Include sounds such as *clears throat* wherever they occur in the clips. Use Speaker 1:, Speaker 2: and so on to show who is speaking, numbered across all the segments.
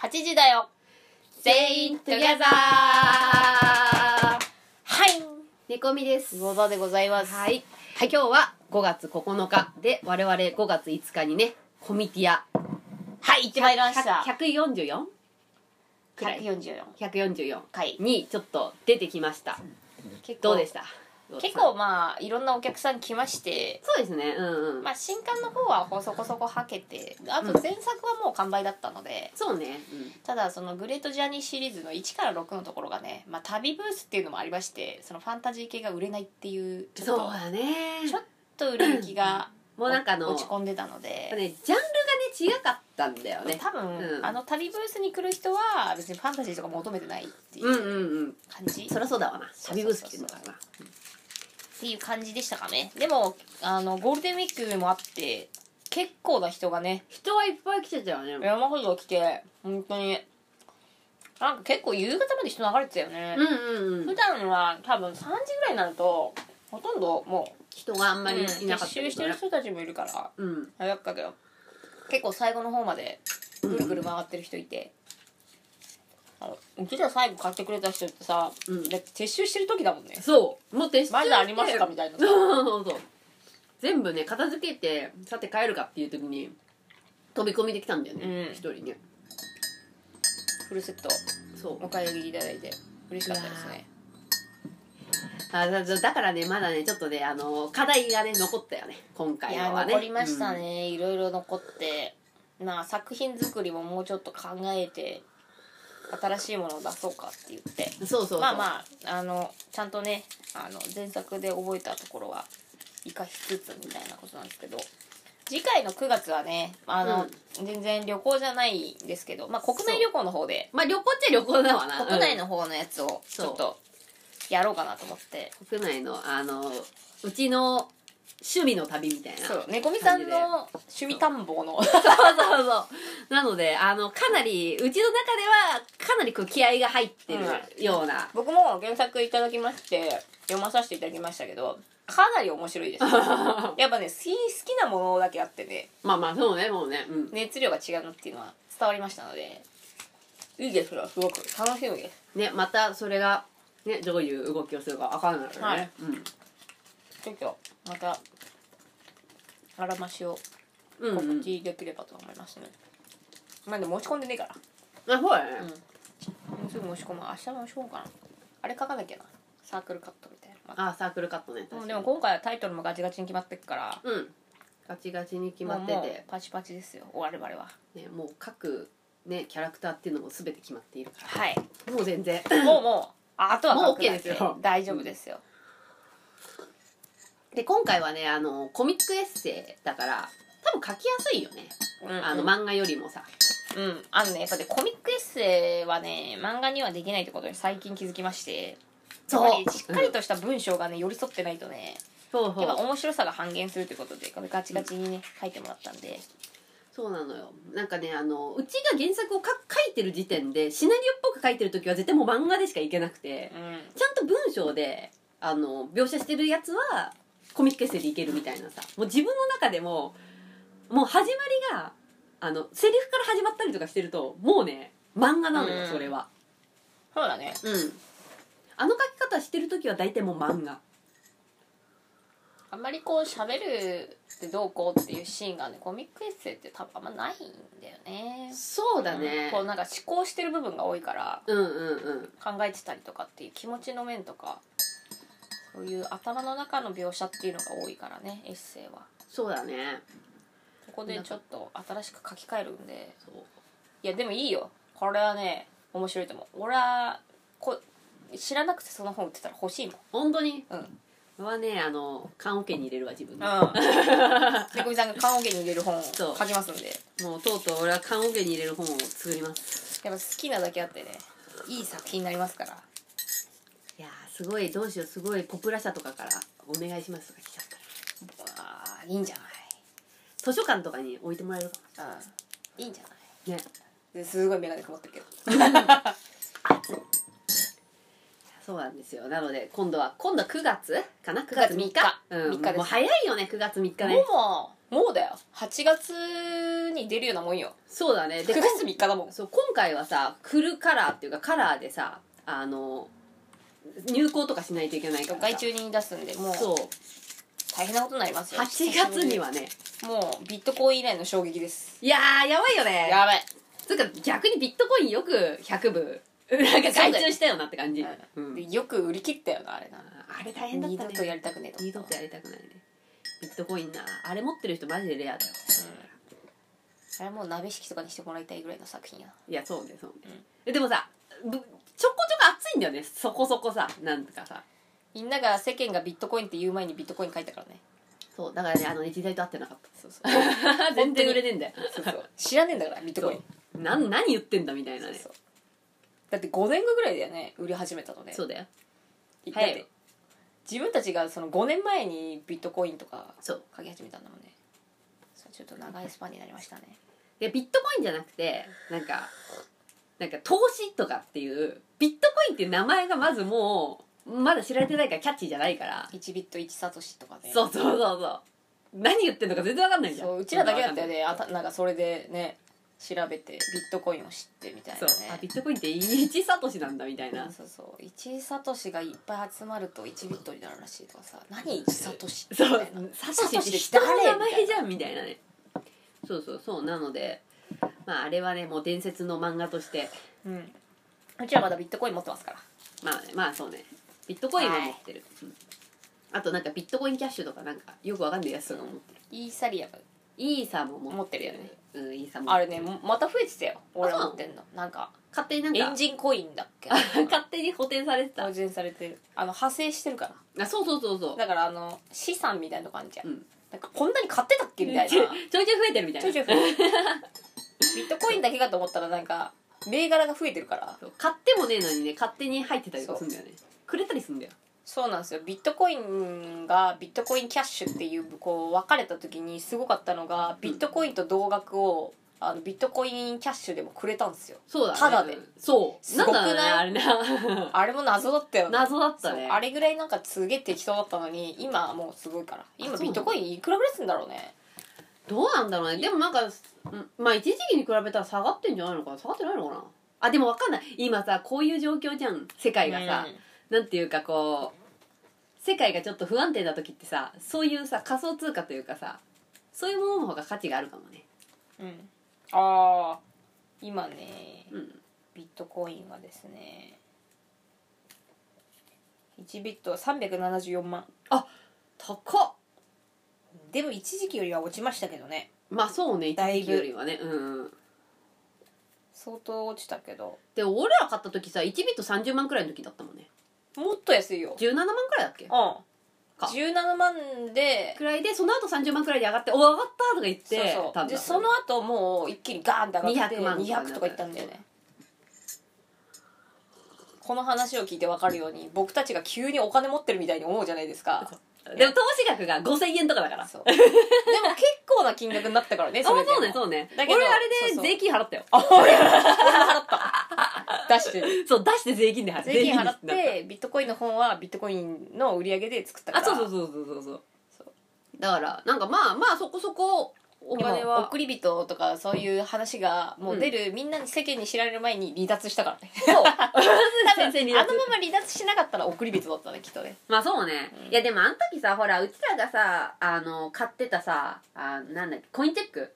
Speaker 1: 8時だよ全員トゥギャザーはい
Speaker 2: 猫みです
Speaker 1: ござでございます
Speaker 2: はい、今日は5月9日で我々5月5日にねコミティア
Speaker 1: はい行ってまいりました
Speaker 2: 144?144
Speaker 1: 144回
Speaker 2: にちょっと出てきました
Speaker 1: 結
Speaker 2: どうでした
Speaker 1: 結構まあいろんなお客さん来まして
Speaker 2: そうですねうんうん、
Speaker 1: まあ新刊の方はそこそこはけてあと前作はもう完売だったので、
Speaker 2: そうね、
Speaker 1: ただそのグレートジャーニーシリーズの1から6のところがね、まあ、旅ブースっていうのもありましてそのファンタジー系が売れないっていう
Speaker 2: うん、
Speaker 1: ちょ
Speaker 2: そ
Speaker 1: っ
Speaker 2: う
Speaker 1: と
Speaker 2: だね
Speaker 1: ちょっと売れ行きが
Speaker 2: *laughs* もうなんかあの
Speaker 1: 落ち込んでたので、
Speaker 2: ねジャンルがね違かったんだよね
Speaker 1: 多分、
Speaker 2: うん
Speaker 1: あの旅ブースに来る人は別にファンタジーとか求めてないってい
Speaker 2: うん
Speaker 1: う
Speaker 2: うんうん
Speaker 1: 感じ、
Speaker 2: そ
Speaker 1: っ
Speaker 2: りゃそうだわな
Speaker 1: そうそうそうそう
Speaker 2: 旅ブース来てんだからな
Speaker 1: ていう感じでしたかねでもあのゴールデンウィークもあって結構な人がね
Speaker 2: 人はいっぱい来てたよね
Speaker 1: 山ほど来て本当になんか結構夕方まで人流れてたよね、
Speaker 2: うんうんう
Speaker 1: 普
Speaker 2: ん
Speaker 1: 段は多分3時ぐらいになるとほとんどもう
Speaker 2: 人があんまり
Speaker 1: う
Speaker 2: い
Speaker 1: ん
Speaker 2: なかった
Speaker 1: 撤収
Speaker 2: け
Speaker 1: して
Speaker 2: ど
Speaker 1: る
Speaker 2: ね
Speaker 1: 人たちもいるから
Speaker 2: うん
Speaker 1: あれだったけど結構最後の方までぐるぐる回ってる人いて、あのうちら最後買ってくれた人ってさ、
Speaker 2: うん
Speaker 1: だって撤収してる時だもんね
Speaker 2: そうもう撤収
Speaker 1: まだありますかみ
Speaker 2: い
Speaker 1: たいな
Speaker 2: そうそうそう全部ね片付けてさて帰るかっていう時に飛び込みできたんだよ
Speaker 1: うん
Speaker 2: ね一、人ね
Speaker 1: フルセット
Speaker 2: そう
Speaker 1: お買い上げいただいて嬉しかったですね
Speaker 2: あだだからねまだねちょっとねあの課題がね残ったよね今
Speaker 1: い
Speaker 2: 回
Speaker 1: や
Speaker 2: のはね
Speaker 1: 残りました、ね、いろいろ残ってなあ作品作りももうちょっと考えて新しいものを出そうかって言って
Speaker 2: うんそうそうそう
Speaker 1: まあまああのちゃんとねあの前作で覚えたところは生かしつつみたいなことなんですけど次回の9月はねあの、全然旅行じゃないんですけど、まあ、国内旅行の方で
Speaker 2: まあ旅行っちゃ旅行だわな
Speaker 1: 国内
Speaker 2: の、
Speaker 1: の方のやつをち
Speaker 2: そう
Speaker 1: ょっとやろうかなと思って
Speaker 2: 国内のあのうちの趣味の旅みたいな
Speaker 1: そう猫みさんの趣味探訪の
Speaker 2: そうそうそう。なので、あの、かなり、うちの中では、かなりこう気合が入ってるような。
Speaker 1: 僕も原作いただきまして読まさせていただきましたけどかなり面白い *laughs* ですやっぱね好き好きなものだけあってね
Speaker 2: *laughs* まあまあ、そうね、もうね。うん。
Speaker 1: 熱量が違うなっていうのは伝わりましたのでいいですよすごく楽しみです
Speaker 2: ね、またそれが、ね、どういう動きをするかわからないからね。
Speaker 1: はいちょっとまたあらましを
Speaker 2: うん。うん、う
Speaker 1: 告
Speaker 2: ん。
Speaker 1: 知できればと思いますね、まあでも申し込んでねえから
Speaker 2: あ、そうやね。
Speaker 1: もうすぐ申し込む明日申し込むかなあれ書かなきゃなサークルカットみたいな、ま
Speaker 2: あ、サークルカットね。
Speaker 1: あ、も
Speaker 2: 確
Speaker 1: う
Speaker 2: かに
Speaker 1: でも今回はタイトルもガチガチに決まってっから
Speaker 2: うん。ガチガチに決まって
Speaker 1: もうもう
Speaker 2: て、
Speaker 1: パチパチですよ我々は
Speaker 2: ね、もう各、ね、キャラクターっていうのも全て決まっているか
Speaker 1: はい
Speaker 2: ら。もう全然。 *laughs*
Speaker 1: もうもうあとは書くだ
Speaker 2: もう OK ですよ
Speaker 1: 大丈夫ですよ、
Speaker 2: で、今回はね、あの、コミックエッセイだから、多分書きやすいよね。
Speaker 1: うん
Speaker 2: あの、漫画よりもさ。
Speaker 1: うん、あのねやっぱねコミックエッセイはね漫画にはできないってことに最近気づきまして
Speaker 2: そう
Speaker 1: やっぱりしっかりとした文章がね寄り添ってないとね
Speaker 2: そうそ
Speaker 1: やっぱ面白さが半減するということでこれガチガチにね書いてもらったんで
Speaker 2: そうなのよなんかねあのうちが原作をか書いてる時点でシナリオっぽく書いてる時は絶対もう漫画でしかいけなくて
Speaker 1: うん
Speaker 2: ちゃんと文章であの描写してるやつはコミックエッセイでいけるみたいなさもう自分の中でももう始まりがあのセリフから始まったりとかしてるともうね漫画なの
Speaker 1: うん
Speaker 2: よそれは
Speaker 1: そうだね
Speaker 2: うんあの書き方してる時は大体もう漫画
Speaker 1: あんまりこう喋るってどうこうっていうシーンがねコミックエッセイって多分あんまないんだよね
Speaker 2: そう
Speaker 1: うんこうなんか思考してる部分が多いから
Speaker 2: うんうんうん
Speaker 1: 考えてたりとかっていう気持ちの面とかそういう頭の中の描写っていうのが多いからねエッセイは
Speaker 2: そうだね
Speaker 1: ここでちょっと新しく書き換えるんで
Speaker 2: そう
Speaker 1: いやでもいいよこれはね面白いと思う俺はこ知らなくてその本売ってたら欲しいもん
Speaker 2: 本当に
Speaker 1: *laughs* うん
Speaker 2: これはねあの缶オケに入れるわ自分の
Speaker 1: うん猫みさんが缶桶に入れる本書
Speaker 2: そう
Speaker 1: きますんで
Speaker 2: もうとうとう俺は缶オケに入れる本を作ります
Speaker 1: やっぱ好きなだけあってねいい作品になりますから
Speaker 2: いやーすごいどうしようすごいポプラ社とかからお願いしますとか来ちゃったら
Speaker 1: あーいいんじゃ
Speaker 2: 図書館とかに置いてもらえるか
Speaker 1: ないうんいいんじゃない
Speaker 2: もね
Speaker 1: ですごい眼鏡曇ってるけど
Speaker 2: そうなんですよなので今度は今度は9月かな9
Speaker 1: 9月
Speaker 2: 月
Speaker 1: 3
Speaker 2: 3
Speaker 1: 日
Speaker 2: 日うん
Speaker 1: 3日です
Speaker 2: もう早いよね9月3日ね
Speaker 1: ももうだよ8月に出るようなもんよ
Speaker 2: そうだね
Speaker 1: 9
Speaker 2: で
Speaker 1: 月3日だもん
Speaker 2: そう今回はさフルカラーっていうかカラーでさあの入稿とかしないといけないからさ
Speaker 1: 外注に出すんでもう
Speaker 2: そう
Speaker 1: 大変なことになりますよ
Speaker 2: 8月にはね
Speaker 1: もうビットコイン以来の衝撃です
Speaker 2: いやーやばいよね
Speaker 1: やばい
Speaker 2: つうか逆にビットコインよく100部なんか外注したよなって感じ、う
Speaker 1: で
Speaker 2: ん、
Speaker 1: よく売り切ったよなあれな
Speaker 2: あれ大変だったね
Speaker 1: 二度とやりたくねえと思っ
Speaker 2: 二
Speaker 1: た
Speaker 2: 度とやりたくないねビットコインなあれ持ってる人マジでレアだよ
Speaker 1: あれもう鍋敷きとかにしてもらいたいぐらいの作品や
Speaker 2: いやそうねそうね、えでもさぶちょこちょこ熱いんだよねそこそこさなんとかさ
Speaker 1: みんなが世間がビットコインって言う前にビットコイン書いたからね
Speaker 2: そうだからねあのね時代と合ってなかった
Speaker 1: そうそう
Speaker 2: *laughs* 全然売れねえんだよ
Speaker 1: そうそう知らねえんだからビットコイン
Speaker 2: なん何言ってんだみたいなね
Speaker 1: そうそうだって5年後ぐらいだよね売り始めたのね
Speaker 2: そうだよ
Speaker 1: だって、
Speaker 2: はい
Speaker 1: 自分たちがその5年前にビットコインとか
Speaker 2: そう
Speaker 1: 書き始めたんだもんねそうちょっと長いスパンになりましたね
Speaker 2: でビットコインじゃなくてなんかなんか投資とかっていうビットコインっていう名前がまずもうまだ知られてないからキャッチーじゃないから、
Speaker 1: 1ビット1サトシとかね
Speaker 2: そうそうそうそう何言ってんのか全然わかんないじゃん
Speaker 1: そううちらだけだったよねあたなんかそれでね調べてビットコインを知ってみたいな
Speaker 2: そう
Speaker 1: ね
Speaker 2: あビットコインって一サトシなんだみたいな
Speaker 1: そうそう1サトシがいっぱい集まると1ビットになるらしいとかさ何1サトシみ
Speaker 2: そ
Speaker 1: たいうな
Speaker 2: サトシって人の
Speaker 1: みたい
Speaker 2: 名
Speaker 1: な
Speaker 2: 前じゃんみたいなねそうそうそうなのでまああれはねもう伝説の漫画として
Speaker 1: うんうちらまだビットコイン持ってますから
Speaker 2: まあねまあそうねビットコインは持ってる、うんあとなんかビットコインキャッシュとかなんかよくわかんないやつとか持ってる
Speaker 1: イーサリアム
Speaker 2: イーサも持
Speaker 1: 持
Speaker 2: っ
Speaker 1: ってて
Speaker 2: る
Speaker 1: る
Speaker 2: よ
Speaker 1: よ
Speaker 2: ね
Speaker 1: ね
Speaker 2: うんイーサも
Speaker 1: あれねもまた増えてたよ俺
Speaker 2: そうな
Speaker 1: 持
Speaker 2: の
Speaker 1: ってんのなんか
Speaker 2: 勝手になん
Speaker 1: エン
Speaker 2: か
Speaker 1: ジンコインだっ
Speaker 2: *laughs*
Speaker 1: け
Speaker 2: 勝手に補填されてた
Speaker 1: 保全されてるあの派生してるから
Speaker 2: あそうそうそうそう
Speaker 1: だからあの資産みたいなのがあるじゃん、
Speaker 2: うん
Speaker 1: なんかこんなに買ってたっけみたいな
Speaker 2: *laughs* ちょいちょい増えてるみたい
Speaker 1: ちょ
Speaker 2: ない
Speaker 1: ちょい増えて
Speaker 2: *laughs*
Speaker 1: るビットコインだけかと思ったらなんか銘柄が増えてるから
Speaker 2: そう買ってもねえのにね勝手に入ってたりとかするんだよねくれたりするんだよ
Speaker 1: そうなんですよビットコインがビットコインキャッシュっていうこう分かれた時にすごかったのがビットコインと同額をあのビットコインキャッシュでもくれたんですよ
Speaker 2: そうだね
Speaker 1: タダで
Speaker 2: そう
Speaker 1: すごくない
Speaker 2: んだろうねあれな
Speaker 1: あれも謎だったよね
Speaker 2: *laughs* 謎だった
Speaker 1: そう
Speaker 2: ね
Speaker 1: あれぐらいなんかすげえ適当だったのに今はもうすごいから
Speaker 2: あ
Speaker 1: 今
Speaker 2: そうな
Speaker 1: ビ
Speaker 2: の
Speaker 1: ットコインいくらぐらいするんだろうね
Speaker 2: どうなんだろうねでもなんかうんまあ一時期に比べたら下がってんじゃないのかな下がってないのかなあでもわかんない今さこういう状況じゃん世界がさ、なんていうかこう世界がちょっと不安定な時ってさそういうさ仮想通貨というかさそういうものの方が価値があるかもね
Speaker 1: うん、うんああ今ね
Speaker 2: うん
Speaker 1: ビットコインはですね1ビットは374万
Speaker 2: 高っ
Speaker 1: でも一時期よりは落ちましたけどね
Speaker 2: まあそうね一
Speaker 1: だい
Speaker 2: 時
Speaker 1: ぶ
Speaker 2: 期よりはねうんうん
Speaker 1: 相当落ちたけど
Speaker 2: で俺ら買った時さ1ビット30万くらいの時だったもんね
Speaker 1: もっと安いよ
Speaker 2: 17万くらいだっけ
Speaker 1: うん
Speaker 2: か
Speaker 1: 17万で
Speaker 2: くらいでその後30万くらいで上がって「お上がった!」とか言って
Speaker 1: そうそ
Speaker 2: た
Speaker 1: うん
Speaker 2: だ
Speaker 1: でその後もう一気にガーンって上がって
Speaker 2: 200万とか
Speaker 1: 200とかいったんだよねこの話を聞いて分かるように僕たちが急にお金持ってるみたいに思うじゃないですか
Speaker 2: でも投資額が5000円とかだからあ
Speaker 1: そうでも結構な金額になった
Speaker 2: *laughs*
Speaker 1: からねそ
Speaker 2: そ
Speaker 1: れ
Speaker 2: う
Speaker 1: でも
Speaker 2: ねそうね
Speaker 1: だけど
Speaker 2: 俺あ
Speaker 1: そう
Speaker 2: れ
Speaker 1: そ
Speaker 2: で
Speaker 1: う
Speaker 2: 税金払ったよ
Speaker 1: あ俺俺も払った出してる
Speaker 2: そう出して税金で払
Speaker 1: 税金払っ
Speaker 2: 税金
Speaker 1: てビットコインの本はビットコインの売り上げで作ったから
Speaker 2: あそうそうそうそうそうそう
Speaker 1: そう
Speaker 2: だからなんかまあまあそこそこお
Speaker 1: お金
Speaker 2: 金
Speaker 1: は
Speaker 2: は
Speaker 1: 送り人とかそういう話がもう出る、みんなに世間に知られる前に離脱したからね *laughs*
Speaker 2: そう
Speaker 1: 多
Speaker 2: 先生に
Speaker 1: 分あのまま離脱しなかったら送り人だったねきっとね
Speaker 2: まあそうね、
Speaker 1: うん
Speaker 2: いやでもあの時さほらうちらがさあの買ってたさあなんだっけコインチェック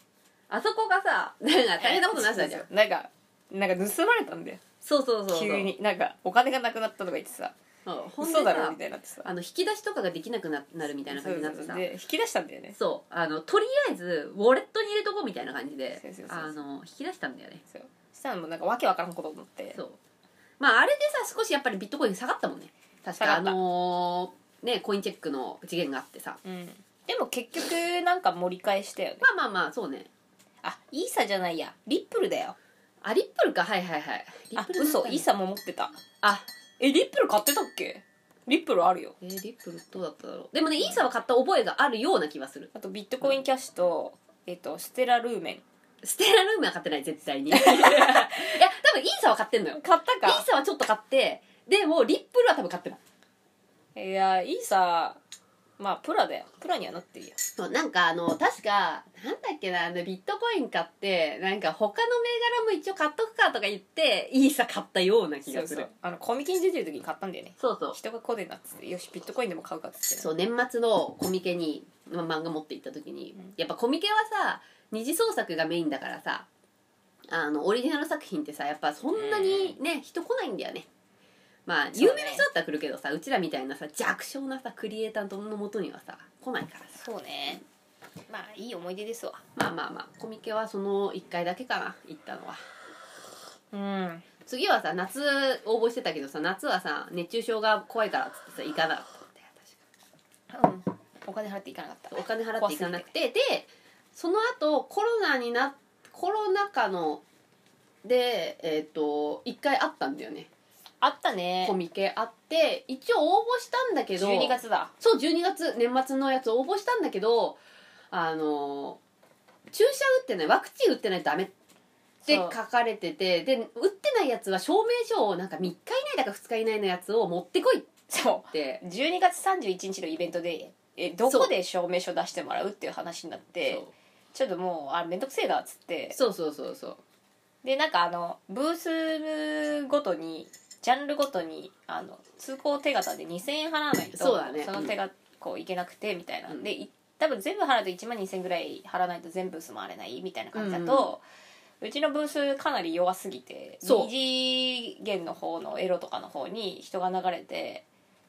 Speaker 2: あそこがさなんか大変なことになってたじゃん
Speaker 1: なんかなんか盗まれたんだよ
Speaker 2: そうそうそうそう
Speaker 1: 急になんかお金がなくなったとか言ってさ
Speaker 2: そうほんでさ
Speaker 1: 嘘だろみたいになってさ
Speaker 2: あの引き出しとかができなくななるみたいな感じになって
Speaker 1: そ
Speaker 2: さ
Speaker 1: うそうで引き出したんだよね
Speaker 2: そうあのとりあえずウォレットに入れとこうみたいな感じで
Speaker 1: そうそうそうそう
Speaker 2: あの引き出したんだよね
Speaker 1: そうそしたらもうなんかわけわからんことになって
Speaker 2: そうまああれでさ少しやっぱりビットコイン下がったもんね確
Speaker 1: 下が
Speaker 2: かあ
Speaker 1: った
Speaker 2: のーねコインチェックの次元があってさ
Speaker 1: うんでも結局なんか盛り返したよね
Speaker 2: まあまあまあそうね
Speaker 1: あイーサじゃないやリップルだよ
Speaker 2: あリップルかはいはいはいリッ
Speaker 1: あ
Speaker 2: プル
Speaker 1: 嘘イ
Speaker 2: い
Speaker 1: ーサも持ってた
Speaker 2: あ
Speaker 1: えリップル買ってたっけリップルあるよ
Speaker 2: えーリップルどうだっただろうでもねイーサは買った覚えがあるような気はする
Speaker 1: あとビットコインキャッシュと、えっとステラルーメ
Speaker 2: ステラルームは買ってない
Speaker 1: *laughs*
Speaker 2: 絶対にいや多分イーサは買ってんのよ
Speaker 1: ン買った
Speaker 2: イーサはちょっと買ってでもリップルは多分買ってない
Speaker 1: いやイーサまあプラだよプラにはなってるよ
Speaker 2: そうなんかあの確かなんだっけなあのビットコイン買ってなんか他の銘柄も一応買っとくかとか言ってイーサ買ったような気
Speaker 1: そう
Speaker 2: がす
Speaker 1: そう
Speaker 2: る
Speaker 1: あのコミケに出てる時に買ったんだよね
Speaker 2: そうそう
Speaker 1: 人が来ねえなっつってよしビットコインでも買うかっつって
Speaker 2: そう年末のコミケに、ま、漫画持って行った時に
Speaker 1: うん
Speaker 2: やっぱコミケはさ二次創作がメインだからさあのオリジナル作品ってさやっぱそんなにね、人来ないんだよねまあ
Speaker 1: そうね
Speaker 2: 有名な人だったら来るけどさうちらみたいなさ弱小なさクリエイターのもとにはさ来ないからさ
Speaker 1: そうねまあいい思い出ですわ
Speaker 2: まあまあまあコミケはその1回だけかな行ったのは
Speaker 1: うん
Speaker 2: 次はさ夏応募してたけどさ夏はさ熱中症が怖いからっつってさ行かなかったんだよ確か
Speaker 1: うんお金払っていかなかった
Speaker 2: お金払っていかなくてでその後コロナになコロナ禍のでえっ、と一回あったんだよね
Speaker 1: あったね
Speaker 2: コミケあって一応応募したんだけど
Speaker 1: 12月だ
Speaker 2: そう12月年末のやつ応募したんだけどあの注射打ってないワクチン打ってないとダメって
Speaker 1: そう
Speaker 2: 書かれててで打ってないやつは証明書をなんか3日以内だか2日以内のやつを持ってこいっ
Speaker 1: そ
Speaker 2: て
Speaker 1: う12月31日のイベントでえどこで証明書出してもらうっていう話になってちょっともうあめんどくせえなっつって
Speaker 2: そうそうそうそうそう
Speaker 1: でなんかあのブースごとにジャンルごとにあの通行手形で2000円払わないと
Speaker 2: そうだね
Speaker 1: の手がこういけなくてみたいな、
Speaker 2: うん
Speaker 1: でい多分全部払うと1万2000ぐらい払わないと全部ス回れないみたいな感じだと、うちのブースかなり弱すぎて
Speaker 2: そう
Speaker 1: 二次元の方のエロとかの方に人が流れて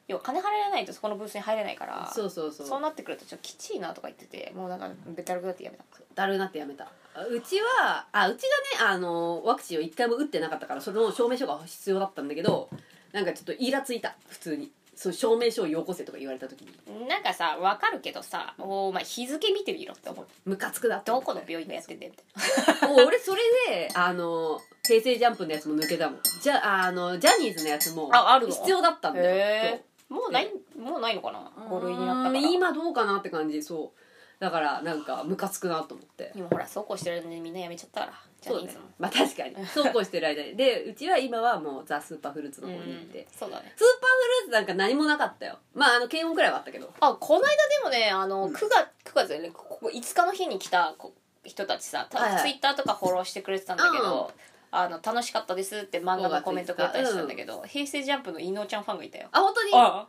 Speaker 1: 要は金払えないとそこのブースに入れないから
Speaker 2: そうそうそう
Speaker 1: そうなってくるとちょっときちいなとか言っててもうなんかベタルくなってやめた
Speaker 2: だるなってやめたうちはあうちがねあのワクチンを1回も打ってなかったからその証明書が必要だったんだけどなんかちょっとイラついた普通にそう証明書をよこせとか言われた時に
Speaker 1: なんかさ分かるけどさもうお前日付見てみろって思う
Speaker 2: ムカつくだって
Speaker 1: どこの病院がやってんだよみたい
Speaker 2: もう俺それであの平成ジャンプのやつも抜けたもんじゃああのジャニーズのやつも
Speaker 1: ああるの
Speaker 2: 必要だったんだよ
Speaker 1: へなもうないもうないのかな
Speaker 2: そう
Speaker 1: 5類になったか
Speaker 2: うー
Speaker 1: ら
Speaker 2: ん今どうかなって感じそうだからなんかムカつくなと思って
Speaker 1: 今ほらそうこうしてる間にみんなやめちゃったからジャ
Speaker 2: そう
Speaker 1: ニー
Speaker 2: ね
Speaker 1: ズも
Speaker 2: まあ確かに
Speaker 1: *laughs*
Speaker 2: そうこうしてる間にでうちは今はもうザ・スーパーフルーツの方に行って
Speaker 1: うんそうだね
Speaker 2: スーパーフルーツなんか何もなかったよまああの検温くらいはあったけど
Speaker 1: あこの間でもねあの
Speaker 2: うん
Speaker 1: 9月9月だよねここ5日の日に来たこ人たちさた
Speaker 2: はいはい
Speaker 1: ツイッターとかフォローしてくれてたんだけど、あの楽しかったですって漫画のコメントくれたりしてたんだけど、平成ジャンプの伊能ちゃんファンがいたよ
Speaker 2: あ本当に
Speaker 1: あ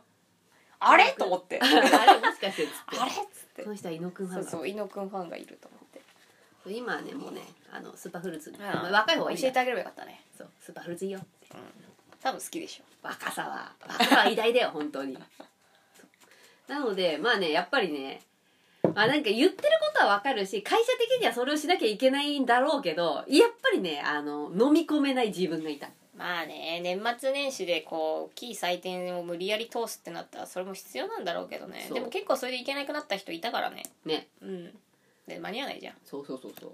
Speaker 1: あれと思ってあ
Speaker 2: *laughs* あ
Speaker 1: れ
Speaker 2: れもしかしてっつ
Speaker 1: っ
Speaker 2: っ
Speaker 1: つってて
Speaker 2: この人は伊野くんな
Speaker 1: そ
Speaker 2: ん
Speaker 1: う
Speaker 2: だ
Speaker 1: そう伊野くんファンがいると思って
Speaker 2: 今はねもうねあのスーパーフルーツ、
Speaker 1: まあ
Speaker 2: 若い方がいいん
Speaker 1: 教え
Speaker 2: だ
Speaker 1: てあげればよかったね
Speaker 2: そうスーパーフルーツいいよ
Speaker 1: 多分好きでしょ
Speaker 2: 若さは若さは偉大だよ本当にそうなのでまあねやっぱりねまあなんか言ってることはわかるし会社的にはそれをしなきゃいけないんだろうけどやっぱりねあの飲み込めない自分がいた
Speaker 1: まあね年末年始でこう大きい祭典を無理やり通すってなったらそれも必要なんだろうけどね
Speaker 2: そう
Speaker 1: でも結構それでいけなくなった人いたからね
Speaker 2: ね
Speaker 1: うんで間に合わないじゃん
Speaker 2: そうそうそうそう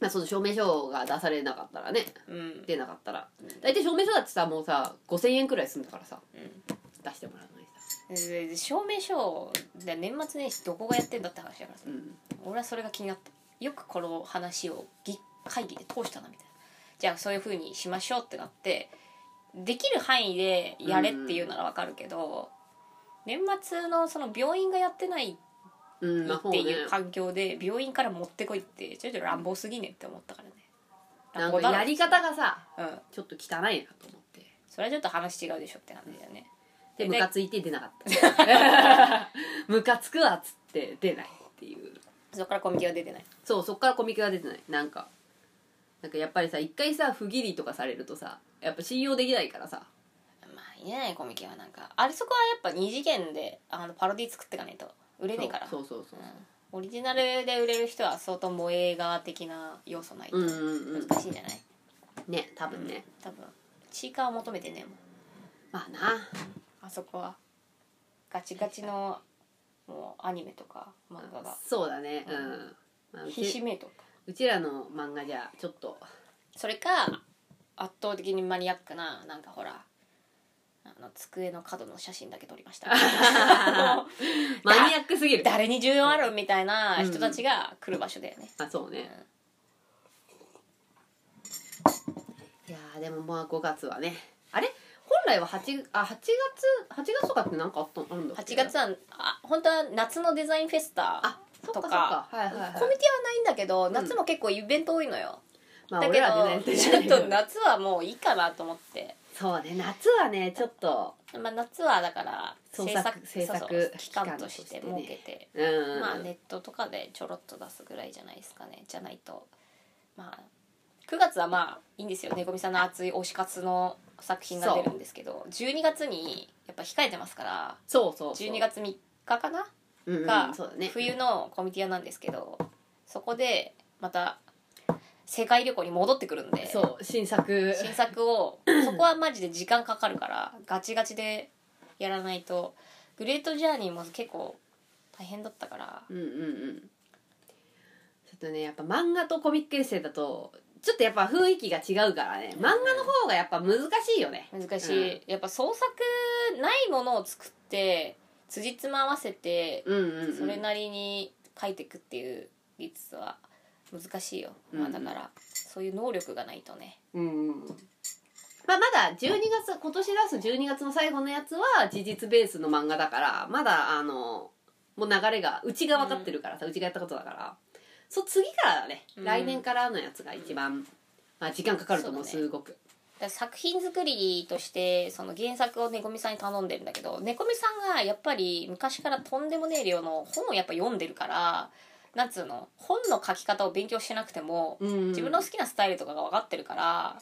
Speaker 2: まあその証明書が出されなかったらね
Speaker 1: うん
Speaker 2: 出なかったら大体証明書だってさもうさ5000円くらい済んだからさ
Speaker 1: うん
Speaker 2: 出してもらうのにさ、
Speaker 1: でで証明書で年末年始どこがやってんだって話だからさ
Speaker 2: うん、
Speaker 1: 俺はそれが気になったよくこの話を議会議で通したなみたいなじゃあそういうふうにしましょうってなってできる範囲でやれっていうならわかるけど、年末のその病院がやってない
Speaker 2: うんまあ
Speaker 1: っ
Speaker 2: そう
Speaker 1: て
Speaker 2: ね
Speaker 1: いう環境で病院から持ってこいってちょっと乱暴すぎねって思ったからね乱
Speaker 2: なん
Speaker 1: 暴
Speaker 2: か
Speaker 1: だな
Speaker 2: やり方がさ
Speaker 1: うん
Speaker 2: ちょっと汚いなと思って
Speaker 1: それはちょっと話違うでしょって感じだよね
Speaker 2: で
Speaker 1: で
Speaker 2: ムカついて出なか
Speaker 1: *laughs*
Speaker 2: った *laughs* ムカつくわっつって出ないっていう
Speaker 1: そこからコミケは出てない
Speaker 2: そうそっからコミケが出てないなんかなんかやっぱりさ一回さ不義理とかされるとさやっぱ信用できないからさ
Speaker 1: まあいいねコミケはなんかあれそこはやっぱ二次元であのパロディ作っていかないと売れねえから
Speaker 2: そうそうそう
Speaker 1: うんオリジナルで売れる人は相当萌え画的な要素ないと
Speaker 2: そううん
Speaker 1: 難
Speaker 2: うんうん
Speaker 1: しいんじゃない、
Speaker 2: ね多分ね
Speaker 1: 多分チーカーを求めてねえもん
Speaker 2: まあな
Speaker 1: あそこはガチガチのもうアニメとか漫画が
Speaker 2: そうだねうん、まあ、う
Speaker 1: ひし
Speaker 2: ち
Speaker 1: めとか
Speaker 2: うちらの漫画じゃちょっ
Speaker 1: *laughs*
Speaker 2: と
Speaker 1: それか圧倒的にマニアックななんかほらあの机の角の写真だけ撮りま
Speaker 2: *laughs*
Speaker 1: した
Speaker 2: マニアックすぎる
Speaker 1: 誰に重要あるみたいな人たちが来る場所だよね、
Speaker 2: あそうね、いやーでもまあ5月はねあれ来は8あ8月8月とかってなんかあったのあるんだっけ
Speaker 1: 8月はあ本当は夏のデザインフェスタ
Speaker 2: あそっかそ
Speaker 1: と
Speaker 2: っ
Speaker 1: か
Speaker 2: かはいはい、はい、
Speaker 1: コミュニティはないんだけど
Speaker 2: ん
Speaker 1: 夏も結構イベント多いのよ、
Speaker 2: まあ
Speaker 1: だけ
Speaker 2: 俺
Speaker 1: ど
Speaker 2: らは出ない
Speaker 1: ちょっと夏はもういいかなと思って、
Speaker 2: そうね夏はねちょっと
Speaker 1: まあ、夏はだから
Speaker 2: 創作
Speaker 1: 制作
Speaker 2: 制作
Speaker 1: 期間とし
Speaker 2: 期
Speaker 1: て
Speaker 2: 間
Speaker 1: 設
Speaker 2: として
Speaker 1: け
Speaker 2: ね
Speaker 1: て、
Speaker 2: うん
Speaker 1: まあネットとかでちょろっと出すぐらいじゃないですかねじゃないとまあ9月はまあいいんですよねこみさんの熱い推し活の作品が出るんですけど12月にやっぱ控えてますから
Speaker 2: そうそうそう
Speaker 1: 12月3日かな
Speaker 2: うんうん
Speaker 1: が
Speaker 2: そうだね
Speaker 1: 冬のコミティアなんですけどそこでまた世界旅行に戻ってくるんで
Speaker 2: そう新作
Speaker 1: 新作をそこはマジで時間かかるからガチガチでやらないとグレートジャーニーも結構大変だったから
Speaker 2: うんうんうんちょっとねやっぱ漫画とコミックエッセイだとちょっとやっぱ雰囲気が違うからね漫画の方がやっぱ難しいよね
Speaker 1: 難しい、やっぱ創作ないものを作って辻褄合わせて
Speaker 2: うんうん、うん、
Speaker 1: それなりに書いていくっていう技術は難しいよ、まあ、
Speaker 2: うん
Speaker 1: だからそういう能力がないとね
Speaker 2: うんうんうんまあ、まだ12月今年出す12月の最後のやつは事実ベースの漫画だからまだあのもう流れがうちが分かってるからさ、うちがやったことだからそう次からだね、
Speaker 1: うん
Speaker 2: 来年からのやつが一番、まあ、時間かかると思う
Speaker 1: そうだね
Speaker 2: すごく
Speaker 1: だから作品作りとしてその原作をねこみさんに頼んでるんだけどねこみさんがやっぱり昔からとんでもねえ量の本をやっぱ読んでるからなんつうの本の書き方を勉強しなくても
Speaker 2: うんうん
Speaker 1: 自分の好きなスタイルとかが分かってるから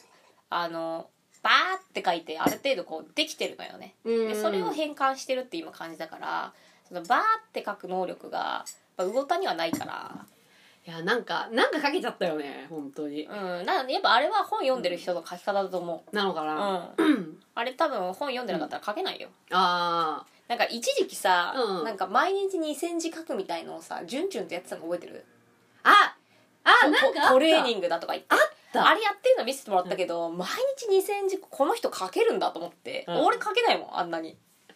Speaker 1: あのバーって書いてある程度こうできてるのよね
Speaker 2: うんうん
Speaker 1: でそれを変換してるって今感じだからそのバーって書く能力がやっぱ魚田にはないから、
Speaker 2: いやなんかなんかかけちゃったよね本当に
Speaker 1: うん、なのでやっぱあれは本読んでる人の書き方だと思
Speaker 2: なのか
Speaker 1: う、う
Speaker 2: な、あ
Speaker 1: ん、あれ多分本読んでなかったら書けないよ
Speaker 2: あ
Speaker 1: なんか一時期さ、
Speaker 2: うん
Speaker 1: なんか毎日2,000字書くみたいのをさ「じゅんじゅん」ってやってたの覚えてる
Speaker 2: ああなんかあった
Speaker 1: トトレーニングだとか言って
Speaker 2: た
Speaker 1: あれやってるの見せてもらったけど、毎日2,000字この人書けるんだと思って、
Speaker 2: うん
Speaker 1: 俺書けないもんあんなに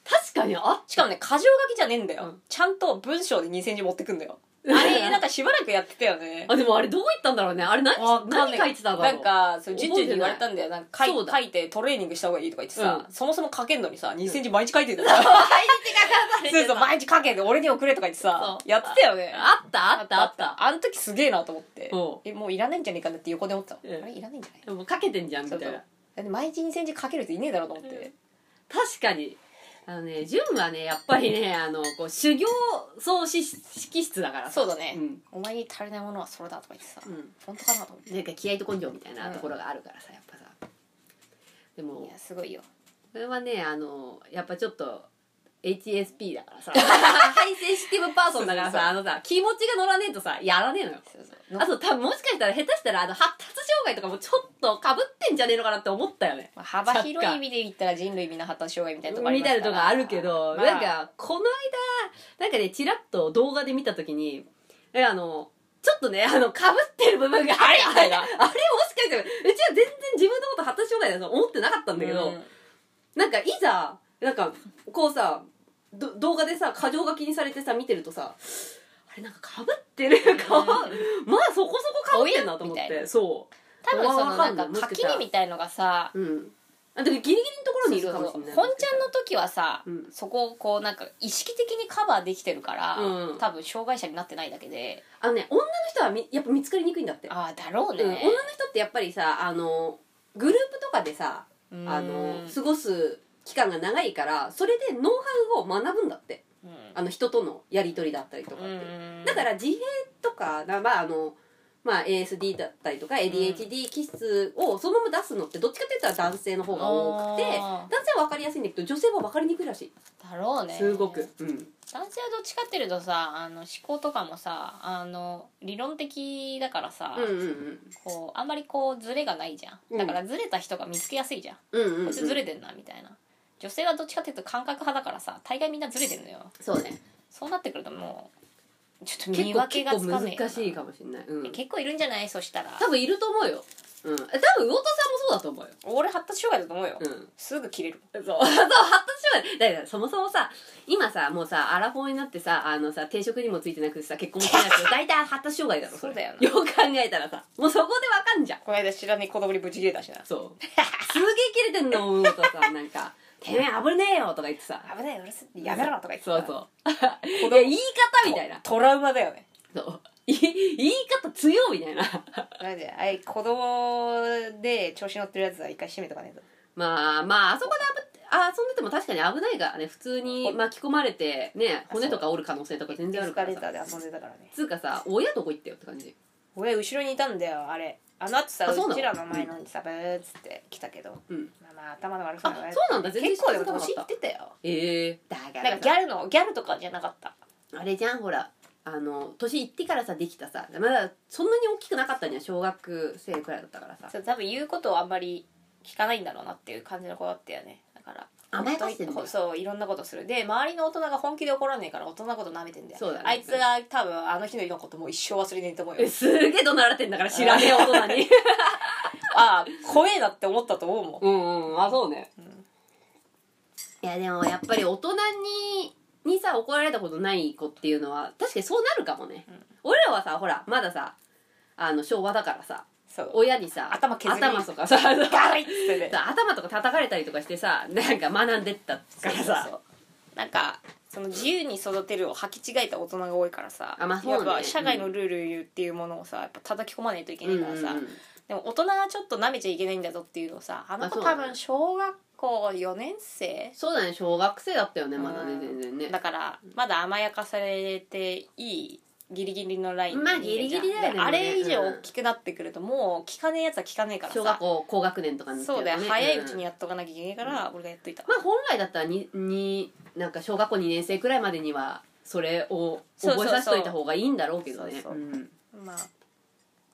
Speaker 2: 確かにあっ
Speaker 1: しかもね過剰書きじゃねえんだよ、
Speaker 2: うん
Speaker 1: ちゃんと文章で2,000字持ってくんだ
Speaker 2: *laughs*
Speaker 1: よあ
Speaker 2: た
Speaker 1: れなんかしばらくやってたよね
Speaker 2: あでもあれどこ行ったんだろうねあれ何
Speaker 1: わかんない
Speaker 2: 何書いてたんだ
Speaker 1: な
Speaker 2: ろうん *laughs*
Speaker 1: かそう
Speaker 2: 覚
Speaker 1: じゅじゅ
Speaker 2: えてなんい
Speaker 1: んに言われたんだよなんか書い
Speaker 2: そうだ
Speaker 1: 書いてトレーニングした方がいいとか言ってさ、
Speaker 2: う
Speaker 1: そもそも書けんのにさ2,000字毎日書いてんだよ、
Speaker 2: れてた
Speaker 1: そうそう毎日書けんで俺に送れとか言ってさ
Speaker 2: そう
Speaker 1: やってたよね
Speaker 2: あったあったあった
Speaker 1: あの時すげえなと思って
Speaker 2: うん
Speaker 1: えもういらないんじゃねえかなって横で思ってたの、
Speaker 2: うん
Speaker 1: あれいらないんじゃない
Speaker 2: でもかけてんじゃんみたい
Speaker 1: そうそ
Speaker 2: な
Speaker 1: うだって毎日2センチかける人いねえだろうと思って、
Speaker 2: 確かにあのね純はねやっぱりねあのこう修行創始式室だから
Speaker 1: そうだね、
Speaker 2: うん
Speaker 1: お前に足りないものはそれだとか言ってさ、
Speaker 2: うん
Speaker 1: 本当かなと思って
Speaker 2: なんか気合と根性みたいなところがあるからさやっぱさで
Speaker 1: い
Speaker 2: も
Speaker 1: やすごいよ
Speaker 2: これはねあのやっぱちょっと HSP だからさ *laughs* ハイセンシティブパーソンだから
Speaker 1: そうそうそう
Speaker 2: さあのさ気持ちが乗らねえとさやらねえのよ
Speaker 1: そうそう
Speaker 2: あと多分もしかしたら下手したらあの発達障害とかもちょっとかぶってんじゃねえのかなって思ったよね
Speaker 1: まあ、幅広い意味で言ったら人類みんな発達障害みたいなとこあり
Speaker 2: み
Speaker 1: ます
Speaker 2: た
Speaker 1: から
Speaker 2: いなとこあるけど、
Speaker 1: まあ
Speaker 2: なんかこの間なんかねちらっと動画で見た時にえあのちょっとねあのかぶってる部分があれ
Speaker 1: みたいな
Speaker 2: *laughs* あれもしかしてうちは全然自分のこと発達障害だと思ってなかったんだけ
Speaker 1: う
Speaker 2: ど、
Speaker 1: ん
Speaker 2: なんかいざなんかこうさど動画でさ過剰書きにされてさ見てるとさあれなんかかぶってる顔、まあそこそこかぶってんなと思
Speaker 1: お
Speaker 2: っ
Speaker 1: やみたい
Speaker 2: てそう
Speaker 1: 多分そ
Speaker 2: わ
Speaker 1: の
Speaker 2: か
Speaker 1: なんん
Speaker 2: ない
Speaker 1: か垣根みたいのがさ
Speaker 2: うんあでもギリギリのところ
Speaker 1: そ
Speaker 2: に
Speaker 1: う
Speaker 2: い
Speaker 1: そ
Speaker 2: る
Speaker 1: う
Speaker 2: か
Speaker 1: そう
Speaker 2: もし
Speaker 1: 本
Speaker 2: れない
Speaker 1: ちゃんの時はさ、
Speaker 2: うん
Speaker 1: そこをこうなんか意識的にカバーできてるから、
Speaker 2: うん
Speaker 1: 多分障害者になってないだけで
Speaker 2: あのね女の人はみやっぱ見つかりにくいんだって
Speaker 1: ああだろうね、
Speaker 2: うん、女の人ってやっぱりさあのグループとかでさあの過ごす期間が長いからそれでノウハウを学ぶんだってあの人とのやり取りだったりとかっていうだからら自閉とかなまああのまあ ASD だったりとか ADHD 気質をそのまま出すのってどっちかって言ったら男性の方が多くて
Speaker 1: あ
Speaker 2: 男性は分かりやすいんだけど女性は分かりにくいらしい
Speaker 1: だろうね
Speaker 2: すごくうん
Speaker 1: 男性はどっちかっていうとさあの思考とかもさあの理論的だからさ、
Speaker 2: うんうん
Speaker 1: こうあんまりこうズレがないじゃ
Speaker 2: うんん
Speaker 1: だからズレた人が見つけやすいじゃん、
Speaker 2: うんうんうん
Speaker 1: こいつズレてんなみたいな女性はどっちかっていうと感覚派だからさ大概みんなズレてんのよ
Speaker 2: そうね
Speaker 1: そうなってくるともうちょっと見
Speaker 2: 結構
Speaker 1: 分け
Speaker 2: 結
Speaker 1: がつか
Speaker 2: 構
Speaker 1: ねえ
Speaker 2: 難しいかもしれない、うん、
Speaker 1: 結構いるんじゃないそしたら
Speaker 2: 多分いると思うよ、うん、多分魚田さんもそうだと思うよ
Speaker 1: 俺発達障害だと思うよ、
Speaker 2: うん
Speaker 1: すぐ切れる
Speaker 2: そう *laughs* そう発達障害だからそもそもさ今さもうさアラフォーになってさあのさ定職にもついてなくてさ結婚もしてな
Speaker 1: *laughs*
Speaker 2: くて大体発達障害だろれ
Speaker 1: そうだよな
Speaker 2: よく考えたらさもうそこでわかんじゃん *laughs*
Speaker 1: この間知らねえ子供にブチ切れたしな *laughs*
Speaker 2: そうすげえ切れてんの思うとさなんかてめえ危ねえよとか言ってさ
Speaker 1: 危ないよろすやめろとか言って
Speaker 2: そうそうういや言い方みたいな
Speaker 1: トラウマだよね
Speaker 2: そうい言い方強いみたいな *laughs*
Speaker 1: マジであい子供で調子乗ってるやつは一回閉めとかねえと
Speaker 2: まあまああそこであぶあ遊んでても確かに危ないからね普通に巻き込まれてね骨とか折る可能性とか全然あ
Speaker 1: エ
Speaker 2: る
Speaker 1: ス
Speaker 2: か
Speaker 1: カ
Speaker 2: ら
Speaker 1: レータ
Speaker 2: さ
Speaker 1: ーで遊んでたからね
Speaker 2: つうかさ親どこ行ったよって感じ
Speaker 1: 俺後ろにいたんだよあれあの後さ
Speaker 2: あそうなの
Speaker 1: うちらの前のにさブーっつって来たけど
Speaker 2: うん
Speaker 1: まあまあ頭の悪さ
Speaker 2: あ
Speaker 1: が
Speaker 2: そうなんだ全然
Speaker 1: 結構で
Speaker 2: 知ら
Speaker 1: も
Speaker 2: なかっ
Speaker 1: 年い
Speaker 2: た
Speaker 1: ってたよ
Speaker 2: ええだか
Speaker 1: なんかギャルのギャルとかじゃなかった
Speaker 2: あれじゃんほらあの年いってからさできたさまだそんなに大きくなかったんや小学生くらいだったからさ
Speaker 1: ちょっと多分言うことをあんまり聞かないんだろうなっていう感じの子だったよねだから
Speaker 2: 甘やかしてんだよ
Speaker 1: ほんとそういろんなことするで周りの大人が本気で怒らねえから大人のこと舐めてんだよ
Speaker 2: そうだね
Speaker 1: あいつが多分あの日ののこともう一生忘れねえと思う
Speaker 2: え
Speaker 1: よ
Speaker 2: すげえ怒鳴られてんだから知らねえ大人に
Speaker 1: ああ怖えなって思ったと思うもん
Speaker 2: *laughs* うんうんあそうね
Speaker 1: うん
Speaker 2: いやでもやっぱり大人ににさ怒られたことない子っていうのは確かにそうなるかもね、
Speaker 1: うん
Speaker 2: 俺らはさほらまださあの昭和だからさ
Speaker 1: そう
Speaker 2: 親にさ
Speaker 1: 頭削り
Speaker 2: 頭とかさ
Speaker 1: ガリッつってね
Speaker 2: 頭とか叩かれたりとかしてさなんか学んでったからさ
Speaker 1: そうそうなんかその自由に育てるを履き違えた大人が多いからさ
Speaker 2: あまあそうね
Speaker 1: やっぱ社会のルールっていうものをさやっぱ叩き込まないといけないからさ、
Speaker 2: うんうんうん
Speaker 1: でも大人はちょっと舐めちゃいけないんだぞっていうのをさあの子
Speaker 2: まあ
Speaker 1: 多
Speaker 2: そうだね
Speaker 1: 分小学校4年生
Speaker 2: そうだね小学生だったよねまだね
Speaker 1: うん
Speaker 2: 全然ね
Speaker 1: だからまだ甘やかされていいギリギリのライン
Speaker 2: まあギリギリだよね
Speaker 1: であれ以上
Speaker 2: うん
Speaker 1: 大きくなってくるともう聞かねえやつは聞かねえからさ
Speaker 2: 小学校高学年とかになってる
Speaker 1: そう
Speaker 2: と
Speaker 1: だ
Speaker 2: ね
Speaker 1: よ、早いうちに
Speaker 2: ん
Speaker 1: やっとかなきゃいけないから、俺がやっといた
Speaker 2: まあ本来だったらにになんか小学校2年生くらいまでにはそれを
Speaker 1: そうそうそう
Speaker 2: 覚えさせといた方がいいんだろうけどね
Speaker 1: そうそう
Speaker 2: うん
Speaker 1: まあ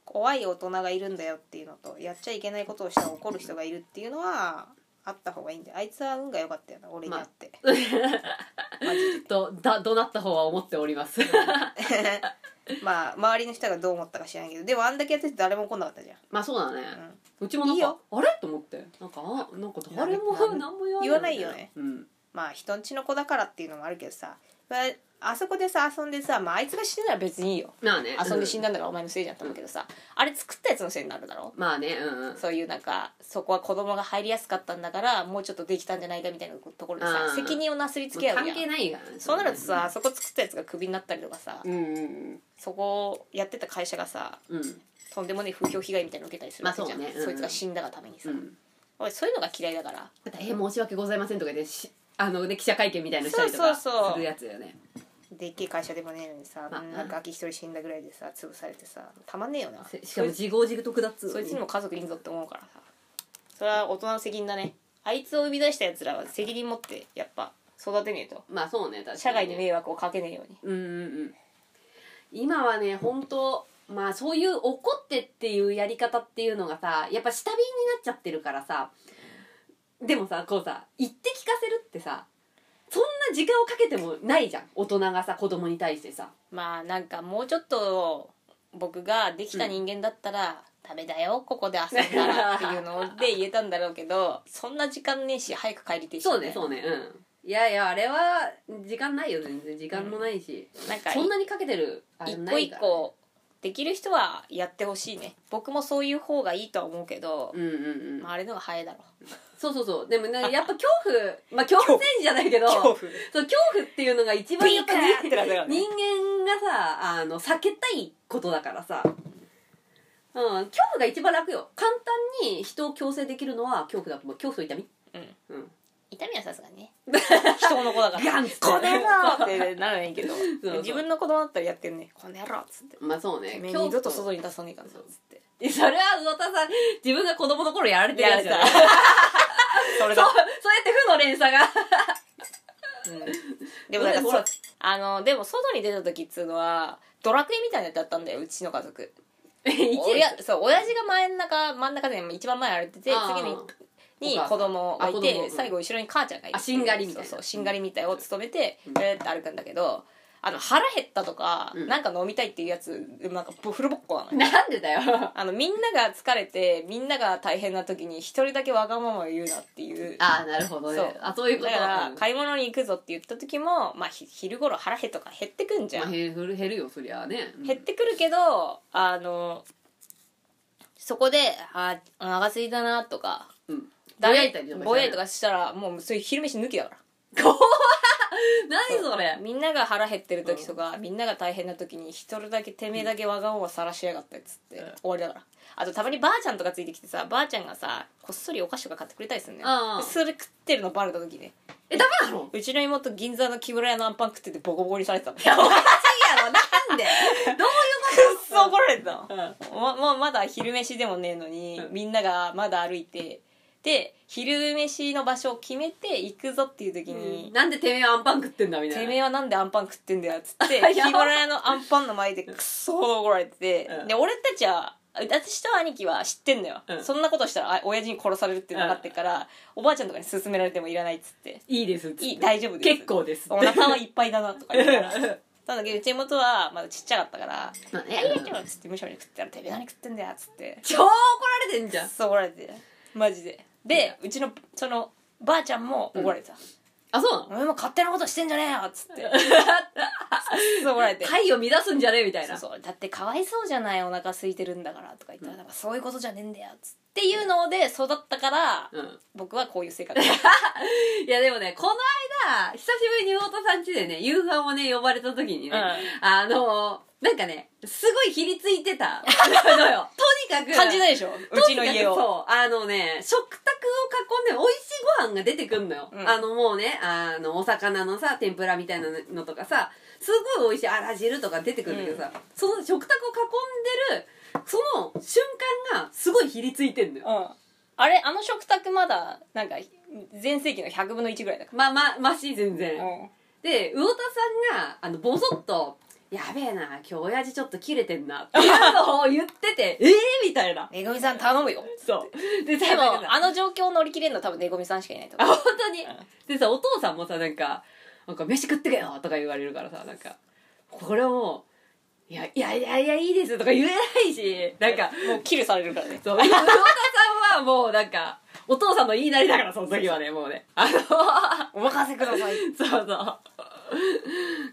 Speaker 1: 怖い大人がいるんだよっていうのとやっちゃいけないことをしたら怒る人がいるっていうのはあった方がいいんであいつは運が良かったよな俺にあって、マジで
Speaker 2: とだ怒鳴った方は思ってお
Speaker 1: *laughs*
Speaker 2: ります
Speaker 1: まあ周りの人がどう思ったか知らないけどでもあんだけやってて誰も怒んなかったじゃ
Speaker 2: まあそうだね
Speaker 1: ん、うん
Speaker 2: うちもなん
Speaker 1: いい
Speaker 2: か
Speaker 1: よ
Speaker 2: あれと思ってなんかあなんか誰も
Speaker 1: なんか
Speaker 2: 何も言
Speaker 1: 言
Speaker 2: わ
Speaker 1: わ
Speaker 2: な
Speaker 1: ないい
Speaker 2: よ
Speaker 1: よ
Speaker 2: ね
Speaker 1: ね
Speaker 2: うん
Speaker 1: まあ人んちの子だからっていうのもあるけどさまああそこでさ遊んでさ、まあ、あいつが死んだら別にいいよ
Speaker 2: まあね
Speaker 1: 遊んで死ん
Speaker 2: だ
Speaker 1: だんだからお前のせいじゃんと思うけどさあれ作ったやつのせいになるだろ
Speaker 2: まあねうんうん
Speaker 1: そういうなんかそこは子供が入りやすかったんだからもうちょっとできたんじゃないかみたいなところでさ
Speaker 2: うん
Speaker 1: 責任をなすりつけ合う
Speaker 2: 関
Speaker 1: やん
Speaker 2: 係ないからね
Speaker 1: そうなるとさそこ作ったやつがクビになったりとかさ、
Speaker 2: うんうんうん
Speaker 1: そこをやってた会社がさ
Speaker 2: うん
Speaker 1: とんでもねえ風評被害みたいなの受けたりするわけじゃん、
Speaker 2: まあそうねうん
Speaker 1: そいつが死んだがためにさ、
Speaker 2: うん
Speaker 1: 俺そういうのが嫌いだから
Speaker 2: 大変申し訳ございませんとかでしあのね記者会見みたいなのしたりとかす
Speaker 1: そうそうそう
Speaker 2: るやつだよね
Speaker 1: でっけえ会社でもねえのにさ、
Speaker 2: まあ
Speaker 1: なんか秋一人死んだぐらいでさ潰されてさたまんねえよな
Speaker 2: せしかも自業自得だっつう
Speaker 1: そ
Speaker 2: の
Speaker 1: い
Speaker 2: に
Speaker 1: つにも家族いんぞって思うからさそれは大人の責任だねあいつを生み出したやつらは責任持ってやっぱ育てねえと
Speaker 2: まあそうね確かにね
Speaker 1: 社外に迷惑をかけねえように
Speaker 2: うんうんうん今はね本当まあそういう怒ってっていうやり方っていうのがさやっぱ下火になっちゃってるからさでもさこうさ言って聞かせるってさそんな時間をかけてもないじゃん大人がさ子供に対してさ
Speaker 1: まあなんかもうちょっと僕ができた人間だったら、ダメだよここで遊んだらっていうので言えたんだろうけどそんな時間ねえし早く帰りてえし
Speaker 2: そうねそうねうんいやいやあれは時間ないよ全然時間もないし、
Speaker 1: なんか
Speaker 2: そんなにかけてるあれ
Speaker 1: 一
Speaker 2: な
Speaker 1: 個
Speaker 2: い
Speaker 1: 一
Speaker 2: から
Speaker 1: 個できる人はやってほしいね僕もそういう方がいいとは思うけど、
Speaker 2: うんうんうん
Speaker 1: まあ、あれのが早いだろう
Speaker 2: そうそうそうでもねやっぱ恐怖ま *laughs* あ恐怖戦士じゃないけどそう
Speaker 1: 怖
Speaker 2: 恐怖っていうのが一番
Speaker 1: ピ
Speaker 2: やっ
Speaker 1: ー
Speaker 2: ぱ
Speaker 1: カ
Speaker 2: り
Speaker 1: ーってなったからね
Speaker 2: *laughs* 人間がさあの避けたいことだからさ、うん、恐怖が一番楽よ簡単に人を強制できるのは恐怖だと思う恐怖と痛み
Speaker 1: うん
Speaker 2: うん
Speaker 1: 痛みはさすがにね人の子だから
Speaker 2: ガ
Speaker 1: 「
Speaker 2: ンッつって
Speaker 1: この野郎!」ってならないけど
Speaker 2: そう
Speaker 1: 自分の子供だったらやってんね「この野郎!」っつって
Speaker 2: まあそ
Speaker 1: 「
Speaker 2: う
Speaker 1: て
Speaker 2: ね
Speaker 1: めえ二度と外
Speaker 2: に
Speaker 1: に出さねえからな」っつって
Speaker 2: それは魚田さん自分が子供の頃やられてるやつだよ
Speaker 1: やら
Speaker 2: ね
Speaker 1: れ *laughs* それ
Speaker 2: そう
Speaker 1: だ
Speaker 2: そうやって負の連鎖 *laughs* が
Speaker 1: でもなん
Speaker 2: ほ
Speaker 1: からそあのでも外に出た時っつうのはドラクエみたいなやつだったんだようちの家族親そう親父が前ん中真ん中で一番前歩いてて次にに
Speaker 2: お母さん
Speaker 1: 子供がい
Speaker 2: あ子
Speaker 1: て、
Speaker 2: 供うん
Speaker 1: 最後後ろに母ちゃんがいて
Speaker 2: あしんがりみたいな
Speaker 1: そうそうしんがりみたいを務めて
Speaker 2: うん
Speaker 1: ブーって歩くんだけどあの腹減ったとか、
Speaker 2: うん
Speaker 1: なんか飲みたいっていうやつなんかフルボッコなのよ
Speaker 2: なんでだよ
Speaker 1: あのみんなが疲れてみんなが大変な時に一人だけわがままを言うなっていう
Speaker 2: ああなるほどね
Speaker 1: そう
Speaker 2: あそういうこと
Speaker 1: だから
Speaker 2: うん
Speaker 1: 買い物に行くぞって言った時も、まあ、ひ昼頃腹減っとか減ってくんじゃ
Speaker 2: まあ、
Speaker 1: ん、
Speaker 2: 減る減るよそりゃあね、うん
Speaker 1: 減ってくるけどあのそこで「あーお腹すいたな」とか
Speaker 2: うんぼやいたりとか
Speaker 1: ぼやいとかしたらもうそういう昼飯抜きだから
Speaker 2: 何それ
Speaker 1: みんなが腹減ってる時とか、みんなが大変な時に一人だけてめえだけわがままさらしやがったっつって、
Speaker 2: うん
Speaker 1: 終わりだからあとたまにばあちゃんとかついてきてさばあちゃんがさこっそりお菓子とか買ってくれたりするね、
Speaker 2: うんうん
Speaker 1: それ食ってるのバレた時ね
Speaker 2: えダメなの
Speaker 1: うちの妹銀座の木村屋のアンパン食っててボコボコにされてたの
Speaker 2: やおかしいやろなんでど
Speaker 1: くっ *laughs* そ怒られてたの
Speaker 2: ういうこ
Speaker 1: まままだ昼飯でもねえのに、
Speaker 2: うん
Speaker 1: みんながまだ歩いてで昼飯の場所を決めて行くぞっていう時
Speaker 2: と、
Speaker 1: に、
Speaker 2: なんでてめえはアンパン食ってんだみたいな
Speaker 1: てめえはなんでアンパン食ってんだよっつって
Speaker 2: *laughs* やば
Speaker 1: 日頃屋のアンパンの前でクソほど怒られてて、
Speaker 2: うん
Speaker 1: で俺たちは私と兄貴は知ってんのよ、
Speaker 2: うん
Speaker 1: そんなことしたらあ親父に殺されるっていうのがあってから、おばあちゃんとかに勧められてもいらないっつって
Speaker 2: いいですっつっ
Speaker 1: 「
Speaker 2: て
Speaker 1: いい大丈夫です」
Speaker 2: 結構です
Speaker 1: お腹はいっぱいだなとか言ってなんだけどうちの妹はまだちっちゃかったから「
Speaker 2: *laughs* まあ
Speaker 1: 大丈
Speaker 2: ね
Speaker 1: 夫」っつってむしゃむしゃ食ってたら「てめえ何食ってんだよ」っつって
Speaker 2: 超怒られてんじゃん
Speaker 1: そう怒られてマジででうちのそのばあちゃんも怒られてた「
Speaker 2: あそうなの
Speaker 1: お前も勝手なことしてんじゃねえよ」っ *laughs* つってそう怒られて
Speaker 2: 体を乱すんじゃねえみたいな
Speaker 1: そうそうだってかわいそうじゃないお腹空いてるんだからとか言ったら、なんかそういうことじゃねえんだよっつっていうので育ったから、
Speaker 2: うん
Speaker 1: 僕はこういう *laughs* 性格
Speaker 2: いやでもねこの間久しぶりに妹さん家でね夕飯をね呼ばれた時にね、
Speaker 1: うん
Speaker 2: あのなんかねすごいひりついてた
Speaker 1: *laughs*
Speaker 2: のよとにかく
Speaker 1: 感じないいでしょ *laughs* うちの家を
Speaker 2: そうあのね食卓を囲んで美味しいご飯が出てくんのよ、
Speaker 1: うん
Speaker 2: あのもうねあのお魚のさ天ぷらみたいなのとかさすごい美味しいあら汁とか出てくるんだけどさ、その食卓を囲んでるその瞬間がすごいひりついてんのよ
Speaker 1: うんあれあの食卓まだなんか全盛期の100分の1ぐらいだか
Speaker 2: まあまあまし全然、
Speaker 1: ら、うん
Speaker 2: で魚田さんがあのボソッと「やべえな今日親父ちょっと切れてんな」っていうのを言ってて「 *laughs* ええみたいな
Speaker 1: めぐみさん頼む *laughs* よ
Speaker 2: そうでさ
Speaker 1: で
Speaker 2: なんか
Speaker 1: も
Speaker 2: さ
Speaker 1: あの状況を乗り切れるのは多分ねごみさんしかいないと
Speaker 2: あ
Speaker 1: 思う
Speaker 2: 本当にでさお父さんもさなんか「なんか飯食ってけよ」とか言われるからさなんかこれをもういやいやいやいやいいです」とか言えないしなんか
Speaker 1: もうキルされるからね
Speaker 2: そう魚田さんはもうなんかお父さんの言いなりだからその時はねもうねあの
Speaker 1: お任せください
Speaker 2: *laughs* そうそう。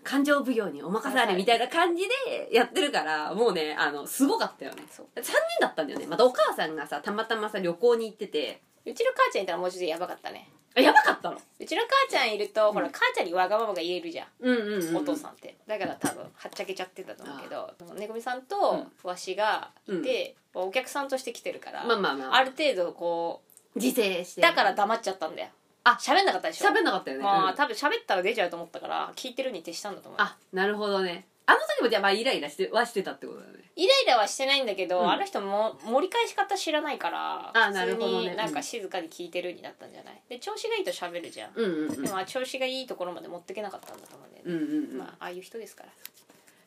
Speaker 2: 感情奉行にお任せあれみたいな感じでやってるから、もうね、あの、すごかったよね。
Speaker 1: そう
Speaker 2: 3人だったんだよね。またお母さんがさ、たまたまさ、旅行に行ってて、
Speaker 1: うちの母ちゃんいたらもうちょっとやばかったね
Speaker 2: あやばかったの。
Speaker 1: うちの母ちゃんいると、ほら母ちゃんにわがままが言えるじゃん
Speaker 2: うんうん、
Speaker 1: お父
Speaker 2: ん。
Speaker 1: さんってだから多分はっちゃけちゃってたと思うけどねこみさんとわしがいて、お客さんとして来てるから、
Speaker 2: まあまあまあ。
Speaker 1: ある程度こ
Speaker 2: 自制し
Speaker 1: う
Speaker 2: て。
Speaker 1: だから、黙っちゃったんだよ
Speaker 2: あ
Speaker 1: 喋んなかったでしょ
Speaker 2: 喋んなかったよね。
Speaker 1: ま
Speaker 2: う
Speaker 1: あ
Speaker 2: ん
Speaker 1: 多分喋ったら出ちゃうと思ったから聞いてるに徹したんだと思う
Speaker 2: あ、なるほどね。あの時もじゃあまあイライラしてはしてたってことだよね。
Speaker 1: イライラはしてないんだけど、
Speaker 2: うん
Speaker 1: あの人も盛り返し方知らないから
Speaker 2: あなるほどね
Speaker 1: 普通になんか静かに聞いてるになったんじゃないで調子がいいと喋るじゃん、
Speaker 2: うんうんうん。
Speaker 1: でもあ調子がいいところまで持ってけなかったんだと思うんだよ
Speaker 2: うん
Speaker 1: ね、
Speaker 2: うんうん。
Speaker 1: まあああいう人ですか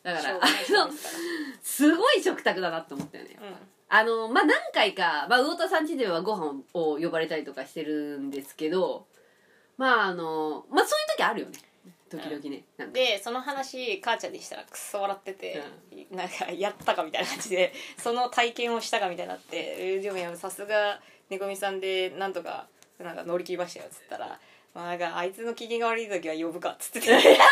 Speaker 1: ら
Speaker 2: だか
Speaker 1: しょ
Speaker 2: ら、
Speaker 1: うがない
Speaker 2: あ
Speaker 1: 人
Speaker 2: の
Speaker 1: で、すか
Speaker 2: すごい食卓だなって思ったよね。 *laughs*
Speaker 1: ら、うん
Speaker 2: あのまあ何回か、まあ、魚田さんちではご飯を呼ばれたりとかしてるんですけどまああのまあそういう時あるよね時々ね、なんか
Speaker 1: でその話母ちゃんにしたらクソ笑ってて、なんかやったかみたいな感じで *laughs* その体験をしたかみたいになってえー「でもいやさすが猫みさんでなんとかなんか乗り切りましたよ」っつったら「まあ、なんかあいつの機嫌が悪い時は呼ぶか」っつってて「やだやだ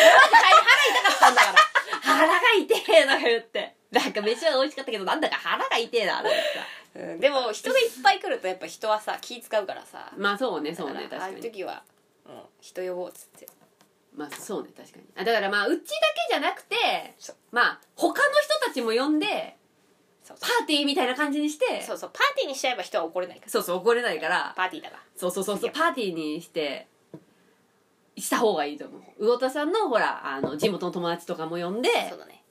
Speaker 2: だから腹が痛えな言ってなんか飯は美味しかったけどなんだか腹が痛えなとか言ってさ
Speaker 1: うんでも人がいっぱい来るとやっぱ人はさ気使うからさ
Speaker 2: まあそうねそうね
Speaker 1: だ
Speaker 2: 確
Speaker 1: からあ
Speaker 2: か
Speaker 1: あいう
Speaker 2: に
Speaker 1: 時はもう人呼ぼうっつって
Speaker 2: まあそうね確かにあだからまあうちだけじゃなくて
Speaker 1: そう
Speaker 2: まあ他の人たちも呼んで
Speaker 1: そう
Speaker 2: パ
Speaker 1: そう
Speaker 2: ーティーみたいな感じにして
Speaker 1: そうそうパーティーにしちゃえば人は怒れないから
Speaker 2: そうそう怒れないから
Speaker 1: パーティーだから
Speaker 2: そうそうそうそうパーティーにしてした方がいいと思う魚田さんのほらあの地元の友達とかも呼んで
Speaker 1: そうだね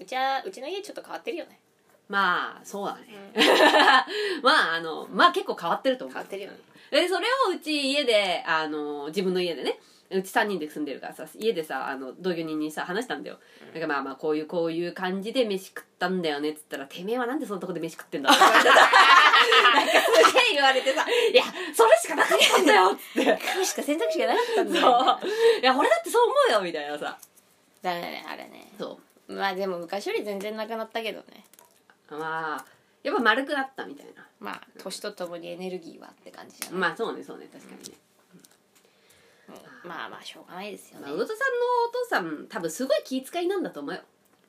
Speaker 1: うちはうちの家ちょっと変わってるよね
Speaker 2: まあそうだね、
Speaker 1: う
Speaker 2: *laughs* まああのまあ結構変わってると思う
Speaker 1: 変わってるよね *laughs*
Speaker 2: でそれをうち家であの自分の家でねうち3人で住んでるからさ家でさあの同居人にさ話したんだよ、なんかまあまあこういうこういう感じで飯食ったんだよねっつったら「てめえはなんでそんなとこで飯食ってん
Speaker 1: *laughs*
Speaker 2: だ」って言われてさなんかすげえ言われてさ「いやそれしかなかったんだよ」っつって
Speaker 1: これしか選択肢がなかったんだよ
Speaker 2: そう。いや、俺だってそう思うよ、みたいなさ。
Speaker 1: だねあれね
Speaker 2: そ
Speaker 1: まあでも昔より全然なくなったけどね
Speaker 2: う。まあ、やっぱ丸くなったみたいな。
Speaker 1: まあ年とともにエネルギーはって感じじゃない、
Speaker 2: まあ、そうね、そうね、確かにね。
Speaker 1: うんまあまあしょうがないですよね
Speaker 2: まあ、魚田さんのお父さん、多分すごい気遣いなんだと思うよ。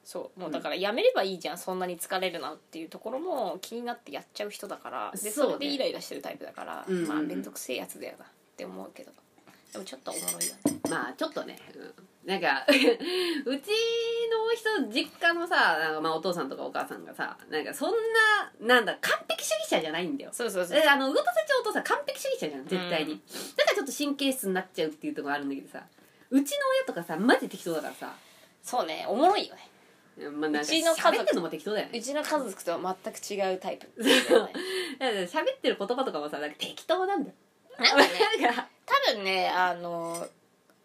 Speaker 1: そうもうだからやめればいいじゃん、そんなに疲れるなっていうところも気になってやっちゃう人だからで
Speaker 2: そう
Speaker 1: そ
Speaker 2: ね
Speaker 1: れでイライラしてるタイプだから、
Speaker 2: うんうんうん
Speaker 1: まあ面倒くせえやつだよなって思うけどでもちょっとおもろいよね
Speaker 2: まあちょっとね、うん、なんか *laughs* うちの人実家のさなんかまあお父さんとかお母さんがさなんかそんななんだ完璧主義者じゃないんだよ
Speaker 1: そうそうそう
Speaker 2: であの魚田社長お父さん完璧主義者じゃん絶対に、
Speaker 1: うん
Speaker 2: だからちょっと神経質になっちゃうっていうところあるんだけどさうちの親とかさマジ適当だからさ
Speaker 1: そうねおもろいよね
Speaker 2: まあ、なん
Speaker 1: う
Speaker 2: か
Speaker 1: ちの家族
Speaker 2: 喋ってるのも適当だよ
Speaker 1: う
Speaker 2: ね
Speaker 1: ちの家族とは全く違うタイ
Speaker 2: *laughs*
Speaker 1: プだよね
Speaker 2: だから喋ってる言葉とかもさなんか適当なんだよ
Speaker 1: なんかね
Speaker 2: なんか
Speaker 1: 多分ねあの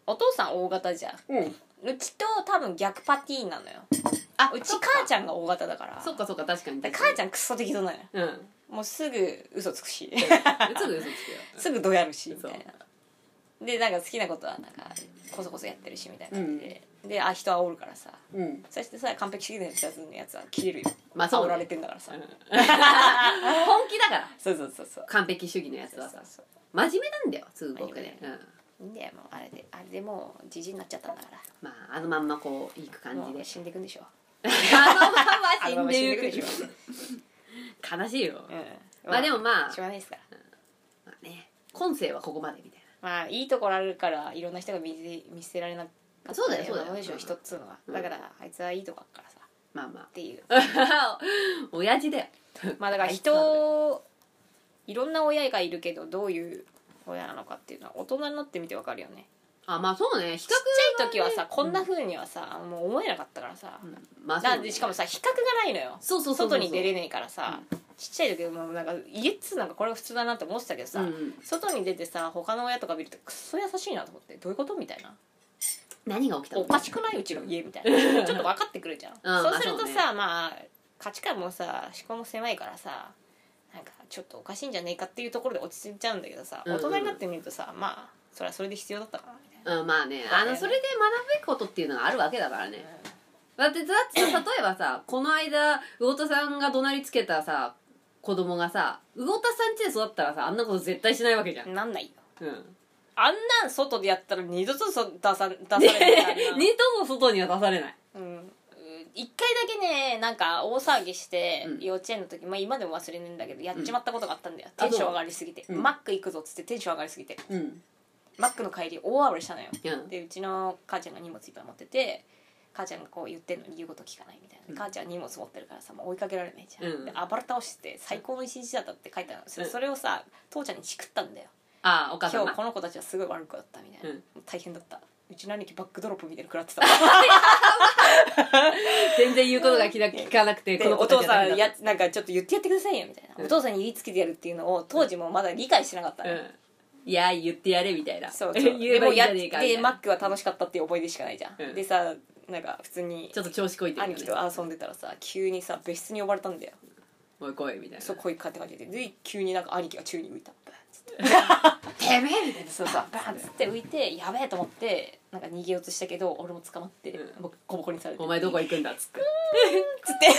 Speaker 1: お父さん大型じゃん
Speaker 2: うん
Speaker 1: うちと多分逆パティーンなのよ
Speaker 2: あ
Speaker 1: うち母ちゃんが大型だから
Speaker 2: そっかそっか確かに
Speaker 1: だから母ちゃんクソ適当なのよ
Speaker 2: ゃんうん
Speaker 1: もうすぐ嘘つくし
Speaker 2: すぐ嘘つくよ
Speaker 1: *laughs* すぐどやるしみ
Speaker 2: そ
Speaker 1: た
Speaker 2: う
Speaker 1: いなでなんか好きなことはなんかこそこそやってるしみたいな感じで、であ人煽るからさ
Speaker 2: うん *laughs*
Speaker 1: そしてさ完璧主義のやつのやつは切れるよ、
Speaker 2: まあそう
Speaker 1: 煽
Speaker 2: ね
Speaker 1: られてんだからさ、
Speaker 2: うん本気だから
Speaker 1: そうそうそうそう
Speaker 2: 完璧主義のやつ
Speaker 1: そう
Speaker 2: は
Speaker 1: そ
Speaker 2: さ
Speaker 1: うそう
Speaker 2: 真面目なんだよすごくね、うん、
Speaker 1: いいんだよもうあれであれでもうじじになっちゃったんだから
Speaker 2: まああのまんまこういく感
Speaker 1: も
Speaker 2: じ
Speaker 1: う
Speaker 2: で
Speaker 1: 死んでいくんでしょ
Speaker 2: *laughs* あ
Speaker 1: あの
Speaker 2: の
Speaker 1: ま
Speaker 2: まま
Speaker 1: ま
Speaker 2: 死
Speaker 1: 死
Speaker 2: ん
Speaker 1: ん
Speaker 2: で
Speaker 1: で
Speaker 2: い
Speaker 1: い
Speaker 2: く
Speaker 1: くで
Speaker 2: でし
Speaker 1: し
Speaker 2: ょ
Speaker 1: ょ
Speaker 2: 悲しいよ、
Speaker 1: うん
Speaker 2: まあでもまあ
Speaker 1: しょうがないですから
Speaker 2: まあね今世はここまでみたい
Speaker 1: まあいいところあるからいろんな人が見せ見捨てられなかった
Speaker 2: そうだよそうだよ
Speaker 1: まあでしょ人っつうのは、
Speaker 2: うん
Speaker 1: だからあいつはいいとこだからさっ
Speaker 2: なまあま
Speaker 1: ていう
Speaker 2: あ *laughs* 親父だよ
Speaker 1: まあだから人いろんな親がいるけどどういう親なのかっていうのは大人になってみてわかるよね
Speaker 2: あまあそうね比較
Speaker 1: ちっちゃい時はさこんな風にはさ、もう思えなかったからさ、
Speaker 2: まあそう
Speaker 1: な
Speaker 2: ね
Speaker 1: んでしかもさ比較がないのよ
Speaker 2: そうそうそう
Speaker 1: 外に出れねえからさ、ちっちゃい時もうなんか家っつうなんかこれが普通だなって思ってたけどさ、
Speaker 2: うんうん
Speaker 1: 外に出てさ他の親とか見るとクソ優しいなと思ってどういうことみたいな
Speaker 2: 何が起きた
Speaker 1: お
Speaker 2: の
Speaker 1: かしくないうちの家みたい *laughs* なちょっと分かってくるじゃん、
Speaker 2: まあ
Speaker 1: そうすると
Speaker 2: そうね
Speaker 1: さまあ価値観もさ思考も狭いからさなんかちょっとおかしいんじゃねえかっていうところで落ち着いちゃうんだけどさ、
Speaker 2: うんう
Speaker 1: 大
Speaker 2: ん
Speaker 1: 人になってみるとさまあそれはそれで必要だったかなみたいな、
Speaker 2: うんまあね
Speaker 1: そうだ
Speaker 2: あ
Speaker 1: よね
Speaker 2: のそれで学ぶべきことっていうのがあるわけだからねだってだってさ *clears throat* 例えばさこの間魚田さんが怒鳴りつけたさ子供がさ魚田さん家で育ったらさあんなこと絶対しないわけじゃん、
Speaker 1: うんなんないよ
Speaker 2: うん、
Speaker 1: あんなん外でやったら二度とそ出さ出さ
Speaker 2: *laughs* 二
Speaker 1: れない *laughs* からな、
Speaker 2: 度も外には出されない
Speaker 1: うん一回だけねなんか大騒ぎして、
Speaker 2: うん
Speaker 1: 幼稚園の時、まあ、今でも忘れねえんだけどやっちまったことがあったんだよ、
Speaker 2: うん
Speaker 1: テンション上がりすぎて、
Speaker 2: うん
Speaker 1: マック行くぞっつってテンション上がりすぎて
Speaker 2: うん
Speaker 1: マックの帰り大暴れしたのよ
Speaker 2: うん
Speaker 1: でうちの母ちゃんが荷物いっぱい持ってて母ちゃんがこう言ってんのに言うこと聞かないみたいな、
Speaker 2: うん
Speaker 1: 母ちゃん荷物持ってるからさもう追いかけられないじゃん、
Speaker 2: うん
Speaker 1: で暴れ倒して最高の一日だったって書いてあるんですよ、
Speaker 2: うん
Speaker 1: それをさ父ちゃんにチクったんだよ
Speaker 2: ああお母さん
Speaker 1: 今
Speaker 2: が
Speaker 1: 日この子たちはすごい悪くだったみたいな、
Speaker 2: うん
Speaker 1: もう大変だったうちの兄貴バックドロップみたいに食らってた
Speaker 2: 全然言うことが聞か聞かなくて
Speaker 1: で
Speaker 2: この
Speaker 1: お
Speaker 2: 子た
Speaker 1: 父
Speaker 2: ち
Speaker 1: さ
Speaker 2: はダメだ
Speaker 1: んやなんかちょっと言ってやってくださいよみたいな、
Speaker 2: うん
Speaker 1: お父さんに言いつけてやるっていうのを当時もまだ理解してなかったの、
Speaker 2: うんいや言ってやれみたいな
Speaker 1: そうそう
Speaker 2: *laughs* 言え
Speaker 1: で
Speaker 2: ばい
Speaker 1: も
Speaker 2: いじ
Speaker 1: や
Speaker 2: ゃ
Speaker 1: っ
Speaker 2: ねえかみた
Speaker 1: て
Speaker 2: い
Speaker 1: マッ
Speaker 2: な
Speaker 1: クは楽しかったっていう思い出しかないじゃん、
Speaker 2: うん
Speaker 1: でさなんか普通に
Speaker 2: ちょっと調子こいてる
Speaker 1: 兄
Speaker 2: よ
Speaker 1: 貴
Speaker 2: ね
Speaker 1: と遊んでたらさ急にさ別室に呼ばれたんだよ
Speaker 2: おい来いみたいな
Speaker 1: そう声かってかけてで急になんか兄貴が宙に浮いたバーンっつって
Speaker 2: てめえみたいな
Speaker 1: そうさバーンっつって浮いてやべえと思ってなんか逃げようとしたけど俺も捕まって
Speaker 2: うん
Speaker 1: ボッコボコにされて
Speaker 2: お前どこ行くんだっつって
Speaker 1: つって *laughs*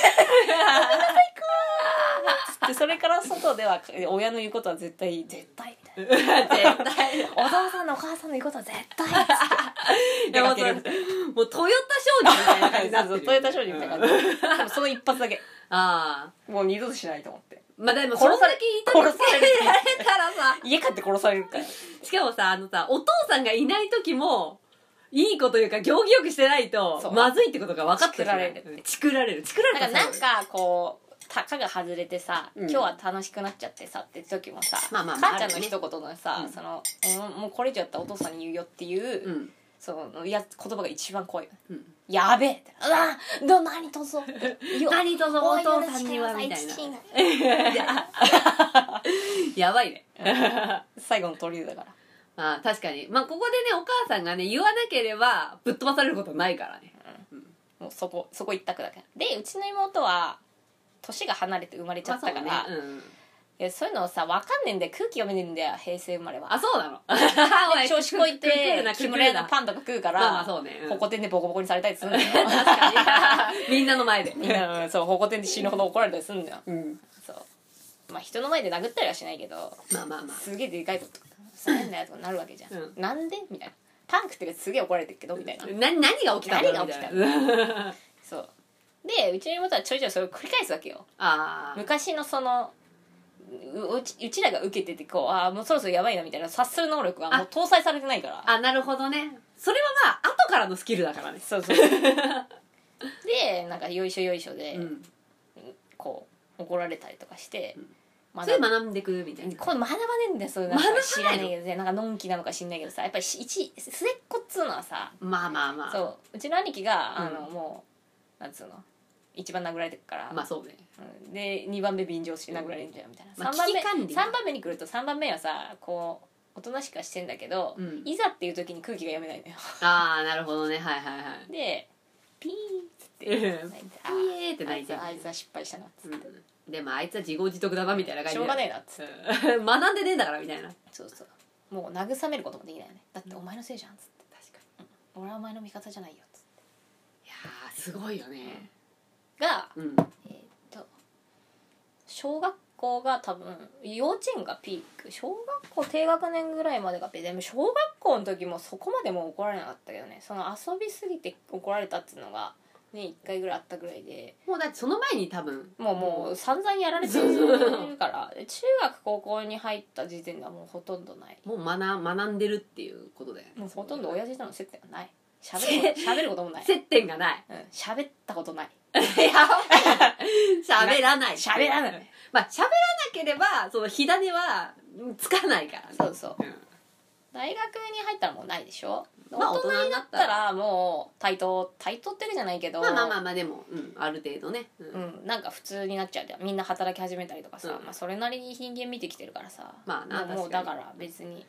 Speaker 1: つってそれから外では親の言うことは絶対絶対みたいな絶対お父さんのお母さんの言うことは絶対っつって
Speaker 2: でも
Speaker 1: 出
Speaker 2: も
Speaker 1: か
Speaker 2: うト
Speaker 1: け
Speaker 2: ヨ
Speaker 1: る
Speaker 2: タ
Speaker 1: みたいな
Speaker 2: 商人みたいな感
Speaker 1: *laughs* そう
Speaker 2: じになってる
Speaker 1: トヨタ商人みたいな感じででもその一発だけ
Speaker 2: ああ
Speaker 1: もう二度としないと思って
Speaker 2: まあでもそ
Speaker 1: 殺
Speaker 2: れ
Speaker 1: さ
Speaker 2: だ
Speaker 1: れ
Speaker 2: け言いたく
Speaker 1: 殺される
Speaker 2: られたらさ
Speaker 1: 家帰って殺される *laughs* から
Speaker 2: しかもさあのさお父さんがいない時もいいこと言うか行儀よくしてない
Speaker 1: そ
Speaker 2: と
Speaker 1: う
Speaker 2: まずいってことが分かって
Speaker 1: チクられる
Speaker 2: うんチクられるチクられ
Speaker 1: なん
Speaker 2: る
Speaker 1: かなんかこうたかが外れてさ、
Speaker 2: うん
Speaker 1: 今日は楽しくなっちゃってさって時もさ、
Speaker 2: まあまあまあ
Speaker 1: 母ちゃん
Speaker 2: あ
Speaker 1: の
Speaker 2: るよね
Speaker 1: 一言のさ、
Speaker 2: うん
Speaker 1: そのうんもうこれ以上やったらお父さんに言うよっていう、
Speaker 2: うん
Speaker 1: そのいや言葉が一番怖いよね
Speaker 2: うん
Speaker 1: やべえってうわど何とぞ *laughs* ってよ
Speaker 2: 何とぞお父さんには
Speaker 1: お
Speaker 2: み
Speaker 1: 許
Speaker 2: た
Speaker 1: し
Speaker 2: いな
Speaker 1: くださ
Speaker 2: やばいね
Speaker 1: 最後の取りだから
Speaker 2: まあ確かにまあここでねお母さんがね言わなければぶっ飛ばされることないからね
Speaker 1: もうそこそこ一択だからでうちの妹は年が離れて生まれちゃったから、
Speaker 2: まあそうねうん
Speaker 1: いやそういうのさわかんねえんだよ空気読めねえんだよ平成生まれは
Speaker 2: あそうなの
Speaker 1: 調子こい
Speaker 2: 食える *laughs*
Speaker 1: て
Speaker 2: な食
Speaker 1: 木
Speaker 2: えるな
Speaker 1: 村屋のパンとか食うから、
Speaker 2: まあまあそうねうん
Speaker 1: ホコ天でボコボコにされたりするんだよ
Speaker 2: *laughs* 確かにみんなの前で
Speaker 1: みんなうんそうホコ天で死ぬほど怒られたりするんだよ
Speaker 2: うん
Speaker 1: そうまあ人の前で殴ったりはしないけど
Speaker 2: まあまあまあ
Speaker 1: すげえでかいことすげえんだよとかなるわけじゃん、
Speaker 2: うん
Speaker 1: なんでみたいなパン食ってすげえ怒られてるけどみたいな
Speaker 2: な何が起きたんだろ
Speaker 1: 何
Speaker 2: う
Speaker 1: が起きた
Speaker 2: みたいな
Speaker 1: そうでうちの妹はちょいちょいそれを繰り返すわけよ
Speaker 2: ああ
Speaker 1: 昔のそのううちうちらが受けててこうああもうそろそろやばいなみたいな察する能力がもう搭載されてないから
Speaker 2: あなるほどねそれはまあ後からのスキルだからね
Speaker 1: そうそうそう *laughs* でなんかよいしょよいしょで、
Speaker 2: うん
Speaker 1: こう怒られたりとかして、
Speaker 2: うん
Speaker 1: ま
Speaker 2: それ学んでくみたいな
Speaker 1: これ学ばねえんだよそういうの
Speaker 2: 学ばないの
Speaker 1: 知らないけどねなんかのんきなのか知んないけどさやっぱりし一末っ子っつうのはさ
Speaker 2: まあまあまあ
Speaker 1: そううちの兄貴があ
Speaker 2: うん
Speaker 1: の、もうなんつうの一番殴られてるから、
Speaker 2: まあそうね
Speaker 1: うんで2番目便乗して殴られるんじゃんみたいな、
Speaker 2: まあ
Speaker 1: 三番
Speaker 2: 危機管
Speaker 1: 目
Speaker 2: 理
Speaker 1: 三番目に来ると3番目はさこうおとなしくはしてんだけど、
Speaker 2: うん
Speaker 1: いざっていう時に空気が読めないのよ
Speaker 2: ああなるほどねはいはいはい
Speaker 1: でピーンっつって
Speaker 2: うん
Speaker 1: 泣いて
Speaker 2: ピーって
Speaker 1: ああ
Speaker 2: 泣
Speaker 1: い
Speaker 2: いて
Speaker 1: つ
Speaker 2: る
Speaker 1: あいつは失敗したなっつって、
Speaker 2: うんでもあいつは自業自得だなみたいな感じ
Speaker 1: し
Speaker 2: で
Speaker 1: ょうがねえなっつって
Speaker 2: うん *laughs* 学んでねえんだからみたいな
Speaker 1: そうそうもう慰めることもできないよねだってお前のせいじゃんっつって
Speaker 2: 確か
Speaker 1: 俺はお前の味方じゃないよっつっ
Speaker 2: にいやーすごいよね
Speaker 1: てが
Speaker 2: うん
Speaker 1: えーっと小学校が多分幼稚園がピーク小学校低学年ぐらいまでがピークでも小学校の時もそこまでもう怒られなかったけどねその遊びすぎて怒られたっていうのがね1回ぐらいあったぐらいで
Speaker 2: もうだってその前に多分
Speaker 1: もうもう散々やられて
Speaker 2: そう
Speaker 1: るから *laughs* で中学高校に入った時点ではもうほとんどない
Speaker 2: もう学学んでるっていうことだよね
Speaker 1: もうほとんど親父との接点 *laughs* がない喋ること喋ることもない
Speaker 2: 接点がない
Speaker 1: うん喋ったことない
Speaker 2: やばい喋らない
Speaker 1: 喋らない
Speaker 2: まあ喋らなければその火種はうんつかないからね
Speaker 1: そうそう
Speaker 2: う
Speaker 1: 大学に入ったらもうないでしょ、
Speaker 2: まあ
Speaker 1: 大人になった
Speaker 2: 大人にな
Speaker 1: らもう対等対等ってわけじゃないけど、
Speaker 2: んまあまあまあまあでも、うん、ある程度ね、うん
Speaker 1: うん、なんか普通になっちゃうじゃんみんな働き始めたりとかさ、
Speaker 2: うん
Speaker 1: まあ、それなりに人間見てきてるからさ、
Speaker 2: まあな
Speaker 1: もうもう
Speaker 2: 確か
Speaker 1: だ
Speaker 2: に
Speaker 1: から別に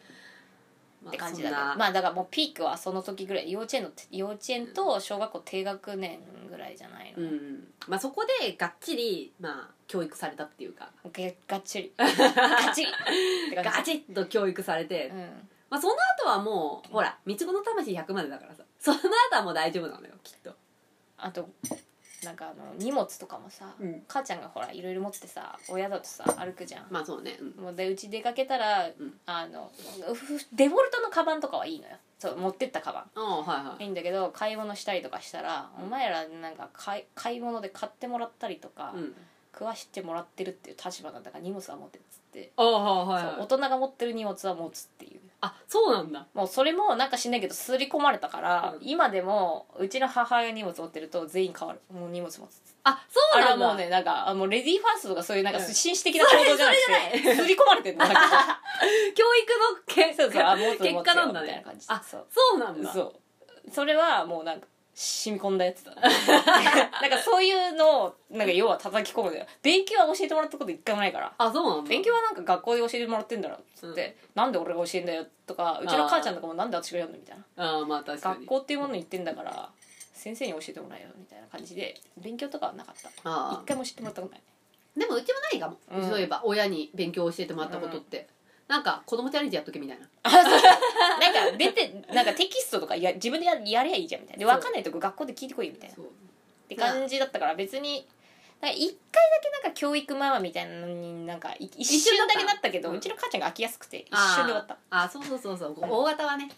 Speaker 2: まあ
Speaker 1: って感じだね
Speaker 2: そんな
Speaker 1: まあだからもうピークはその時ぐらい幼稚園の幼稚園と小学校低学年ぐらいじゃないの、
Speaker 2: うんまあ、そこでがっちり、まあ、教育されたっていうか
Speaker 1: ががっち
Speaker 2: *laughs*
Speaker 1: りがっちりって
Speaker 2: ガ
Speaker 1: 感じ
Speaker 2: チッと教育されて、
Speaker 1: うん
Speaker 2: まあ、その後はもうほら三つ子の魂100までだからさ *laughs* その後はもう大丈夫なのよきっと、
Speaker 1: あとなんかあの荷物とかもさ、
Speaker 2: うん
Speaker 1: 母ちゃんがほらいろいろ持ってさ親だとさ歩くじゃん、
Speaker 2: まあそうね、うん
Speaker 1: もうでうち出かけたら、
Speaker 2: うん
Speaker 1: あのふデフォルトのカバンとかはいいのよそう持ってったカバ
Speaker 2: ああはいは
Speaker 1: ン
Speaker 2: い
Speaker 1: いいんだけど買い物したりとかしたら、お前らなんか買い買い物で買ってもらったりとか、
Speaker 2: うん、
Speaker 1: 食わしてもらってるっていう立場なんだから荷物は持ってっつって、
Speaker 2: ああはい
Speaker 1: そう
Speaker 2: は
Speaker 1: 大
Speaker 2: い
Speaker 1: 人が持ってる荷物は持つっていう
Speaker 2: あそうなんだ
Speaker 1: もうそれもなんか知んないけど刷り込まれたから、
Speaker 2: うん
Speaker 1: 今でもうちの母親が荷物持ってると全員変わるもう荷物持つっつって
Speaker 2: あそう
Speaker 1: あれ
Speaker 2: な
Speaker 1: は
Speaker 2: んだ
Speaker 1: もうねなんかあもうレディーファーストとかそういうなんか
Speaker 2: うん
Speaker 1: 紳士的な行動じゃなく *laughs* て刷り込まれてるんだなんか
Speaker 2: 教育のけ
Speaker 1: そうそうあもっとも
Speaker 2: 結
Speaker 1: っと
Speaker 2: 果なんだ
Speaker 1: みたいな
Speaker 2: ね
Speaker 1: 感じ
Speaker 2: あ
Speaker 1: そう
Speaker 2: そうなんだ
Speaker 1: そうそれはもうなんか染み込んだやつだ *laughs* ねなんかそういうのをなんか要は叩き込むんだよ勉強は教えてもらったこと一回もないから
Speaker 2: あそうなんだ
Speaker 1: 勉強はなんか学校で教えてもらってんだろっつって、なんで俺が教えんだよとかうちの母ちゃんとかもなんで私がやるのみたいな
Speaker 2: ああまあ確かに
Speaker 1: 学校っていうものに行ってんだから先生に教えてもらえよみたいな感じで勉強とかはなかった一
Speaker 2: あ
Speaker 1: 回も教えてもらったことない
Speaker 2: あでもうちもないかも、
Speaker 1: うん
Speaker 2: そういえば親に勉強を教えてもらったことって、なんか子供チャレンジやっとけみたいな
Speaker 1: なんか出てなんかテキストとかや自分でややりゃいいじゃんみたいなで
Speaker 2: そう
Speaker 1: 分かんないとこ学校で聞いてこいよみたいな
Speaker 2: そう
Speaker 1: って感じだったから別になんか一回だけなんか教育ママみたいなのになんかい一瞬だけなったけど
Speaker 2: うん
Speaker 1: うちの母ちゃんが飽きやすくて一
Speaker 2: あー
Speaker 1: 瞬で終わった
Speaker 2: あーそうそうそうそう大型はね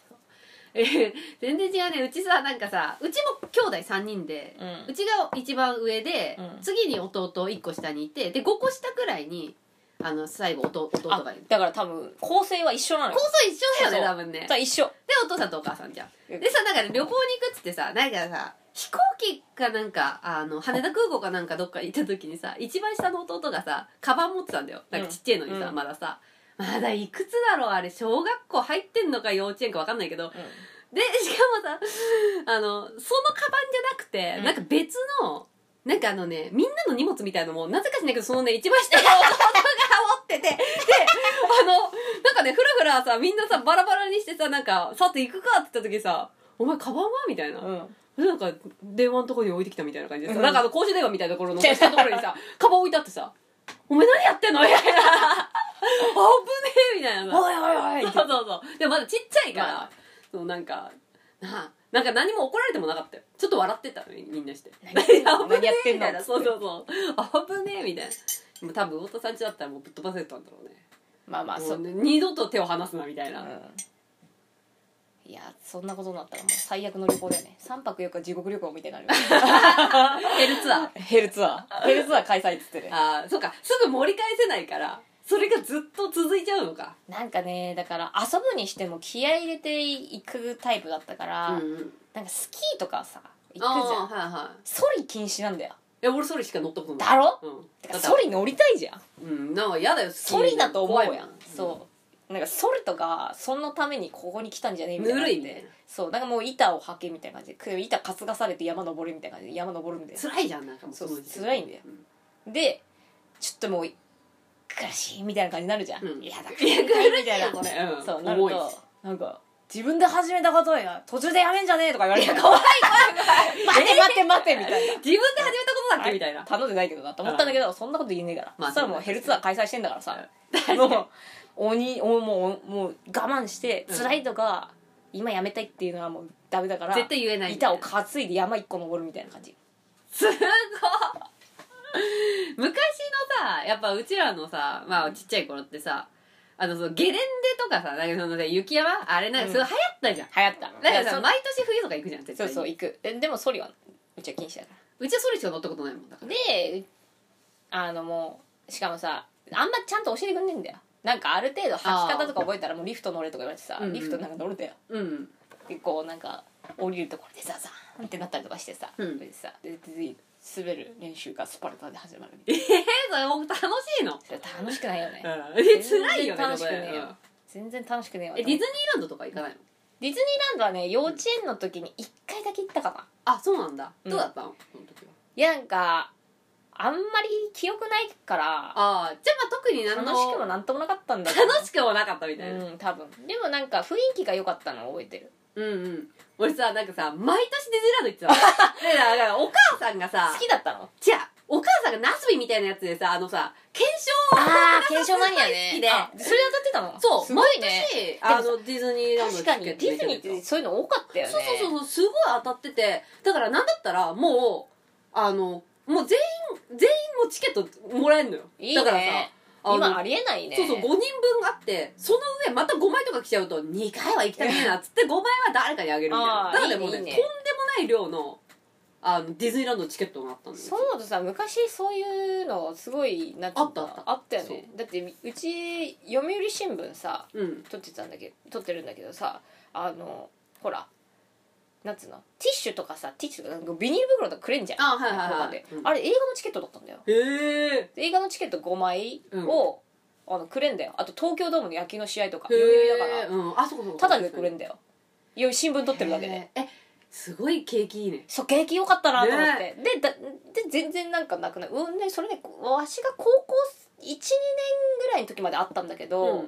Speaker 2: えー全然違うねうちさなんかさうちも兄弟3人で、
Speaker 1: うん
Speaker 2: うちが一番上で、
Speaker 1: うん
Speaker 2: 次に弟1個下にいてで5個下くらいにあの最後弟弟
Speaker 1: あ
Speaker 2: がいる
Speaker 1: だから多分構成は一緒なのよ
Speaker 2: 構想一緒だよね
Speaker 1: そう
Speaker 2: 多分ね
Speaker 1: だから一緒
Speaker 2: でお父さんとお母さんじゃん
Speaker 1: うん
Speaker 2: でさなんか旅行に行くっつってさなんかさ飛行機かなんかあの羽田空港かなんかどっか行った時にさ一番下の弟がさカバン持ってたんだよなんかちっちゃいのにさ、
Speaker 1: うん
Speaker 2: まださまだいくつだろうあれ小学校入ってんのか幼稚園か分かんないけどでしかもさあのそのカバンじゃなくて、
Speaker 1: うん
Speaker 2: なんか別のなんかあのねみんなの荷物みたいのもなぜかしないけどそのね一番下
Speaker 1: *laughs*
Speaker 2: の弟が持っててであのなんかねふらふらさみんなさバラバラにしてさなんかさて行くかって言った時さ「お前カバンは?」みたいな、
Speaker 1: うんうん
Speaker 2: なんか電話のところに置いてきたみたいな感じでさ、
Speaker 1: うん
Speaker 2: なんかあの公衆電話みたいなところの下のところにさカバン置いてあってさ「お前何や
Speaker 1: *laughs*
Speaker 2: ってんの?」みたいな「危ねえ」みたいなさ
Speaker 1: おいおい *laughs* おい
Speaker 2: そうそうそうでもまだちっちゃいから、
Speaker 1: まあ
Speaker 2: そうなんかなあなんか何も怒られてもなかったよちょっと笑ってたのみみんなして
Speaker 1: 何やってんの
Speaker 2: *laughs* 危ねえ
Speaker 1: 何やってんの
Speaker 2: みたいなそうそうそう危ねえみたいなもう多分太田さんちだったらもうぶっ飛ばせたんだろうね
Speaker 1: まあまあ
Speaker 2: も
Speaker 1: そうう
Speaker 2: ね二度と手を離すなみたいな、
Speaker 1: うんいやそんなことになったらもう最悪の旅行だよね3泊4日地獄旅行みたいになる *laughs*
Speaker 2: ヘルツアー
Speaker 1: ヘルツアーヘルツアー開催っつってね
Speaker 2: ああそうかすぐ盛り返せないからそれがずっと続いちゃうのか
Speaker 1: なんかねだから遊ぶにしても気合い入れていくタイプだったから、
Speaker 2: うんうん
Speaker 1: なんかスキーとかさ行
Speaker 2: あ
Speaker 1: くじゃ
Speaker 2: あ
Speaker 1: ん
Speaker 2: はいはい
Speaker 1: ソリ禁止なんだよ
Speaker 2: え俺ソリしか乗ったことない
Speaker 1: だろ
Speaker 2: うん
Speaker 1: だから
Speaker 2: だ
Speaker 1: ソリ乗りたいじゃん
Speaker 2: うんなんか嫌だよ
Speaker 1: ソリだと思うやん、
Speaker 2: そ
Speaker 1: そうなんかソリとかそのためにここに来たんじゃねえ
Speaker 2: う
Speaker 1: みたい
Speaker 2: ぬ
Speaker 1: な
Speaker 2: るいね
Speaker 1: そうなんかもう板をはけみたいな感じでく板担がされて山登るみたいな感じで山登るんで
Speaker 2: 辛いじゃんなんかもう
Speaker 1: そう
Speaker 2: の時点で
Speaker 1: 辛いんだよでちょっともう悔しいみたいな感じになるじゃん、
Speaker 2: うん
Speaker 1: いやだ
Speaker 2: いや
Speaker 1: 辛いみたいな
Speaker 2: これう
Speaker 1: *laughs*
Speaker 2: ん
Speaker 1: そうなる
Speaker 2: 重いし
Speaker 1: となんか自分で始めたことや途中でやめんじゃねえとか言われて怖い怖い怖い *laughs* 待て待て待てみたいな
Speaker 2: *laughs* 自分で始めたことだっけみたいな
Speaker 1: 頼んでないけどなと思ったんだけどそんなこと言えねえから、
Speaker 2: まあ
Speaker 1: そしたらもうヘルツアー開催してんだからさもう鬼おもうもう我慢して
Speaker 2: うん
Speaker 1: 辛いとか、今やめたいっていうのはもうダメだから
Speaker 2: 絶対言えない
Speaker 1: 板を担いで山一個登るみたいな感じ
Speaker 2: すごい *laughs* 昔のさやっぱうちらのさまあちっちゃい頃ってさあのそのゲレンデとかさなんかそのさ雪山あれなんかすごい流行ったじゃん、
Speaker 1: 流行った
Speaker 2: だから
Speaker 1: いや
Speaker 2: さ
Speaker 1: そ
Speaker 2: 毎年冬とか行くじゃん絶
Speaker 1: そう
Speaker 2: 対に
Speaker 1: そう行くででもソリはうちは禁止だか
Speaker 2: うちはそれしか乗ったことないもんだから
Speaker 1: らであのもうしかもさあんまちゃんと教えてくんねえんだよなんかある程度履き方とか覚えたらもうリフト乗れとか言われてさ、
Speaker 2: うんうん
Speaker 1: リフトなんか乗るんだよ
Speaker 2: うん
Speaker 1: 結構なんか降りるところでザザーンってなったりとかしてさ、
Speaker 2: うん
Speaker 1: それでさでで滑る練習がスパルタで始まるみたい
Speaker 2: えー、それも楽しいの、
Speaker 1: なそれ楽しくないよね
Speaker 2: *laughs* うん、え辛いよ
Speaker 1: 全然楽
Speaker 2: ね
Speaker 1: しくねえよ
Speaker 2: そこ
Speaker 1: 全然楽しくねえわ
Speaker 2: えディズニーランドとか行かないの
Speaker 1: ディズニーランドはね幼稚園の時に1回だけ行ったかな
Speaker 2: あそうなんだ、
Speaker 1: うん
Speaker 2: どうだったのその時はい
Speaker 1: やなんかあんまり記憶ないから
Speaker 2: ああじゃあまあ特に何
Speaker 1: 楽
Speaker 2: の
Speaker 1: しくもなんともなかったんだ
Speaker 2: 楽しくもなかったみたいな、
Speaker 1: うん多分でもなんか雰囲気が良かったのを覚えてる
Speaker 2: うんうん俺さなんかさ毎年ディズニーランド行ってた
Speaker 1: *laughs*
Speaker 2: のでだからお母さんがさ
Speaker 1: 好きだったの
Speaker 2: じゃあお母さんがナスビみたいなやつでさあのさ検証
Speaker 1: ああ検証マニアね *laughs*
Speaker 2: 好きで
Speaker 1: あそれ当たってたの
Speaker 2: そう
Speaker 1: すごいね
Speaker 2: 毎年あのディズニーランド
Speaker 1: 確かにディズニーっ
Speaker 2: そう
Speaker 1: てそういうの多かったよね
Speaker 2: そうそうそうすごい当たっててだからなんだったらもうあのもう全員全員もうチケットもらえるのよ
Speaker 1: いい
Speaker 2: だからさ
Speaker 1: ね
Speaker 2: あの
Speaker 1: 今ありえないね
Speaker 2: そうそう5人分あってその上また5枚とか来ちゃうと2回は行きたくねえなっつって5枚は誰かにあげるみたい
Speaker 1: あ
Speaker 2: な
Speaker 1: ー
Speaker 2: だからもうね
Speaker 1: いいねいいね
Speaker 2: とんでもない量のあのディズニーランドのチケットがあったんです
Speaker 1: そう思うとさ昔そういうのすごいなていうの
Speaker 2: あったあっ
Speaker 1: あったよねだってうち読売新聞さ
Speaker 2: うん
Speaker 1: 撮ってたんだけど撮ってるんだけどさあのほらなんつうのティッシュとかさティッシュとかなんかビニール袋とかくれんじゃん
Speaker 2: あはいはいはい
Speaker 1: 交換で
Speaker 2: うん
Speaker 1: あれ映画のチケットだったんだよ
Speaker 2: へえ
Speaker 1: で映画のチケット5枚を、あのくれんだよあと東京ドームの野球の試合とか読売だから
Speaker 2: うんあそうかそう
Speaker 1: た
Speaker 2: か
Speaker 1: だでくれんだよいや新聞撮ってるだけで
Speaker 2: へーえすごい景気いいね
Speaker 1: そう景気良かったなと思って、でだで全然なんかなくないうんねそれねわしが高校12年ぐらいの時まであったんだけ
Speaker 2: う
Speaker 1: ど、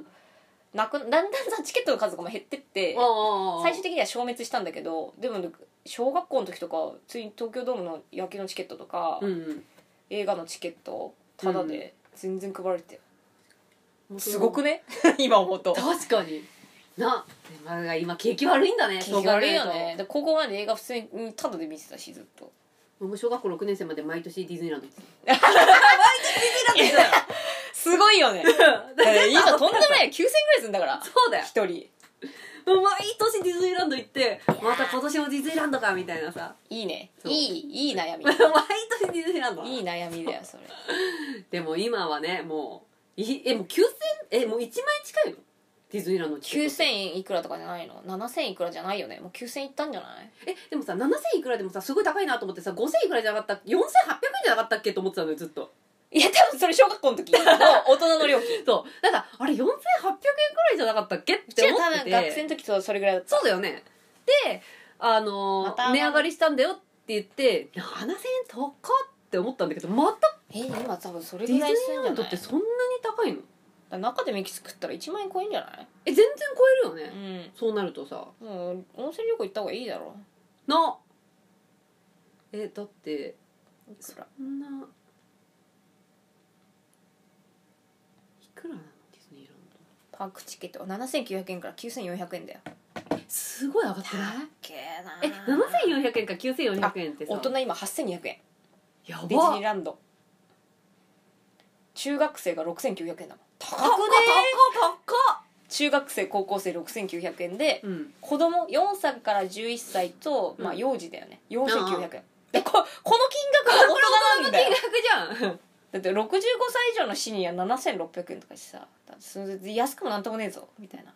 Speaker 1: なくだんだんさチケットの数がもう減ってって最
Speaker 2: 最
Speaker 1: 終的には消滅したんだけどでもね小学校の時とかついに東京ドームの野球のチケットとか、
Speaker 2: うん
Speaker 1: 映画のチケットただで全然配られてたよ、
Speaker 2: うん
Speaker 1: すごくね *laughs* 今思うと
Speaker 2: 確かになでまあ今景気悪いんだね
Speaker 1: 気軽いよねで高校まで映画普通にただで見てたしずっと
Speaker 2: そう考えると僕小学校6年生まで毎年ディズニーランド行って
Speaker 1: *laughs* す *laughs* ごいよね
Speaker 2: た
Speaker 1: だって今とんでもない9000ぐら *laughs* いするんだから
Speaker 2: そうだよ
Speaker 1: 一人
Speaker 2: もう毎年ディズニーランド行ってまた今年もディズニーランドかみたいなさ *laughs*
Speaker 1: いいね
Speaker 2: そう
Speaker 1: いいいい悩み
Speaker 2: 毎年ディズニーランド
Speaker 1: いい悩みだよそれ
Speaker 2: でも今はねもういえもう9000えもう1万円近いのディズニーランドのチケット
Speaker 1: 9000円いくらとかじゃないの7000いくらじゃないよねもう9000いったんじゃない
Speaker 2: えでもさ7000いくらでもさすごい高いなと思ってさ5000いくらじゃなかった4800円じゃなかったっけと思ってたのよずっと
Speaker 1: いや多分それ小学校の時の大人の料金
Speaker 2: そうなんかあれ4800円くらいじゃなかったっけっ
Speaker 1: *laughs* じゃ
Speaker 2: て思
Speaker 1: あ
Speaker 2: っ
Speaker 1: 多
Speaker 2: て
Speaker 1: 分
Speaker 2: て
Speaker 1: 学生の時とそれぐらいだった
Speaker 2: そうだよねであのー
Speaker 1: また
Speaker 2: 値上がりしたんだよって言って7000円高っって思ったんだけどまた
Speaker 1: え今多分それ
Speaker 2: ディズ
Speaker 1: ぐ
Speaker 2: ニ
Speaker 1: らいする
Speaker 2: ーラ
Speaker 1: ん
Speaker 2: ン
Speaker 1: じ
Speaker 2: ド
Speaker 1: ゃ
Speaker 2: っ
Speaker 1: ない
Speaker 2: てそんなに高いの
Speaker 1: だ中でミキス食ったら1万円超えんじゃない
Speaker 2: え全然超えるよね、
Speaker 1: う
Speaker 2: そうなるとさ
Speaker 1: んもう温泉旅行行った方がいいだろ
Speaker 2: なえだって
Speaker 1: いくら
Speaker 2: そんないくらなのディズニーラン
Speaker 1: パークチケット7900円から9400円だよ
Speaker 2: ドすごい上がってない
Speaker 1: けえな
Speaker 2: え7400円か9400円ってさ
Speaker 1: 大人今8200円
Speaker 2: や
Speaker 1: ディズ
Speaker 2: ば
Speaker 1: ニーランド中学生が6900円だもん高
Speaker 2: 高っ高っ高っ
Speaker 1: 中学生高校生6900円で
Speaker 2: うん
Speaker 1: 子供4歳から11歳と、まあ、
Speaker 2: うん
Speaker 1: 幼児だよね4900円でここの金額は大人なんだよ
Speaker 2: 金額じゃん *laughs*
Speaker 1: だって65歳以上のシニア7600円とかしてさだってそれで安くもなんともねえぞみたいな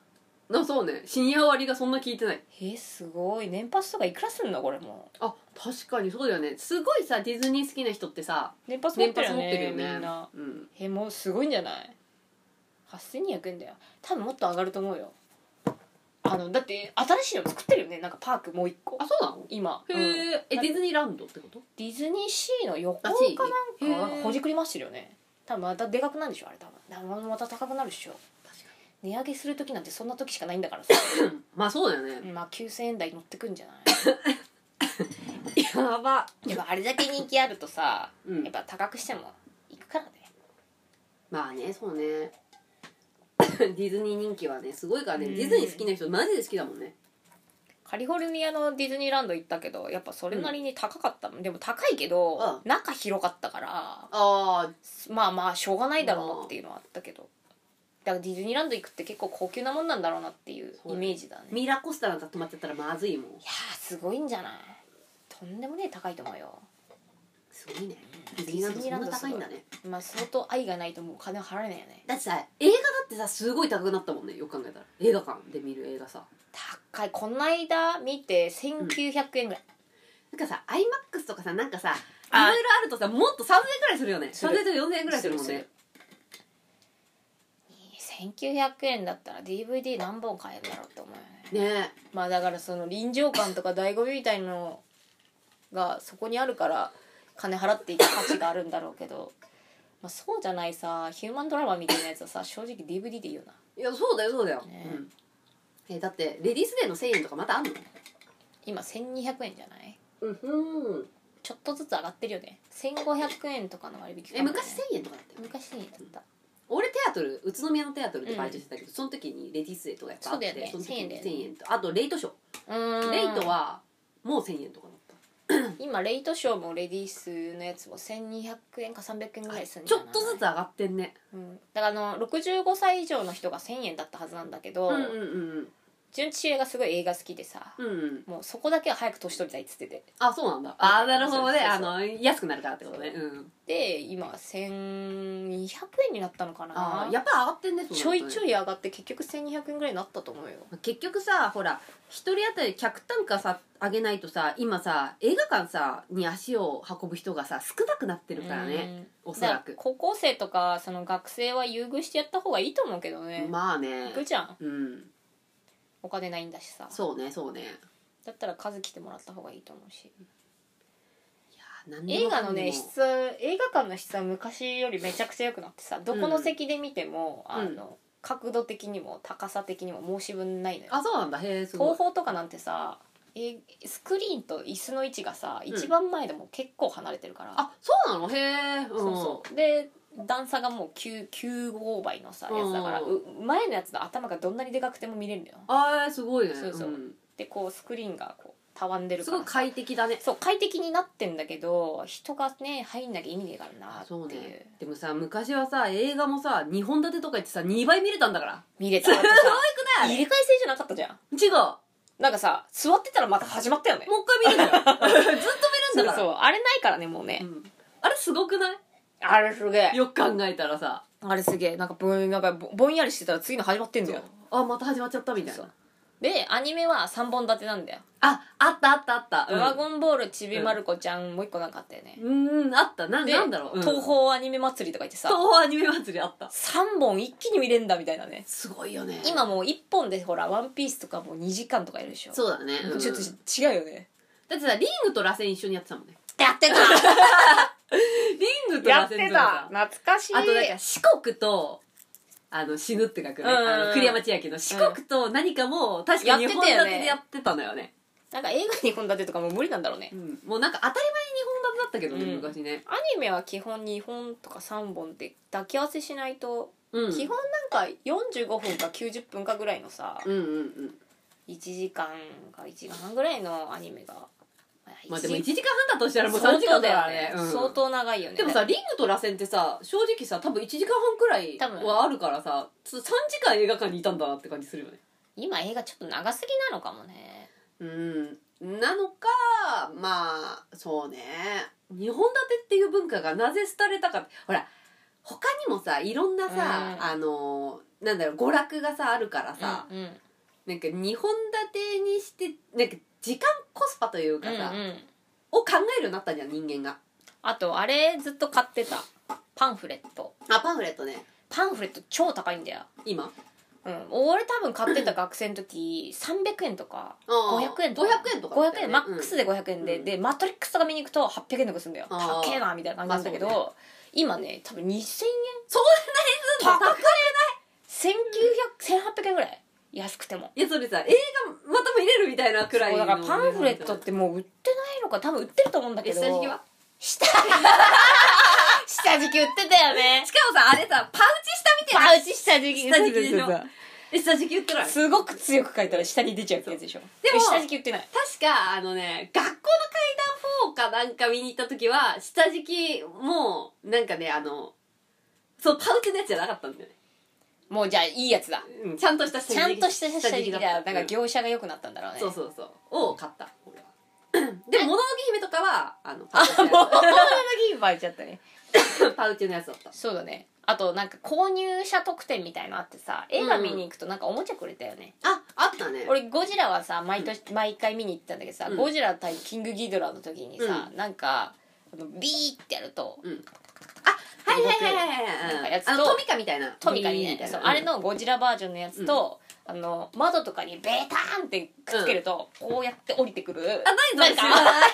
Speaker 2: なそうねシニア割がそんな聞いてない
Speaker 1: えーすごい年パスとかいくらすんのこれも
Speaker 2: あ確かにそうだよねすごいさディズニー好きな人ってさ
Speaker 1: う年パス持っ
Speaker 2: 年
Speaker 1: て
Speaker 2: パ
Speaker 1: る
Speaker 2: ス
Speaker 1: よ
Speaker 2: 持
Speaker 1: ね
Speaker 2: ってるよね
Speaker 1: みんな
Speaker 2: うん、
Speaker 1: えーもうすごいんじゃない8200円だよ多分もっと上がると思うよあのだって新しいの作ってるよねなんかパークもう一個
Speaker 2: あそうなの
Speaker 1: 今、
Speaker 2: へ
Speaker 1: うん
Speaker 2: え、えディズニーランドってこと
Speaker 1: ディズニーシーの横か
Speaker 2: あ
Speaker 1: なん
Speaker 2: シー
Speaker 1: か
Speaker 2: へー
Speaker 1: なんかほじくりましてるよね多分またでかくなるでしょあれ多分多分また高くなるでしょ
Speaker 2: 確か
Speaker 1: 値上げする時なんてそんな時しかないんだからさ
Speaker 2: にまあそうだよね、
Speaker 1: まあ9000円台乗ってくんじ
Speaker 2: *laughs*
Speaker 1: ゃない
Speaker 2: やば
Speaker 1: やっぱあれだけ人気あるとさ
Speaker 2: うん
Speaker 1: やっぱ高くしても行くからね
Speaker 2: まあねそうね *coughs* ディズニー人気はねすごいからねディズニー好きな人マジで好きだもんね
Speaker 1: カリフォルニアのディズニーランド行ったけどやっぱそれなりに高かったもん、でも高いけど、
Speaker 2: う
Speaker 1: 中広かったから
Speaker 2: ああ
Speaker 1: まあまあしょうがないだろうなっていうのはあったけどだからディズニーランド行くって結構高級なもんなんだろうなっていうイメージだねいや
Speaker 2: ミラコスタなんか泊まっちゃったらまずいもん
Speaker 1: ーすごいんじゃないとんでもねえ高いと思うよ
Speaker 2: すごいね
Speaker 1: う
Speaker 2: デ
Speaker 1: ん
Speaker 2: ィズニーランドそんな高いんだね
Speaker 1: まあ相当愛がないともう金は払えないよね
Speaker 2: だってさ映画だってさすごい高くなったもんねよく考えたら映画館で見る映画さ
Speaker 1: 高いこないだ見て1900円ぐらい、
Speaker 2: なんかさ iMAX とかさなんかさい
Speaker 1: あ
Speaker 2: ろいろあるとさもっと3000円くらいするよね
Speaker 1: する
Speaker 2: 3000円と4000円くらいするもん
Speaker 1: するす
Speaker 2: ね
Speaker 1: る1900円だったら DVD 何本買えるんだろうって思うよね
Speaker 2: ね
Speaker 1: まあだからその臨場感とか醍醐味みたいのがそこにあるから金払っていく価値があるんだろうけど、まあ、そうじゃないさヒューマンドラマみたいなやつはさ正直 DVD でいいよない
Speaker 2: やそうだよそうだよ、
Speaker 1: ね
Speaker 2: うんえだってレディースデーの1000円とかまたあんの
Speaker 1: 今1200円じゃない
Speaker 2: うんふん
Speaker 1: ちょっとずつ上がってるよね1500円とかの割引
Speaker 2: え
Speaker 1: かもね
Speaker 2: 昔1000円とかだったよ
Speaker 1: 昔1000円だった
Speaker 2: 俺テアトル宇都宮のテアトルでバイトしてたけど、その時にレディースデーとかやっぱあって
Speaker 1: そうだよね
Speaker 2: の時
Speaker 1: 1000円
Speaker 2: に
Speaker 1: だよね
Speaker 2: 1000円とあとレイトショ
Speaker 1: うー
Speaker 2: ー
Speaker 1: ん
Speaker 2: レイトはもう1000円とかだった
Speaker 1: 今レイトショーもレディースのやつも1200円か300円ぐらいするん
Speaker 2: ち
Speaker 1: じゃ
Speaker 2: ょ
Speaker 1: ない
Speaker 2: っとずつ上がってんね
Speaker 1: うん、だからあの65歳以上の人が1000円だったはずなんだけど、
Speaker 2: うんうんうん
Speaker 1: 純父親がすごい映画好きでさ、
Speaker 2: うんうん
Speaker 1: もうそこだけは早く年取りたいっつってて
Speaker 2: あそうなんだあーなるほどね
Speaker 1: そうそう
Speaker 2: あ
Speaker 1: そう
Speaker 2: の安くなるからってことね
Speaker 1: そ
Speaker 2: うん
Speaker 1: で今1200円になったのかな
Speaker 2: あーやっぱ上がってんねそうなる
Speaker 1: ち
Speaker 2: と
Speaker 1: ょ
Speaker 2: ね
Speaker 1: いちょい上がって結局1200円ぐらいになったと思うよ
Speaker 2: 結局さほら一人当たり客単価さ上げないとさ今さ映画館さに足を運ぶ人がさ少なくなってるからね
Speaker 1: うん
Speaker 2: おそら
Speaker 1: だから
Speaker 2: く
Speaker 1: 高校生とかその学生は優遇してやった方がいいと思うけどね、
Speaker 2: まあ
Speaker 1: 行
Speaker 2: ね
Speaker 1: くじゃん
Speaker 2: うん
Speaker 1: お金ないんだしさ
Speaker 2: そうねそうね
Speaker 1: だったら数来てもらった方がいいと思うし
Speaker 2: いやー何に
Speaker 1: 映
Speaker 2: もか
Speaker 1: 画
Speaker 2: んに
Speaker 1: の
Speaker 2: も
Speaker 1: ね質映画館の質は昔よりめちゃくちゃ良くなってさどこの席で見ても、
Speaker 2: ん
Speaker 1: あの角度的にも高さ的にも申し分ないのよ
Speaker 2: あそうなんだへえすごい
Speaker 1: 東宝とかなんてさえスクリーンと椅子の位置がさ
Speaker 2: ん
Speaker 1: 一番前でも結構離れてるから、
Speaker 2: あそうなのへえ、うん、
Speaker 1: そうそうで段差がもう 9, 9号倍のさやつだから、
Speaker 2: うん
Speaker 1: う前のやつの頭がどんなにでかくても見れるのよ
Speaker 2: あーすごいね
Speaker 1: そうそうんでこうスクリーンがこうたわんでる
Speaker 2: す
Speaker 1: から
Speaker 2: ごい快適だね
Speaker 1: そう快適になってんだけど人がね入んなきゃ意味ねえからな
Speaker 2: あ
Speaker 1: ってい
Speaker 2: そううねでもさ昔はさ映画もさ2本立てとか言ってさ2倍見れたんだから
Speaker 1: 見れたらさ
Speaker 2: ない
Speaker 1: 入れ替え制じゃなかったじゃん
Speaker 2: 違うも
Speaker 1: なんかさ座ってたらまた始まったよね
Speaker 2: う一回見れる
Speaker 1: *laughs*
Speaker 2: のよずっと見れ
Speaker 1: そ
Speaker 2: る
Speaker 1: う
Speaker 2: んだから
Speaker 1: そうあれないからねもうね、
Speaker 2: うんあれすごくない
Speaker 1: あれすげえ
Speaker 2: *laughs* よく考えたらさ
Speaker 1: あれすげえなんかぼんなんかぼぼんやりしてたら次の始まってんだよ
Speaker 2: あまた始まっちゃったみたい
Speaker 1: そう
Speaker 2: な
Speaker 1: でアニメは3本立てなんだよ
Speaker 2: ああったあったあった
Speaker 1: 「
Speaker 2: うん
Speaker 1: ドラゴンボールちびまる子ちゃん」もう一個なんかあったよね
Speaker 2: うんあったな
Speaker 1: で
Speaker 2: なんだろう、うん
Speaker 1: 東宝アニメ祭りとか言ってさ
Speaker 2: 東宝アニメ祭りあった
Speaker 1: 3本一気に見れんだみたいなね
Speaker 2: すごいよね
Speaker 1: 今もう1本でほら「ワンピースとかもう2時間とかやるでしょ
Speaker 2: そうだね、うん
Speaker 1: ちょっと違うよね
Speaker 2: だってさリングと螺旋一緒にやってたもんね
Speaker 1: や *laughs* ってた
Speaker 2: リングと螺旋とかさ
Speaker 1: 懐かし
Speaker 2: あとなんか四国とあの死ぬって書くね、
Speaker 1: うん
Speaker 2: あの栗山千明の四国と何かも確かに
Speaker 1: やっ
Speaker 2: 日
Speaker 1: て
Speaker 2: 本
Speaker 1: た
Speaker 2: 立
Speaker 1: よ
Speaker 2: て
Speaker 1: ね
Speaker 2: でやってたのよね、
Speaker 1: なんか映画2本立てとかもう無理なんだろうね
Speaker 2: うんもうなんか当たり前に日本立てだったけどね、
Speaker 1: うん
Speaker 2: 昔ね、
Speaker 1: アニメは基本2本とか3本で抱き合わせしないと
Speaker 2: うん、
Speaker 1: 基本なんか45分か90分かぐらいのさ
Speaker 2: うんうんうん
Speaker 1: 1時間か1時間半ぐらいのアニメが
Speaker 2: まあでも1
Speaker 1: 一
Speaker 2: 時間半だとしたらもう
Speaker 1: 相
Speaker 2: 3
Speaker 1: 当
Speaker 2: 時間
Speaker 1: だ
Speaker 2: だから
Speaker 1: よ
Speaker 2: ね
Speaker 1: ね、
Speaker 2: うん
Speaker 1: 相当長いよね
Speaker 2: でもさリングと螺旋ってさ正直さ多分1時間半くらい
Speaker 1: 多分
Speaker 2: はあるからさつ3時間映画館にいたんだなって感じするよね
Speaker 1: 今映画ちょっと長すぎなのかもね
Speaker 2: うんなのかまあそうね日本立てっていう文化がなぜ廃れたかほら他にもさいろんなさ、
Speaker 1: うん
Speaker 2: あのなんだろう娯楽がさあるからさ、
Speaker 1: うんうん
Speaker 2: なんか2本立てにしてなんか時間コスパというかさ、
Speaker 1: うんうん
Speaker 2: を考えるようになったじゃん人間が
Speaker 1: あとあれずっと買ってたパンフレット
Speaker 2: あパンフレットね
Speaker 1: パンフレット超高いんだよ
Speaker 2: 今
Speaker 1: うん、俺多分買ってた学生の時300円とか500円とか
Speaker 2: 500円とかだっ
Speaker 1: 500
Speaker 2: たよ
Speaker 1: 円
Speaker 2: ね
Speaker 1: マックスで500円で、
Speaker 2: うん
Speaker 1: でマトリックスとか見に行くと800円とかするんだよ
Speaker 2: あー
Speaker 1: 高えなみたいな感じなんだけど、
Speaker 2: まあ
Speaker 1: 今ね多分2000円
Speaker 2: そんなにすんの
Speaker 1: 高くない1900 1800円ぐらい安くても
Speaker 2: いやそれさ映画また見れるみたいなくらい
Speaker 1: そう
Speaker 2: の
Speaker 1: だからパンフレットってもう売ってないのか多分売ってると思うんだ
Speaker 2: え
Speaker 1: けど
Speaker 2: 下敷きは
Speaker 1: 下 *laughs* 下敷き売ってたよね
Speaker 2: しかもさあれさパウチ下みたいな
Speaker 1: パウチ下敷き
Speaker 2: 下敷き
Speaker 1: そう
Speaker 2: の
Speaker 1: そうそう
Speaker 2: え下敷き売ってない確
Speaker 1: すごく強く書いたら下に出ちゃうってやつでしょ
Speaker 2: でも
Speaker 1: え下敷き売ってない
Speaker 2: かあのね学校の階段4かなんか見に行った時は下敷きもなんかねあのそうパウチのやつじゃなかったんだよね、
Speaker 1: もうじゃあいいやつだ
Speaker 2: うん、ちゃんとした下
Speaker 1: ちゃ
Speaker 2: 敷
Speaker 1: ん
Speaker 2: き
Speaker 1: とした下敷きだなん
Speaker 2: った
Speaker 1: か業者が良くなったんだろうね
Speaker 2: そうそうそうを買った俺はでも「もののけ姫」とかはあのパウチ
Speaker 1: あも
Speaker 2: の
Speaker 1: う
Speaker 2: や
Speaker 1: 物の銀杯ちゃったね
Speaker 2: つパウチのやつだった
Speaker 1: そうだねあとなんか購入者特典みたいのあってさ映画見に行くとなんかおもちゃくれたよね、
Speaker 2: ああったね
Speaker 1: 俺ゴジラはさ毎年、毎回見に行ったんだけどさ、
Speaker 2: うん
Speaker 1: ゴジラ対キングギドラの時にさ、なんかあのビーってやると
Speaker 2: うんあはいはいはいは
Speaker 1: なん
Speaker 2: い
Speaker 1: か
Speaker 2: はい
Speaker 1: や
Speaker 2: うん
Speaker 1: つと
Speaker 2: あのトミカみたいな
Speaker 1: トミカにね、
Speaker 2: みたいな
Speaker 1: そうあれのゴジラバージョンのやつと、あの窓とかにベターンってくっつけると、こうやって降りてくる
Speaker 2: あ何それ知
Speaker 1: なん
Speaker 2: ら
Speaker 1: か
Speaker 2: ない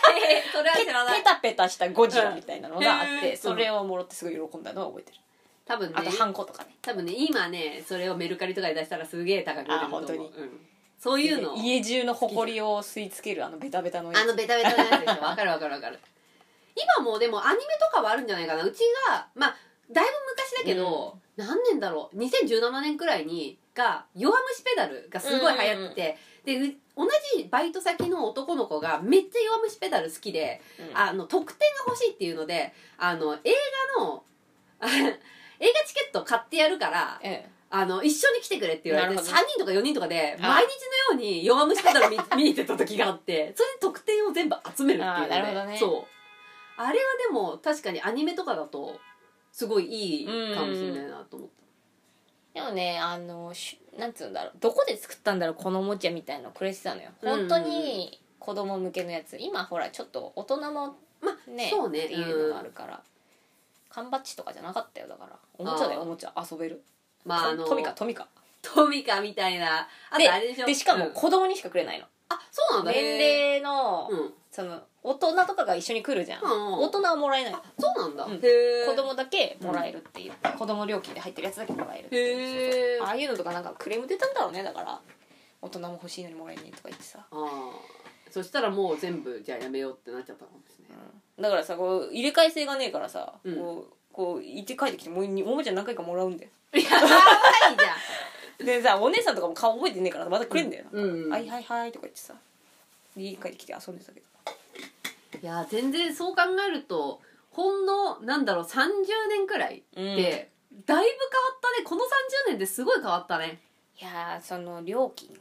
Speaker 2: それは *laughs*
Speaker 1: ペ
Speaker 2: 知らない
Speaker 1: ペタペタしたゴジラみたいなのがあっ
Speaker 2: うんへ
Speaker 1: て、
Speaker 2: ー
Speaker 1: それをもらってすごい喜んだのは覚えてる、
Speaker 2: 多分ね
Speaker 1: あとハンコとかね
Speaker 2: 多分ね今ねそれをメルカリとかで出したらすげえ高く売れると思う
Speaker 1: あ本当に
Speaker 2: うん、そういうの
Speaker 1: 家中の埃を吸い付けるあのベタベタのやつ
Speaker 2: あのベタベタなやつで
Speaker 1: *laughs*
Speaker 2: しょわかるわかるわかる今もうでもアニメとかはあるんじゃないかなうちがまあだいぶ昔だけど、何年だろう2017年くらいにが「弱虫ペダル」がすごい流行って、でう同じバイト先の男の子がめっちゃ「弱虫ペダル」好きで、
Speaker 1: うん
Speaker 2: あの特典が欲しいっていうのであの映画の *laughs* あ映画チケット買ってやるから
Speaker 1: え
Speaker 2: あの、一緒に来てくれって言われて、
Speaker 1: な
Speaker 2: 3
Speaker 1: るほどね
Speaker 2: 人とか4人とかで、
Speaker 1: あ
Speaker 2: 毎日のように弱虫ペダル見 *laughs* 見に行ってた時があって、それで得点を全部集めるっていうので。
Speaker 1: あーなるほどね
Speaker 2: そう。あれはでも、確かにアニメとかだと、すごいいいかもしれないなと思っ
Speaker 1: えでもねあのしなんつうんだろうどこで作ったんだろうこのおもちゃみたいなのくれてたのよ本当に子供向けのやつ今ほらちょっと大人も
Speaker 2: た。まあ、
Speaker 1: ね
Speaker 2: そうね
Speaker 1: っていうのがあ
Speaker 2: うん
Speaker 1: るから、缶バッジとかじゃなかったよだからおもちゃだよ
Speaker 2: あ
Speaker 1: お
Speaker 2: ー
Speaker 1: もちゃ遊べる
Speaker 2: まあ、あの、
Speaker 1: トミカトミカ
Speaker 2: トミカみたいな。あ
Speaker 1: で
Speaker 2: とあれでしょ
Speaker 1: でしか
Speaker 2: う
Speaker 1: も
Speaker 2: ん
Speaker 1: 子供にしかくれないの、
Speaker 2: あ、そうなんだへ
Speaker 1: 年齢の、
Speaker 2: ーうん。
Speaker 1: その大人とかが一緒に来るじゃん、
Speaker 2: うんうん
Speaker 1: 大人はもらえない
Speaker 2: あ、そうなんだ。
Speaker 1: うん
Speaker 2: へー
Speaker 1: 子。供だけもらえるっていう、子供料金で入ってるやつだけもらえるっていう
Speaker 2: へー。
Speaker 1: あ
Speaker 2: あ
Speaker 1: あいうのとかなんかクレーム出たんだろうねだから大人も欲しいのにもらえねえとか言ってさ、
Speaker 2: ーそしたらもう全部、じゃあやめようってなっちゃったかもしれない。
Speaker 1: だからさこう入れ替え性がねえからさ、
Speaker 2: うん
Speaker 1: こうこう行って帰ってきてもうおもちゃ何回かもらうんだよ
Speaker 2: いや、かわいいじゃん。
Speaker 1: でさお姉さんとかも顔覚えてねえからまたくれんだよな、
Speaker 2: うん
Speaker 1: はいはいはいとか言ってさで家帰ってきて遊んでたけど
Speaker 2: いや全然そう考えるとほんのなんだろう30年くらいで、だいぶ変わったねこの30年ですごい変わったね
Speaker 1: いやーその料金がね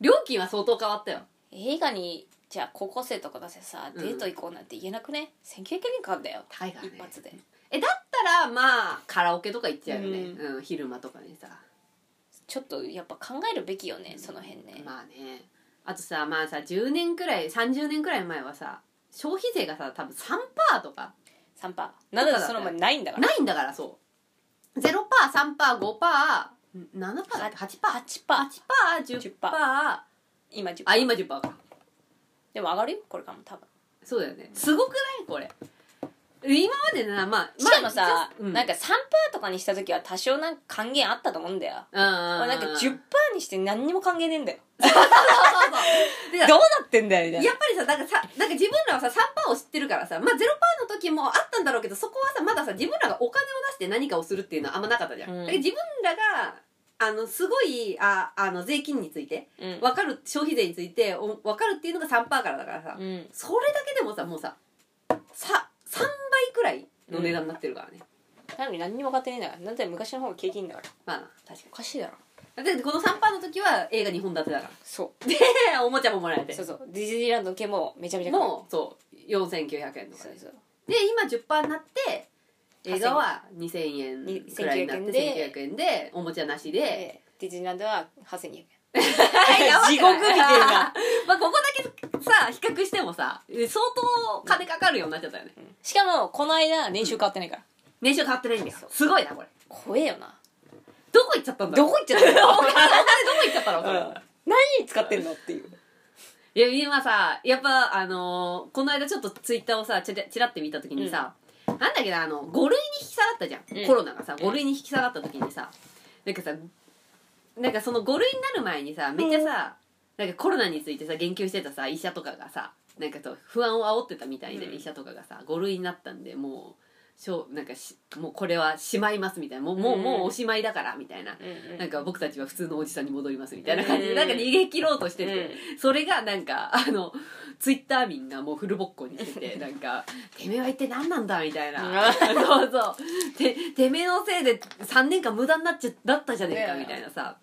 Speaker 2: 料金は相当変わったよ
Speaker 1: 映画にじゃあ高校生とか出せさ、
Speaker 2: うん
Speaker 1: デート行こうなんて言えなくね1900円かかんだよ
Speaker 2: 高いからね
Speaker 1: 一発で
Speaker 2: えだったらまあカラオケとか行っちゃうよね、う
Speaker 1: うん
Speaker 2: 昼間とかにさ
Speaker 1: ちょっとやっぱ考えるべきよねその辺ね、
Speaker 2: まあねあとさまあさ10年くらい30年くらい前はさ消費税がさ多分3%とか
Speaker 1: 3パーなんだその前ないんだから
Speaker 2: ないんだからそう0%、3%、5%、7%だっけ ?8%、
Speaker 1: 8パー
Speaker 2: 8%、10%、
Speaker 1: 今10
Speaker 2: あ、今10%か。
Speaker 1: でも上がるよこれからも多分
Speaker 2: そうだよねすごくないこれ今までなまあ
Speaker 1: しかもさ、
Speaker 2: まあ
Speaker 1: なんか3パーとかにした時は多少なんか還元あったと思うんだよ、
Speaker 2: うんうんう
Speaker 1: 俺
Speaker 2: ん
Speaker 1: なんか10パーにして何にも還元ねえんだよ
Speaker 2: そうそう
Speaker 1: どう
Speaker 2: そう
Speaker 1: なってんだよみたいな
Speaker 2: でやっぱりさなんかさなんか自分らはさ3%を知ってるからさ、まあ、0%の時もあったんだろうけどそこはさまださ自分らがお金を出して何かをするっていうのはあんまなかったじゃん、
Speaker 1: うん
Speaker 2: だけど自分らがあのすごいああの税金について
Speaker 1: うん
Speaker 2: 分かる消費税についてお分かるっていうのが3%からだからさ、
Speaker 1: うん
Speaker 2: それだけでもさもうささ3倍くらいの値段になってるからね、
Speaker 1: なのに何にも買ってねえんだからなんて昔の方が景気いいんだから
Speaker 2: まあな確か
Speaker 1: おかしいだろ
Speaker 2: にだってこの3%の時は映画2本立てだから *laughs*
Speaker 1: そ
Speaker 2: でおもちゃももらえ
Speaker 1: う
Speaker 2: て
Speaker 1: そうそうディズニーランドの券もめちゃめちゃ買
Speaker 2: もうそう4900円とか
Speaker 1: そうそう
Speaker 2: で今10%になって映画は2000円くらいになって
Speaker 1: 1900円
Speaker 2: 1900円でおもちゃなしで
Speaker 1: でディズニーランドは8200円
Speaker 2: 地 *laughs*
Speaker 1: 地獄みてえな
Speaker 2: まあここだけさ比較してもさ相当金かかるようになっちゃったよね
Speaker 1: しかもこの間年収変わってないから、
Speaker 2: 年収変わってないんだよすごいなこれ
Speaker 1: 怖えよな
Speaker 2: どこ行っちゃったんだ
Speaker 1: ど
Speaker 2: こ
Speaker 1: こ行っちゃった *laughs*
Speaker 2: お金お金どこ行っちゃったのこれ
Speaker 1: の何に使ってんのっていう
Speaker 2: いや今さやっぱあのーこの間ちょっとツイッターをさちらちらって見た時にさ、なんだっけどあの5類に引き下がったじゃん、
Speaker 1: うん
Speaker 2: コロナがさ5類に引き下がった時にさなんかさなんかその5類になる前にさめっちゃさ、なんかコロナについてさ言及してたさ医者とかがさなんかと不安を煽ってたみたいで、
Speaker 1: うん
Speaker 2: 医者とかがさ5類になったんでもうしょうなんかしもうこれはしまいますみたいなもうもう,、
Speaker 1: うん
Speaker 2: もうおしまいだからみたいな。なんか僕たちは普通のおじさんに戻りますみたいな感じで
Speaker 1: うん
Speaker 2: なんか逃げ切ろうとしてて、
Speaker 1: う
Speaker 2: それがなんかあのツイッター民がもうフルボッコにしててなんか「てめえは一体何なんだ」みたいなそうそうててめえのせいで3年間無駄になっちゃだったじゃねえか
Speaker 1: ねえ
Speaker 2: みたいなさ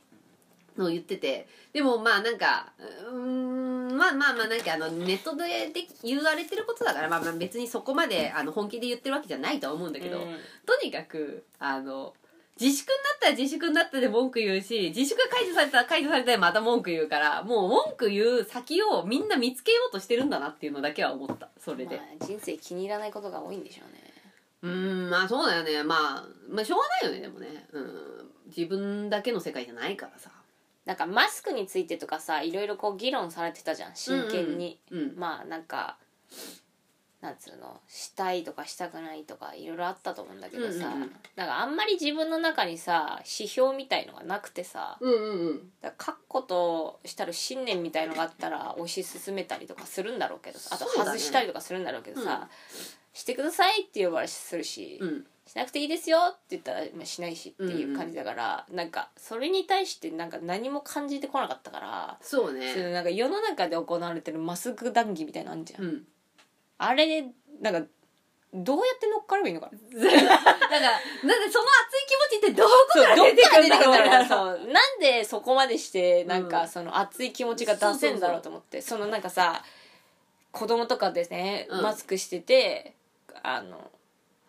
Speaker 2: のを言っててでもまあなんかうーんまあまあまあなんかあのネットでで言われてることだから、まあ、まあ別にそこまであの本気で言ってるわけじゃないとは思うんだけど、
Speaker 1: うん
Speaker 2: とにかくあの自粛になったら自粛になったで文句言うし自粛が解除されたら解除されたでまた文句言うからもう文句言う先をみんな見つけようとしてるんだなっていうのだけは思ったそれで、
Speaker 1: まあ、人生気に入らないことが多いんでしょうね
Speaker 2: うーんまあそうだよねまあまあしょうがないよねでもねうん自分だけの世界じゃないからさ
Speaker 1: なんかマスクについてとかさいろいろこう議論されてたじゃん真剣に、
Speaker 2: うんうん
Speaker 1: まあなんかなんつうのしたいとかしたくないとかいろいろあったと思うんだけどさ、
Speaker 2: うんうんうん
Speaker 1: なんかあんまり自分の中にさ指標みたいのがなくてさ
Speaker 2: うんうんうん
Speaker 1: だから確固としたる信念みたいのがあったら推し進めたりとかするんだろうけどさあと
Speaker 2: そうだね
Speaker 1: 外したりとかするんだろうけどさ、してくださいって呼ばれするし、
Speaker 2: うん
Speaker 1: しなくていいですよって言ったら、まあ、しないしっていう感じだから、なんかそれに対してなんか何も感じてこなかったから、
Speaker 2: そう
Speaker 1: そ
Speaker 2: ね
Speaker 1: のなんか世の中で行われてるマスク談義みたいなのあんじゃん、
Speaker 2: うん
Speaker 1: あれでなんかどうやって乗っかればいいのかな
Speaker 2: だからなんでその熱い気持ちってどこから出てくるん
Speaker 1: どっから出て
Speaker 2: だろう *laughs*
Speaker 1: くるんだろう
Speaker 2: な
Speaker 1: な *laughs* そうなんでそこまでしてなん
Speaker 2: う
Speaker 1: か
Speaker 2: ん
Speaker 1: その熱い気持ちが出せんだろうと思ってそのなんかさ子供とかですね、
Speaker 2: うん
Speaker 1: マスクしててあの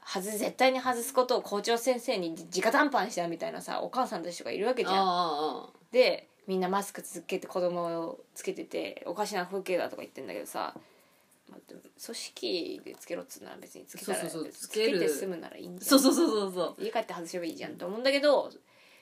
Speaker 1: はず絶対に外すことを校長先生に直談判したみたいなさお母さんたちとかいるわけじゃん
Speaker 2: ああああ
Speaker 1: でみんなマスク続けて子供をつけてておかしな風景だとか言ってんだけどさ、まあでも組織でつけろっつうなら別につけたら
Speaker 2: そうそうそう
Speaker 1: つけ
Speaker 2: つけ
Speaker 1: て
Speaker 2: る
Speaker 1: 済むならいいんじゃ
Speaker 2: そ
Speaker 1: ん
Speaker 2: うそうそうそうそう
Speaker 1: 家帰って外せばいいじゃんと思うんだけど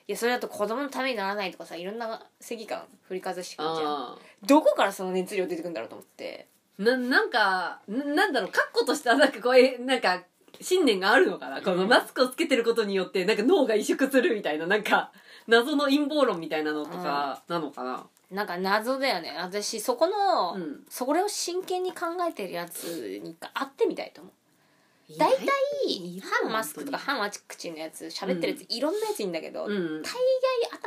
Speaker 1: いやそれだと子供のためにならないとかさいろんな正義感振りかざしてくるじゃん
Speaker 2: ああ
Speaker 1: どこからその熱量出てくるんだろうと思って
Speaker 2: ななんかななんだろう確固としたなんかこうえなんか信念があるのかなこのマスクをつけてることによってなんか脳が萎縮するみたいななんか謎の陰謀論みたいなのとかなのかな
Speaker 1: なんか謎だよね私そこの、
Speaker 2: うん
Speaker 1: それを真剣に考えてるやつに会ってみたいと思う大体
Speaker 2: いよ
Speaker 1: 反マスクとか反ワチ口のやつ喋ってるやつ、いろんなやついんだけど、
Speaker 2: うん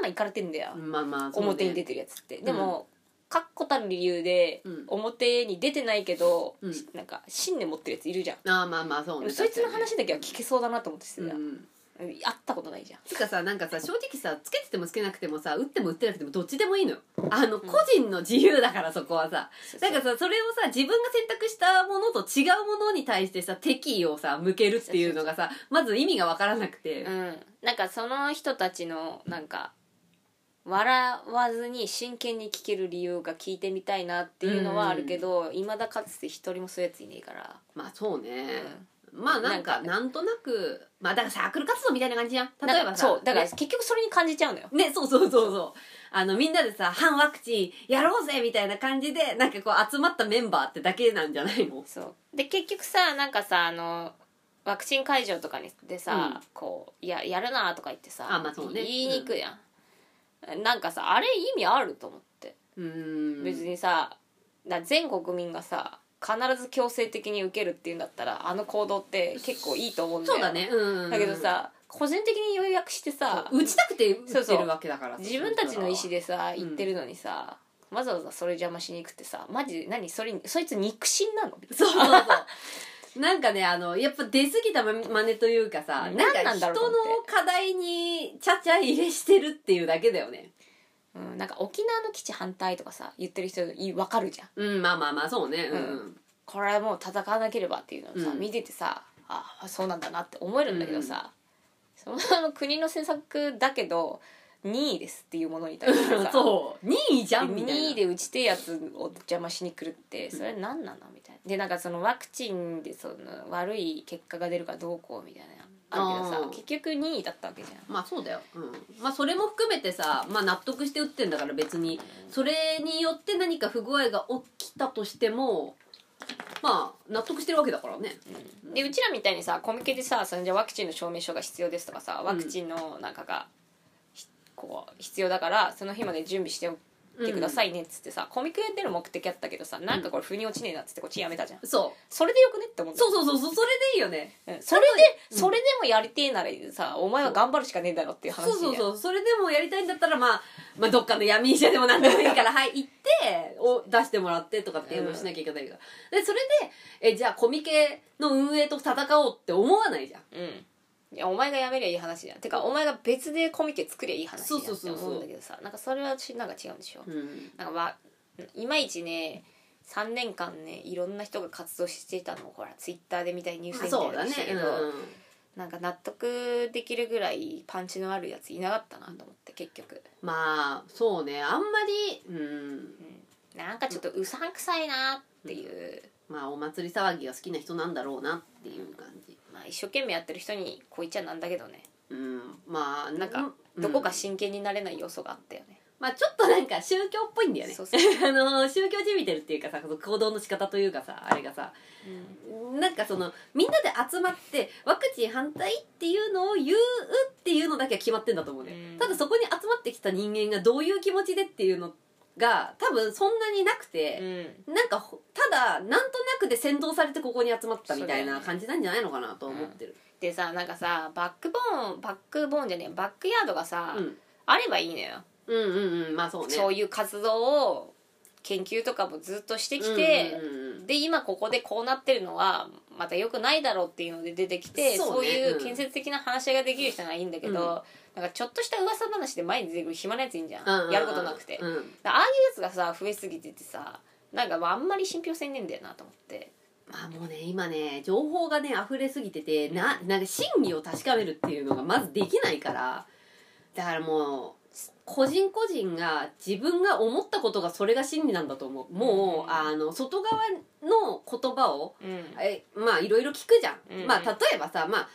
Speaker 1: 頭いかれてんだよ、
Speaker 2: まあまあ
Speaker 1: 表に出
Speaker 2: て
Speaker 1: てるやつってでも確固たる理由で
Speaker 2: うん
Speaker 1: 表に出てないけど、
Speaker 2: うん
Speaker 1: なんか信念持ってるやついるじゃん、
Speaker 2: ああまあまあそう
Speaker 1: で
Speaker 2: ね
Speaker 1: もそいつの話
Speaker 2: 確
Speaker 1: だけは聞けそうだなと思って
Speaker 2: かに
Speaker 1: さ、
Speaker 2: うん
Speaker 1: 会ったことないじゃん
Speaker 2: つうかさなんかさ正直さつけててもつけなくてもさ打っても打ってなくてもどっちでもいいのよあの個人の自由だからそこはさなんかさそれをさ自分が選択したものと違うものに対してさ敵意をさ向けるっていうのがさまず意味が分からなくて、
Speaker 1: うん、なんかその人たちのなんか笑わずに真剣に聞ける理由が聞いてみたいなっていうのはあるけどいま、未だかつて一人もそういうやついねえから、
Speaker 2: まあそうね、
Speaker 1: うん
Speaker 2: まあなん
Speaker 1: なんか
Speaker 2: か
Speaker 1: ね
Speaker 2: なんとなくまあだからサークル活動みたいな感じじゃん例え
Speaker 1: なん
Speaker 2: ば
Speaker 1: か
Speaker 2: さ
Speaker 1: そうだから
Speaker 2: ね
Speaker 1: 結局それに感じちゃうのよ
Speaker 2: ねそうそうそう *laughs* そうあのみんなでさ反ワクチンやろうぜみたいな感じでなんかこう集まったメンバーってだけなんじゃないの
Speaker 1: そうで結局さなんかさあのワクチン会場とかにでさ、
Speaker 2: うん
Speaker 1: こういややるなとか言ってさ
Speaker 2: あまあそうね
Speaker 1: 言いにくいやん、なんかさあれ意味あると思って、
Speaker 2: うーん
Speaker 1: 別にさだ全国民がさ必ず強制的に受けるっていうんだったらあの行動って結構いいと思うんだよ
Speaker 2: そうだねうん
Speaker 1: だけどさ個人的に予約してさ
Speaker 2: 打ちたくて
Speaker 1: そ
Speaker 2: 打
Speaker 1: うそ
Speaker 2: って
Speaker 1: う
Speaker 2: るわけだから
Speaker 1: 自分たちの意思
Speaker 2: で
Speaker 1: でさ
Speaker 2: うん
Speaker 1: 行ってるのにさ、わざわざそれ邪魔しに行くってさマジで何それそいつ肉親なの
Speaker 2: そうそうそうなんかねあのやっぱ出過ぎたま真似というかさ
Speaker 1: うん
Speaker 2: な
Speaker 1: 何
Speaker 2: んか
Speaker 1: なんだ
Speaker 2: 人
Speaker 1: ろう
Speaker 2: の
Speaker 1: と思って
Speaker 2: 課題にちゃちゃ入れしてるっていうだけだよね
Speaker 1: うん、なんか沖縄の基地反対とかさ言ってる人いわかるじゃん
Speaker 2: うんまあまあまあそうねうん、
Speaker 1: うこれはもう戦わなければっていうのをさ、
Speaker 2: うん
Speaker 1: 見ててさあそうなんだなって思えるんだけどさ、その国の政策だけど2位ですっていうものに対してさ
Speaker 2: *laughs* そう任意じゃんみたいな
Speaker 1: 2位で打ち手やつを邪魔しに来るってそれ何なのみたいなでなんかそのワクチンでその悪い結果が出るからどうこうみたいなのあるけど
Speaker 2: あ
Speaker 1: さ
Speaker 2: ー
Speaker 1: 結局2位だったわけじゃん
Speaker 2: まあそうだよ、うんまあ、それも含めてさ、まあ、納得して打ってんだから別にそれによって何か不具合が起きたとしてもまあ納得してるわけだからね
Speaker 1: でうちらみたいにさコミケでさそれじゃワクチンの証明書が必要ですとかさ
Speaker 2: ん
Speaker 1: ワクチンのなんかが、ひこう必要だからその日まで準備しておいてくださいねっつってさ、コミケでの目的あったけどさなんかこれ腑に落ちねえなっつってこっちやめたじゃん、
Speaker 2: うんそ
Speaker 1: それでよくねって思っ
Speaker 2: う
Speaker 1: た
Speaker 2: そうそうそうそうそれでいいよね
Speaker 1: うんそれ
Speaker 2: う
Speaker 1: で
Speaker 2: ん
Speaker 1: それでもやりてえならさお前は頑張るしかねえだろっていう話
Speaker 2: そうそう
Speaker 1: う
Speaker 2: そうそれでもやりたいんだったら、まあ、まあどっかの闇医者でも何でもいい
Speaker 1: *laughs*
Speaker 2: からはい行ってを出してもらってとかっていうのをしなきゃいけないから、でそれでえじゃあコミケの運営と戦おうって思わないじゃん
Speaker 1: うんいやお前がやめりゃいい話じゃんてかお前が別でコミケ作りゃいい話じゃんっ
Speaker 2: そう
Speaker 1: て
Speaker 2: そうそうそう
Speaker 1: 思うんだけどさなんかそれはしなんか違うんでしょ、
Speaker 2: うん
Speaker 1: なんかわいまいちね3年間ねいろんな人が活動していたのをほらツイッターで見たりニュース
Speaker 2: まあ
Speaker 1: で見
Speaker 2: そう
Speaker 1: た
Speaker 2: だ
Speaker 1: り
Speaker 2: ね
Speaker 1: したけ
Speaker 2: う
Speaker 1: ど、
Speaker 2: ん
Speaker 1: なんか納得できるぐらいパンチのあるやついなかったなと思って結局
Speaker 2: まあそうねあんまりうん
Speaker 1: なんかちょっとうさんくさいなっていう、
Speaker 2: まあお祭り騒ぎが好きな人なんだろうなっていう感じ
Speaker 1: まあ、一生懸命やってる人にこう言っちゃなんだけどね
Speaker 2: うんまあ
Speaker 1: な
Speaker 2: な
Speaker 1: んん
Speaker 2: か
Speaker 1: か、
Speaker 2: うん
Speaker 1: どこか真剣になれない要素があったよね、
Speaker 2: まあちょっとなんか宗教っぽいんだよね
Speaker 1: そうそう
Speaker 2: *laughs* あの宗教じみてるっていうかさその行動の仕方というかさあれがさ
Speaker 1: うん
Speaker 2: なんかそのみんなで集まってワクチン反対っていうのを言うっていうのだけは決まってんだと思うね、
Speaker 1: うん
Speaker 2: ただそこに集まってきた人間がどういう気持ちでっていうのが多分そんなになくて、なんかほただなんとなくで先導されてここに集まったみたいな感じなんじゃないのかなと思ってる
Speaker 1: でさなんかさバックボーンバックボーンじゃねえバックヤードがさ、
Speaker 2: うん
Speaker 1: あればいいのよ
Speaker 2: うんうんうんまあそうね
Speaker 1: そういう活動を研究とかもずっとしてき
Speaker 2: うん
Speaker 1: て、
Speaker 2: うんうんうん
Speaker 1: で今ここでこうなってるのはまた良くないだろうっていうので出てきて
Speaker 2: そ
Speaker 1: そうう,、
Speaker 2: ね
Speaker 1: いう
Speaker 2: うん
Speaker 1: 建設的な話し合いができる人がいいんだけど、
Speaker 2: うん
Speaker 1: なんかちょっとした噂話で前に出てくる暇なやついいんじゃん、
Speaker 2: うんうんうん
Speaker 1: やることなくて、だか
Speaker 2: うん
Speaker 1: らああいうやつがさ増えすぎててさなんかあんまり信憑性ねえんだよなと思って
Speaker 2: まあもうね今ね情報がね溢れすぎててななんか真偽を確かめるっていうのがまずできないからだからもう個人個人が自分が思ったことがそれが真理なんだと思うもう、
Speaker 1: うん
Speaker 2: あの外側の言葉を
Speaker 1: うん
Speaker 2: えまあいろいろ聞くじゃん、
Speaker 1: うん
Speaker 2: まあ例えばさまあ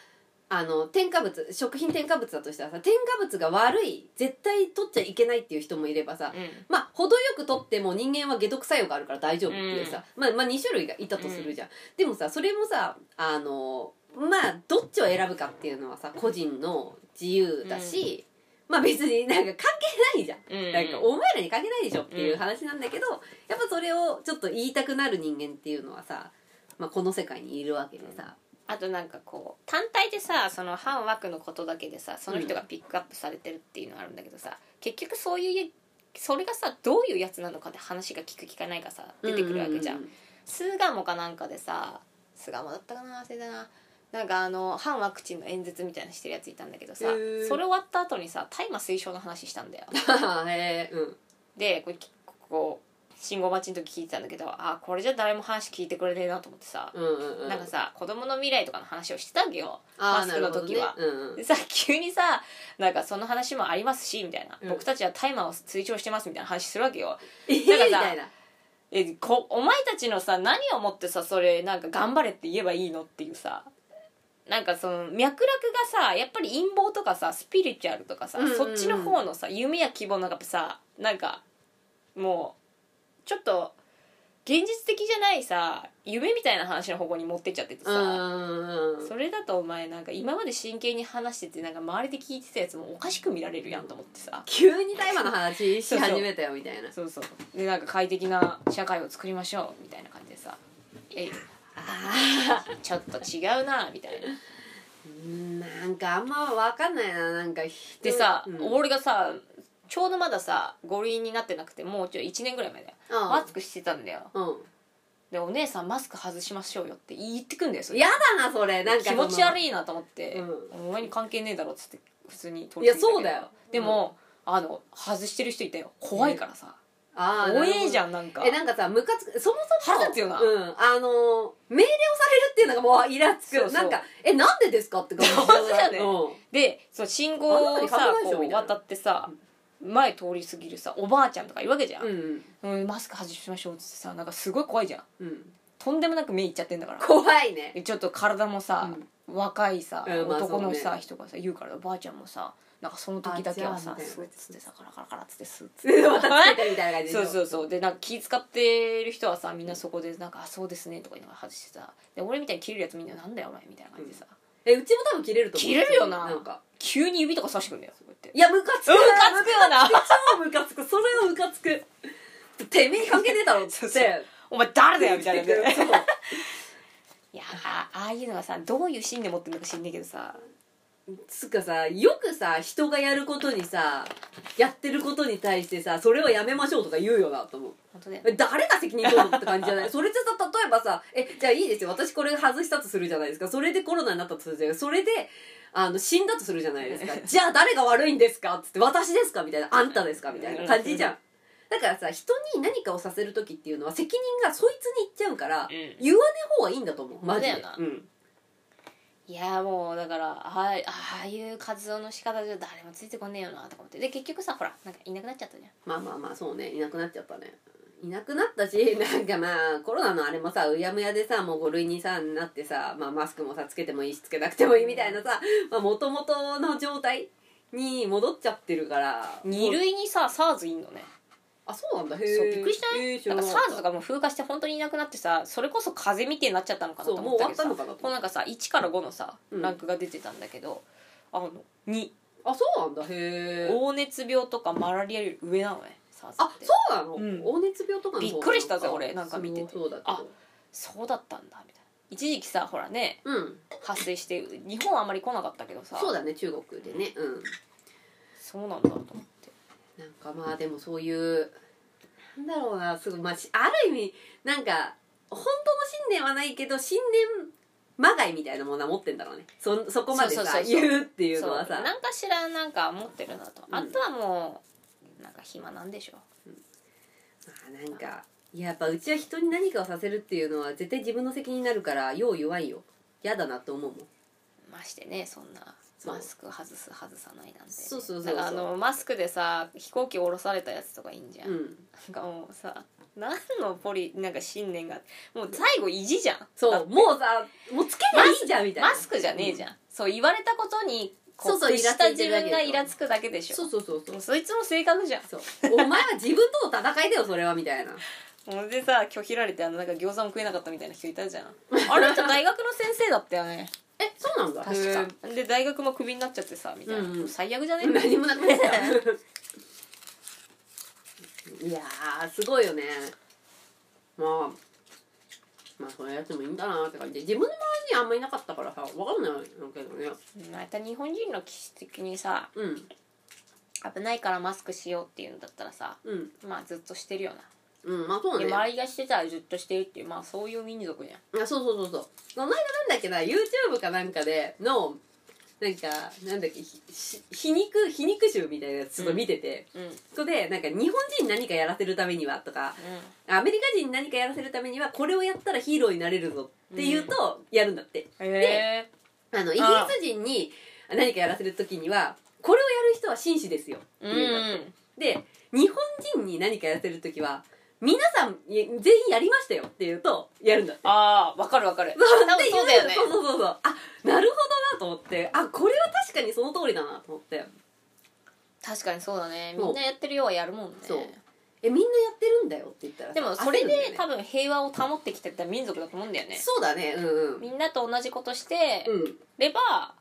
Speaker 2: あの添加物食品添加物だとしたらさ添加物が悪い絶対取っちゃいけないっていう人もいればさ、
Speaker 1: う
Speaker 2: まあ程よく取っても人間は解毒作用があるから大丈夫っていうさ、まあ、まあ2種類がいたとするじゃん、でもさそれもさあのまあどっちを選ぶかっていうのはさ個人の自由だし、まあ別になんか関係ないじゃん。
Speaker 1: ん
Speaker 2: なんか
Speaker 1: うん
Speaker 2: お前らに関係ないでしょっていう話なんだけど、やっぱそれをちょっと言いたくなる人間っていうのはさ、まあ、この世界にいるわけでさ、
Speaker 1: あとなんかこう単体でさその反枠のことだけでさその人がピックアップされてるっていうのはあるんだけどさ、結局そういうそれがさどういうやつなのかって話が聞く聞かないかさ出てくるわけじゃん,、
Speaker 2: うう
Speaker 1: スガモかなんかでさスガモだったかな忘れたななんかあの反ワクチンの演説みたいなしてるやついたんだけどさ
Speaker 2: へー
Speaker 1: それ終わった後にさ大麻推奨の話したんだよ
Speaker 2: うん *laughs* へえうん
Speaker 1: でこれきここ信号待ちの時聞いてたんだけどあこれじゃ誰も話聞いてくれねえなと思ってさ、
Speaker 2: うんうんうん
Speaker 1: なんかさ子供の未来とかの話をしてたわけよ
Speaker 2: あ
Speaker 1: マ
Speaker 2: ー
Speaker 1: スクの時は
Speaker 2: なるほどねうんうん
Speaker 1: でさ急にさなんかその話もありますしみたいな、
Speaker 2: うん
Speaker 1: 僕たちは大麻を推奨してますみたいな話するわけよ
Speaker 2: え *laughs* ーみ
Speaker 1: なんかさ
Speaker 2: たいな
Speaker 1: えこお前たちのさ何をもってさそれなんか頑張れって言えばいいのっていうさなんかその脈絡がさやっぱり陰謀とかさスピリチュアルとかさ、
Speaker 2: うんうんうん
Speaker 1: そっちの方のさ夢や希望なんかさなんかもうちょっと現実的じゃないさ夢みたいな話の方向に持ってっちゃっててさ、
Speaker 2: うんうん
Speaker 1: それだとお前なんか今まで真剣に話しててなんか周りで聞いてたやつもおかしく見られるやんと思ってさ
Speaker 2: 急に大麻の話し始めたよみたいな
Speaker 1: そうそうでなんか快適な社会を作りましょうみたいな感じでさえ
Speaker 2: あ
Speaker 1: ちょっと違うなみたいな
Speaker 2: うんなんかあんま分かんないななんか人
Speaker 1: でさ、
Speaker 2: うん
Speaker 1: 俺がさちょうどまださ5類になってなくてもうちょ1年ぐらい前だよ
Speaker 2: うん
Speaker 1: マスクしてたんだよ
Speaker 2: う
Speaker 1: でお姉さんマスク外しましょうよって言ってくんだよそ
Speaker 2: ん
Speaker 1: れ
Speaker 2: やだなそれなんか
Speaker 1: 気持ち悪
Speaker 2: い
Speaker 1: いなと思って、
Speaker 2: う
Speaker 1: お前に関係ねえだろっつって普通に通
Speaker 2: いやそうだよ
Speaker 1: でも、あの外してる人いたよ怖いからさ、
Speaker 2: ああ
Speaker 1: 怖えじ
Speaker 2: ん
Speaker 1: ゃんなんか
Speaker 2: えなんかさムカつくそもそも
Speaker 1: 腹立つよな
Speaker 2: うんあのー命令をされるっていうのがもうイラつく
Speaker 1: そうそう
Speaker 2: なんかえなんでですかって感じ
Speaker 1: 本当だよね
Speaker 2: うん
Speaker 1: でそう信号を
Speaker 2: あ
Speaker 1: さ
Speaker 2: んなに危ないでしょ
Speaker 1: こ
Speaker 2: み
Speaker 1: う
Speaker 2: たいな
Speaker 1: 渡ってさ前通り過ぎるさおばあちゃんとかいるわけじゃん、
Speaker 2: うん
Speaker 1: うんマスク外しましょうっつってさなんかすごい怖いじゃん
Speaker 2: うん
Speaker 1: とんでもなく目いっちゃってんだから
Speaker 2: 怖
Speaker 1: *laughs*
Speaker 2: いね
Speaker 1: ちょっと体もさ、若いさ、
Speaker 2: うんまあ
Speaker 1: 男のさ、
Speaker 2: そうね
Speaker 1: 人がさ言うからおばあちゃんもさなんかその時だけはさ
Speaker 2: あじゃあみたいな
Speaker 1: スーッつってさカラカラカラっつってスーッつっ
Speaker 2: うん
Speaker 1: て
Speaker 2: またついたみたいな感じで
Speaker 1: そうそうそうでなんか気使ってる人はさみんなそこでなんか「あそうですね」とか言いながら外してさで俺みたいに切れるやつみんな「なんだよお前」みたいな感じでさ、
Speaker 2: えうちも多分切れると思う
Speaker 1: 切れるよな
Speaker 2: なんか
Speaker 1: 急に指とか刺してくんだよこうやって
Speaker 2: いやムカつく
Speaker 1: う
Speaker 2: な
Speaker 1: かつくよな
Speaker 2: 超ムカつくそれはムカつくてめえに関係ねえだろっつ
Speaker 1: そう
Speaker 2: っ
Speaker 1: そう
Speaker 2: て
Speaker 1: お前誰だよみたいな感じで
Speaker 2: そう
Speaker 1: いやあああいうのがさどういう芯で持ってるのか知んねえけどさ
Speaker 2: つうかさよくさ人がやることにさやってることに対してさそれはやめましょうとか言うよなと思う
Speaker 1: 本当だよね
Speaker 2: え誰が責任取るのって感じじゃない *laughs* それってさ例えばさえじゃあいいですよ私これ外したとするじゃないですかそれでコロナになったとするじゃないですかそれであの死んだとするじゃないですか
Speaker 1: *laughs*
Speaker 2: じゃあ誰が悪いんですかっつって私ですかみたいなあんたですかみたいな感じじゃんだからさ人に何かをさせる時っていうのは責任がそいつにいっちゃうから、
Speaker 1: うん
Speaker 2: 言わねえ方がいいんだと思うマジで
Speaker 1: だよな
Speaker 2: うん
Speaker 1: いやもうだからああああいう活動の仕方じゃ誰もついてこねえよなとか思ってで結局さほらなんかいなくなっちゃったじゃん
Speaker 2: まあまあまあそうねいなくなっちゃったねいなくなったし *laughs* なんかまあコロナのあれもさうやむやでさもう5類にさなってさ、まあ、マスクもさつけてもいいしつけなくてもいいみたいなさもともとの状態に戻っちゃってるから
Speaker 1: 二類にさ SARS いんのね
Speaker 2: あそうなんだへえ
Speaker 1: そうびっくりしない
Speaker 2: へえ知
Speaker 1: なん
Speaker 2: ら
Speaker 1: か
Speaker 2: な
Speaker 1: SARS がもう風化して本当にいなくなってさそれこそ風邪みてえになっちゃったのかなと
Speaker 2: そう
Speaker 1: 思
Speaker 2: もう
Speaker 1: っ
Speaker 2: 終
Speaker 1: た
Speaker 2: わ
Speaker 1: けど
Speaker 2: っ
Speaker 1: さこ
Speaker 2: たのかな
Speaker 1: う
Speaker 2: と
Speaker 1: なんかさ1から5のさ
Speaker 2: うん
Speaker 1: ランクが出てたんだけど、あの2
Speaker 2: あそうなんだへえ
Speaker 1: 黄熱病とかマラリアより上なのね SARS って
Speaker 2: あそうなの、
Speaker 1: うん
Speaker 2: 黄熱病とかの方なのか
Speaker 1: びっくりしたぜ俺なんか見てて
Speaker 2: そうそうだけど
Speaker 1: あそうだったんだみたいな一時期さほらね
Speaker 2: うん
Speaker 1: 発生して日本はあんまり来なかったけどさ
Speaker 2: そうだね中国でねうん
Speaker 1: そうなんだと思って
Speaker 2: なんかまあでもそういうなんだろうなすごい、まあ、しある意味なんか本当の信念はないけど信念まがいみたいなものは持ってんだろうねそそこまでさ
Speaker 1: そうそうそうそう
Speaker 2: 言うっていう
Speaker 1: そ
Speaker 2: のは
Speaker 1: う
Speaker 2: さ
Speaker 1: なんかしらなんか持ってるなと、
Speaker 2: うん
Speaker 1: あとはもうなんか暇なんでしょ
Speaker 2: まあなんかいややっぱうちは人に何かをさせるっていうのは絶対自分の責任になるからよう弱いよ嫌だなと思うもん
Speaker 1: ましてねそんな
Speaker 2: そう
Speaker 1: マスク外す外さないなんてね、
Speaker 2: そうそうそうそう
Speaker 1: だからあのマスクでさ飛行機降ろされたやつとかいいんじゃん、
Speaker 2: うん
Speaker 1: なんかもうさ何のポリなんか信念がもう最後意地じゃん
Speaker 2: そ
Speaker 1: だ
Speaker 2: うもうさもうつけりゃいいじゃんみたいな
Speaker 1: マスクじゃねえじゃん、そう言われたことにこ
Speaker 2: そうそう
Speaker 1: 屈した自分がイ
Speaker 2: イラ
Speaker 1: ラ
Speaker 2: つ
Speaker 1: つくだけでしょ
Speaker 2: そうそうそうそう
Speaker 1: もうそいつも性格じゃん
Speaker 2: そうお前は自分との戦いだよそれはみたいな
Speaker 1: もうでさ拒否られてあのなんか餃子も食えなかったみたいな人いたじゃん *laughs* あの人大学の先生だったよね
Speaker 2: えそうなんだ
Speaker 1: 確かで大学もクビになっちゃってさみたいな、
Speaker 2: うんうん
Speaker 1: 最悪じゃね
Speaker 2: 何もなくなったいやーすごいよねまあまあそういうやつもいいんだなって感じで自分の周りにあんまいなかったからさわかんないけどね
Speaker 1: また日本人の気質的にさ
Speaker 2: うん
Speaker 1: 危ないからマスクしようっていうんだったらさ
Speaker 2: うん
Speaker 1: まあずっとしてるよ
Speaker 2: うんまあそ
Speaker 1: な、
Speaker 2: うね
Speaker 1: で
Speaker 2: い
Speaker 1: 周りがしてたらずっとしてるっていうまあそういう民族じゃん
Speaker 2: やそうそうそうそうこの間なんだっけな YouTube かなんかでのなんかなんだっけひし皮肉皮肉集みたいなやつちょっと見てて、
Speaker 1: うんうん
Speaker 2: そこでなんか日本人に何かやらせるためにはとかアメリカ人に何かやらせるためにはこれをやったらヒーローになれるぞっていうとやるんだって、
Speaker 1: へえ
Speaker 2: あのイギリス人に何かやらせる時にはこれをやる人は紳士ですよって
Speaker 1: う
Speaker 2: いうんだって
Speaker 1: ん
Speaker 2: で日本人に何かやらせる時は皆さんい全員やりましたよっていうとやるんだって
Speaker 1: ああわかるわかる
Speaker 2: そう
Speaker 1: *laughs* 多分そうだよね
Speaker 2: そうそうそうそうあなるほどなと思ってあこれは確かにその通りだなと思って
Speaker 1: 確かにそうだね
Speaker 2: そう
Speaker 1: みんなやってるようはやるもんね
Speaker 2: そうえみんなやってるんだよって言ったら
Speaker 1: でもそれで、
Speaker 2: 焦るんだよね
Speaker 1: 多分平和を保ってきてた民族だと思うんだよね
Speaker 2: そうだねうんうん
Speaker 1: みんなと同じことして
Speaker 2: うん
Speaker 1: れば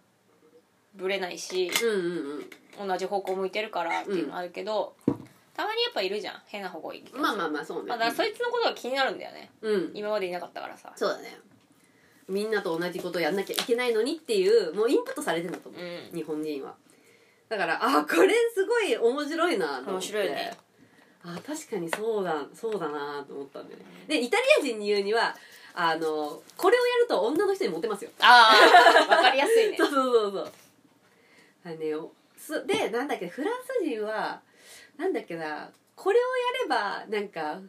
Speaker 1: ぶれないし
Speaker 2: うんうんうん
Speaker 1: 同じ方向向いてるからっていうのあるけど、たまにやっぱいるじゃん変な方向行き
Speaker 2: まあまあまあそうね
Speaker 1: まあだからそいつのことが気になるんだよね
Speaker 2: うん
Speaker 1: 今までいなかったからさ
Speaker 2: そうだねみんなと同じことをやんなきゃいけないのにっていうもうインプットされてんだと思う
Speaker 1: う
Speaker 2: 日本人はだからあこれすごい面白いなと思って
Speaker 1: ん面白いね
Speaker 2: あ確かにそうだそうだなと思ったんだよねでイタリア人に言うにはあのこれをやると女の人にモテますよ
Speaker 1: ああわかりやすいね
Speaker 2: そうそうそうそうあれねおすでなんだっけフランス人はなんだっけなこれをやればなんか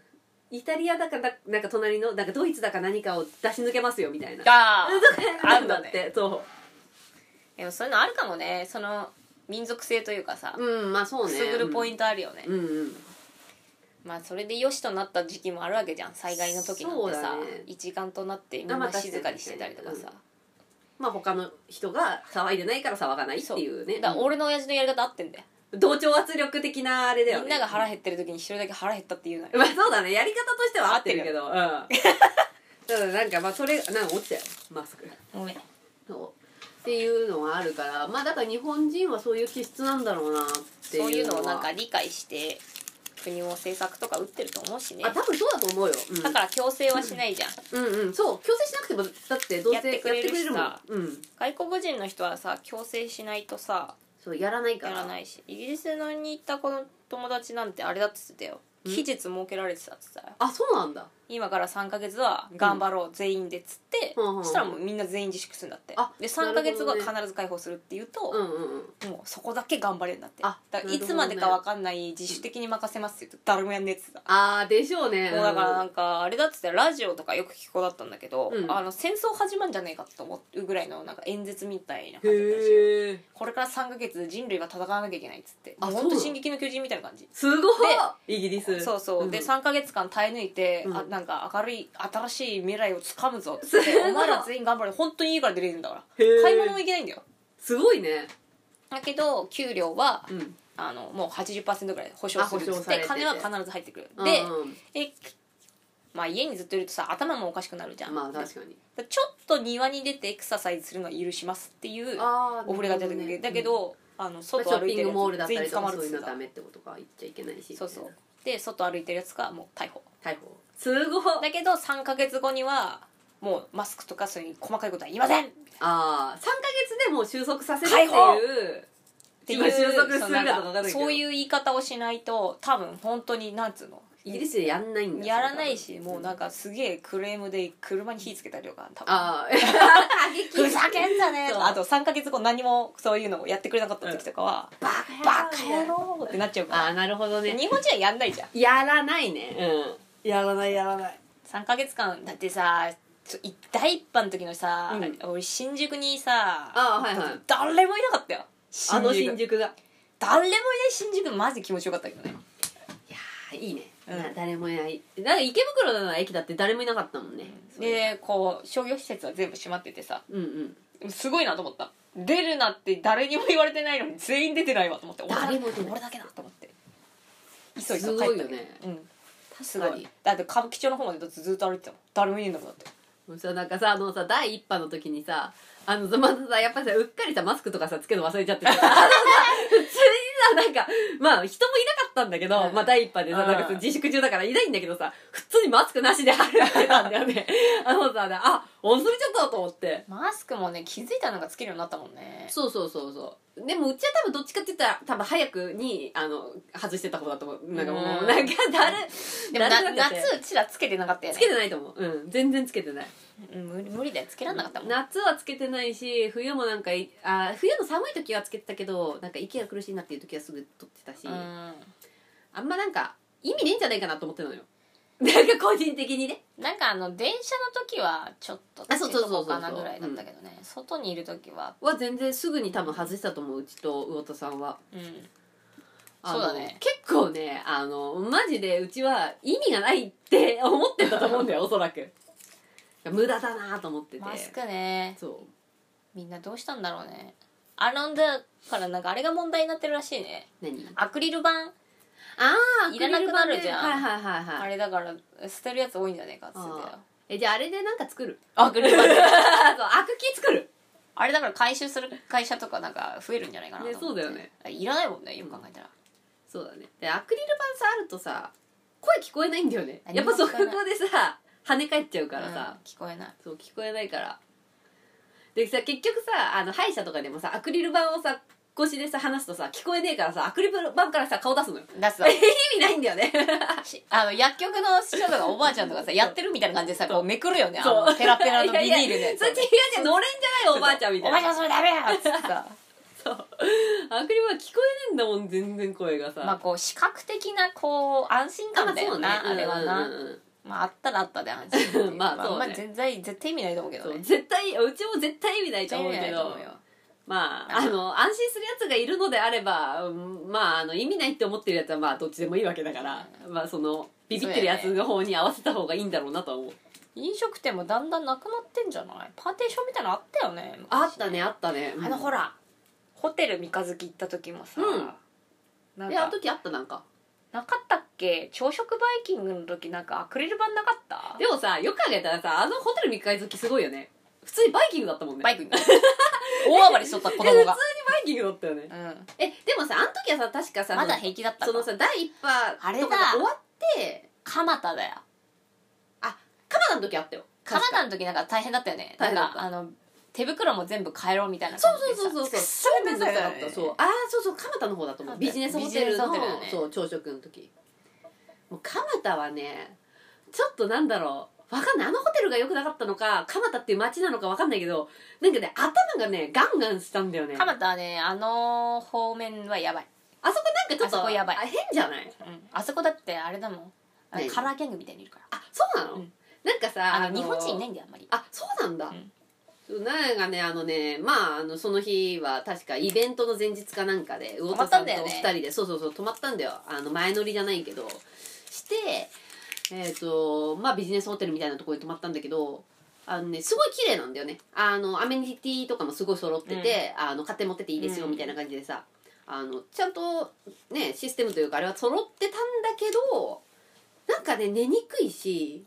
Speaker 2: イタリアだかななんか隣のなんかドイツだか何かを出し抜けますよみたいな
Speaker 1: あー
Speaker 2: あんだってそ
Speaker 1: でもそういうのあるかもねその民族性というかさ
Speaker 2: ううんまあそう
Speaker 1: く
Speaker 2: ね
Speaker 1: すぐるポイ
Speaker 2: ン
Speaker 1: ントあるよね、
Speaker 2: うんうん
Speaker 1: まあそれでよしとなった時期もあるわけじゃん災害の時なん
Speaker 2: そう
Speaker 1: てさ、
Speaker 2: だね
Speaker 1: 一丸となってみん
Speaker 2: あまあ
Speaker 1: な
Speaker 2: 確かに
Speaker 1: 静かにしてたりとかさ、
Speaker 2: まあ他の人が騒いでないから騒がないっていうね
Speaker 1: だから俺の親父のやり方合ってんだよ、
Speaker 2: 同調圧力的なあれだよね
Speaker 1: みんなが腹減ってる時に一人だけ腹減ったって言うなよ
Speaker 2: まあそうだねやり方としては合ってる
Speaker 1: *laughs*
Speaker 2: けどうんただなんかまあそれなんか落ちたよマスク
Speaker 1: ごめん
Speaker 2: そうっていうのがあるからまあだから日本人はそういう気質なんだろうなっていう
Speaker 1: そういう
Speaker 2: の
Speaker 1: の
Speaker 2: は
Speaker 1: をなんか理解して国も政策とか打ってると思うしね
Speaker 2: あ多分そうだと思うよ、うん、
Speaker 1: だから強制はしないじゃん、
Speaker 2: うんうんそう強制しなくてもだってどうせ
Speaker 1: やっ
Speaker 2: やっ
Speaker 1: てて
Speaker 2: く
Speaker 1: く
Speaker 2: れ
Speaker 1: れ
Speaker 2: る
Speaker 1: る
Speaker 2: も
Speaker 1: し
Speaker 2: ん
Speaker 1: さ
Speaker 2: うん
Speaker 1: 外国人の人はさ強制しないとさ
Speaker 2: そうやらないか
Speaker 1: や
Speaker 2: ら
Speaker 1: らないしイギリスのに行った子の友達なんてあれだって言ってたよ
Speaker 2: うん
Speaker 1: 期日設けられてたって言ってたよ
Speaker 2: あそうなんだ
Speaker 1: 今から3ヶ月は頑張ろう、全員でっつって、
Speaker 2: うんうんうん
Speaker 1: そしたらもうみんな全員自粛するんだって
Speaker 2: あ
Speaker 1: で
Speaker 2: な
Speaker 1: 3
Speaker 2: るほど
Speaker 1: ヶ
Speaker 2: ね
Speaker 1: 月後は必ず解放するっていうと、
Speaker 2: うんうんうん
Speaker 1: もうそこだけ頑張れるんだって
Speaker 2: あ
Speaker 1: だから
Speaker 2: なる
Speaker 1: い
Speaker 2: ほどね
Speaker 1: つまでか分かんない自主的に任せますって言うと誰もやんねえっつってた
Speaker 2: ああでしょうね
Speaker 1: もうだからなんかあれだっつってラジオとかよく聞く子だったんだけど、
Speaker 2: うん
Speaker 1: あの戦争始まんじゃねえかと思うぐらいのなんか演説みたいな感じだったらしいよ
Speaker 2: へえ
Speaker 1: これから3ヶ月人類は戦わなきゃいけないっつって
Speaker 2: あ
Speaker 1: もう
Speaker 2: そう
Speaker 1: ほんと
Speaker 2: な
Speaker 1: 「
Speaker 2: の
Speaker 1: 進撃の巨人」みたいな感じ
Speaker 2: すごいイギリス
Speaker 1: そうそう、
Speaker 2: ん
Speaker 1: で3ヶ月間耐え抜いて、
Speaker 2: うん
Speaker 1: あなんか明るい新しい未来をつかむぞっつ
Speaker 2: *laughs*
Speaker 1: って「お前ら全員頑張れ本当にいいから出れるんだから
Speaker 2: へー
Speaker 1: 買い物もいけないんだよ」
Speaker 2: すごいね
Speaker 1: だけど給料は
Speaker 2: うん
Speaker 1: あのもう80%ぐらい保証するっつ
Speaker 2: あ保証
Speaker 1: っ
Speaker 2: され
Speaker 1: て
Speaker 2: てて
Speaker 1: 金は必ず入ってくるで、
Speaker 2: うん
Speaker 1: えまあ家にずっといるとさ頭もおかしくなるじゃん、
Speaker 2: まあ確か
Speaker 1: だか
Speaker 2: に
Speaker 1: らちょっと庭に出てエクササイズするのは許しますっていう
Speaker 2: あ
Speaker 1: お触れが出てくる、だけど、あの
Speaker 2: ショ
Speaker 1: 外
Speaker 2: ッ
Speaker 1: 歩い
Speaker 2: ピ
Speaker 1: て
Speaker 2: ン
Speaker 1: る
Speaker 2: グモールだ
Speaker 1: や
Speaker 2: っ
Speaker 1: つ全員
Speaker 2: たりと
Speaker 1: 捕ま
Speaker 2: か
Speaker 1: るっ
Speaker 2: そう
Speaker 1: つ
Speaker 2: いう
Speaker 1: って
Speaker 2: の
Speaker 1: た
Speaker 2: ダメってことか言っちゃいけないし
Speaker 1: そうそうで外歩いてるやつがもう逮捕
Speaker 2: 逮捕すごい
Speaker 1: だけど3か月後にはもうマスクとかそういう細かいことは言いませんっ
Speaker 2: ああ3ヶ月でもう収束させるって
Speaker 1: 解放
Speaker 2: いう
Speaker 1: てい
Speaker 2: 今
Speaker 1: う
Speaker 2: 収束するか
Speaker 1: そ
Speaker 2: と
Speaker 1: う
Speaker 2: か
Speaker 1: な
Speaker 2: わ
Speaker 1: ん
Speaker 2: かんないけど
Speaker 1: そういう言い方をしないと多分本当になんつうの
Speaker 2: イギリスでやんないんだ
Speaker 1: やらないしもうなんかすげえクレームで車に火つけたりとか多分
Speaker 2: ああ過 *laughs* 激
Speaker 1: ふざけんじゃねえ
Speaker 2: そう
Speaker 1: とあと3か月後何もそういうのをやってくれなかった時とかは「
Speaker 2: バカ
Speaker 1: バ
Speaker 2: 野
Speaker 1: カ野
Speaker 2: 郎
Speaker 1: 郎!」ってなっちゃう
Speaker 2: あ
Speaker 1: か
Speaker 2: あなるほど
Speaker 1: ら
Speaker 2: ね
Speaker 1: 日本人はやんないじゃん
Speaker 2: やらないねうんやらないやらない
Speaker 1: 3ヶ月間だってさちょい第一波の時のさ、
Speaker 2: うん
Speaker 1: 俺新宿にさ
Speaker 2: ああはいはい
Speaker 1: 誰もいなかったよ
Speaker 2: あの新宿が
Speaker 1: 誰もいない新宿マジ気持ちよかったけどね
Speaker 2: いやーいいね、
Speaker 1: うん
Speaker 2: な誰もいないだから池袋の駅だって誰もいなかったもんね、そう
Speaker 1: でこう商業施設は全部閉まっててさ
Speaker 2: うんうん
Speaker 1: すごいなと思った出るなって誰にも言われてないのに全員出てないわと思って
Speaker 2: 誰
Speaker 1: 俺
Speaker 2: も出てない
Speaker 1: 俺だけだと思って急いです帰っ
Speaker 2: ごい
Speaker 1: た
Speaker 2: よ
Speaker 1: けど
Speaker 2: ね
Speaker 1: うんす
Speaker 2: 確
Speaker 1: ご
Speaker 2: か
Speaker 1: い
Speaker 2: に
Speaker 1: だって歌舞伎町の方までだってずっと歩いてたもん誰もいねえんだもんだって
Speaker 2: そうなんかさあのさ第一波の時にさあのまずさやっぱりさうっかりさマスクとかさつけるの忘れちゃってさ *laughs* あのさ普通にさなんかまあ人もいなかったんだけど、
Speaker 1: うん
Speaker 2: まあ第一波でさ
Speaker 1: うん
Speaker 2: なんかさ自粛中だからいないんだけどさ普通にマスクなしで歩いてたんだよね *laughs* あのさあ忘れちゃったと思って
Speaker 1: マスクもね気づいたのがつけるようになったもんね
Speaker 2: そうそうそうそうでもうちは多分どっちかって言ったら多分早くにあの外してた方だと思うなんかもう、
Speaker 1: うん
Speaker 2: なんかだる
Speaker 1: でも
Speaker 2: だ
Speaker 1: な
Speaker 2: るくなっちゃって
Speaker 1: 夏うちらつけてなかったよ
Speaker 2: つ
Speaker 1: ね
Speaker 2: けてないと思ううん全然つけてない
Speaker 1: うん無理無理だよつけらんなかったもん
Speaker 2: 夏はつけてないし冬もなんかいあ冬の寒い時はつけてたけどなんか息が苦しいなっていう時はすぐ取ってたし、
Speaker 1: うん
Speaker 2: あんまなんか意味ねえんじゃないかなと思って
Speaker 1: *laughs*
Speaker 2: るのよなんか個人的にね
Speaker 1: なんかあの電車の時はちょっと
Speaker 2: あそうそうそうそう
Speaker 1: つけとこかなぐらいだったけどね外にいる時は
Speaker 2: は全然すぐに多分外したと思ううちと魚田さんは
Speaker 1: うん
Speaker 2: あの
Speaker 1: そうだね
Speaker 2: 結構ねあのマジでうちは意味がないって *laughs* 思ってたと思うんだよおそらく無駄だなと思ってて
Speaker 1: マスクね
Speaker 2: そ
Speaker 1: みんなどうしたんだろうねあのだからなんかあれが問題になってるらしいね
Speaker 2: う何
Speaker 1: アクリル板
Speaker 2: ああ
Speaker 1: いらなくなるじゃん
Speaker 2: はいはいはいはい
Speaker 1: あれだから捨てるやつ多いんじゃねえかっつってたよ
Speaker 2: えじゃああれでなんか作る *laughs*
Speaker 1: アクリル板
Speaker 2: あそうアクキー作る
Speaker 1: *laughs* あれだから回収する会社とかなんか増えるんじゃないかなと思って
Speaker 2: ねそうだよね
Speaker 1: いらないもんねよく考えたら
Speaker 2: そうだねでアクリル板さあるとさ声聞こえないんだよねやっぱそこ
Speaker 1: 何も聞こえ
Speaker 2: でさ跳ね返っちゃうから
Speaker 1: うん
Speaker 2: さ、
Speaker 1: 聞こえない
Speaker 2: そう聞こえないからでさ結局さあの歯医者とかでもさアクリル板をさ越しでさ話すとさ聞こえねえからさアクリル板からさ顔出すのよ
Speaker 1: 出すわ
Speaker 2: 意味ないんだ
Speaker 1: *laughs*
Speaker 2: よね
Speaker 1: しあの薬局の師匠とかおばあちゃんとかさやってるみたいな感じでさこうめくるよねあ
Speaker 2: そ
Speaker 1: の
Speaker 2: う
Speaker 1: ペラペラのビニール
Speaker 2: *laughs* いやい
Speaker 1: で
Speaker 2: やそっちいやのれんじゃないよおばあちゃんみた
Speaker 1: お
Speaker 2: い
Speaker 1: ばあ
Speaker 2: な
Speaker 1: ちゃんそれダメやっつってさ
Speaker 2: アクリル板聞こえねえんだもん全然声がさ、
Speaker 1: まあこう視覚的なこう安心
Speaker 2: あま
Speaker 1: 感だよな、
Speaker 2: そ
Speaker 1: あ
Speaker 2: う
Speaker 1: れはな、
Speaker 2: うんうんうん
Speaker 1: まああったらあったで安心っていう
Speaker 2: *laughs* まあそうね
Speaker 1: まあ絶対絶対意味ないと思うけど
Speaker 2: そう
Speaker 1: ね
Speaker 2: 絶対うちも絶対意味ない
Speaker 1: 絶
Speaker 2: と
Speaker 1: 対
Speaker 2: 思
Speaker 1: 意味
Speaker 2: う
Speaker 1: な
Speaker 2: け
Speaker 1: いと
Speaker 2: ど
Speaker 1: 思うよ
Speaker 2: まああの安心するやつがいるのであれば、うんまああの意味ないって思ってるやつはまあどっちでもいいわけだから、まあそのビビってるやつの方に合わせた方がいいんだろうなとは思う
Speaker 1: 飲食店もだんだんなくなってんじゃないパーテーションみたいなのあったよね昔
Speaker 2: あったねあったね
Speaker 1: あのほらホテル三日月行った時もさ、
Speaker 2: うん
Speaker 1: なん
Speaker 2: えあの
Speaker 1: か
Speaker 2: 時あったなんか
Speaker 1: なかったっけ朝食バイキングの時なんかアクリル板なかった
Speaker 2: でもさよく考えたらさあのホテル三日月すごいよね普通にバイキングだったもんね
Speaker 1: バ
Speaker 2: イ
Speaker 1: イクに大暴れしとった子供
Speaker 2: 普通にバ
Speaker 1: が、
Speaker 2: イキングだったよね
Speaker 1: うん、
Speaker 2: えでもさあの時はさ確かさ
Speaker 1: まだ平気だった
Speaker 2: その
Speaker 1: の
Speaker 2: さ第一波
Speaker 1: あれ
Speaker 2: と
Speaker 1: だ
Speaker 2: かが終わって
Speaker 1: 蒲田だよ
Speaker 2: 鎌田の時あったよ
Speaker 1: カナダの時なんか大変だったよねな
Speaker 2: 大変
Speaker 1: ん
Speaker 2: だった
Speaker 1: かあの手袋も全部変えろみたいな
Speaker 2: そ
Speaker 1: 感
Speaker 2: う
Speaker 1: じで
Speaker 2: そうそうそ
Speaker 1: そ
Speaker 2: うそうう
Speaker 1: 面
Speaker 2: 面
Speaker 1: 倒
Speaker 2: 倒
Speaker 1: くさかっ
Speaker 2: くさかったた
Speaker 1: そ
Speaker 2: そううああそうそう蒲田の方だと思うビジネスホテ
Speaker 1: ビジネ
Speaker 2: ル
Speaker 1: スホ
Speaker 2: の
Speaker 1: テルだよね
Speaker 2: そう朝食の時もう蒲田はねちょっとなんだろうわかんないあのホテルが良くなかったのか蒲田っていう街なのかわかんないけどなんかね頭がねガンガンしたんだよね
Speaker 1: 蒲田はねあの方面はやばい、
Speaker 2: あそこなんかちょっ
Speaker 1: あそ
Speaker 2: と
Speaker 1: こやばい
Speaker 2: あ変じゃない
Speaker 1: うん、あそこだってあれだもんあの
Speaker 2: 何
Speaker 1: カラーギャングみたいにいるから
Speaker 2: あそうなの、
Speaker 1: うん
Speaker 2: なんかさ
Speaker 1: あの日本人いないいんだよあんまり
Speaker 2: あそうなんだ、
Speaker 1: うん
Speaker 2: なんかねあのねまああのその日は確かイベントの前日かなんかで魚
Speaker 1: ま
Speaker 2: 田
Speaker 1: っ
Speaker 2: さ
Speaker 1: た
Speaker 2: ん
Speaker 1: ん
Speaker 2: と
Speaker 1: だよ
Speaker 2: お
Speaker 1: ね
Speaker 2: 二人で、そうそうそう泊まったんだよあの前乗りじゃないけどしてえっ、とまあビジネスホテルみたいなところに泊まったんだけどあのねすごい綺麗なんだよねあのアメニティとかもすごい揃ってて、あの買って持ってっていいですよ
Speaker 1: うん
Speaker 2: みたいな感じでさ、あのちゃんとねシステムというかあれは揃ってたんだけどなんかね寝にくいし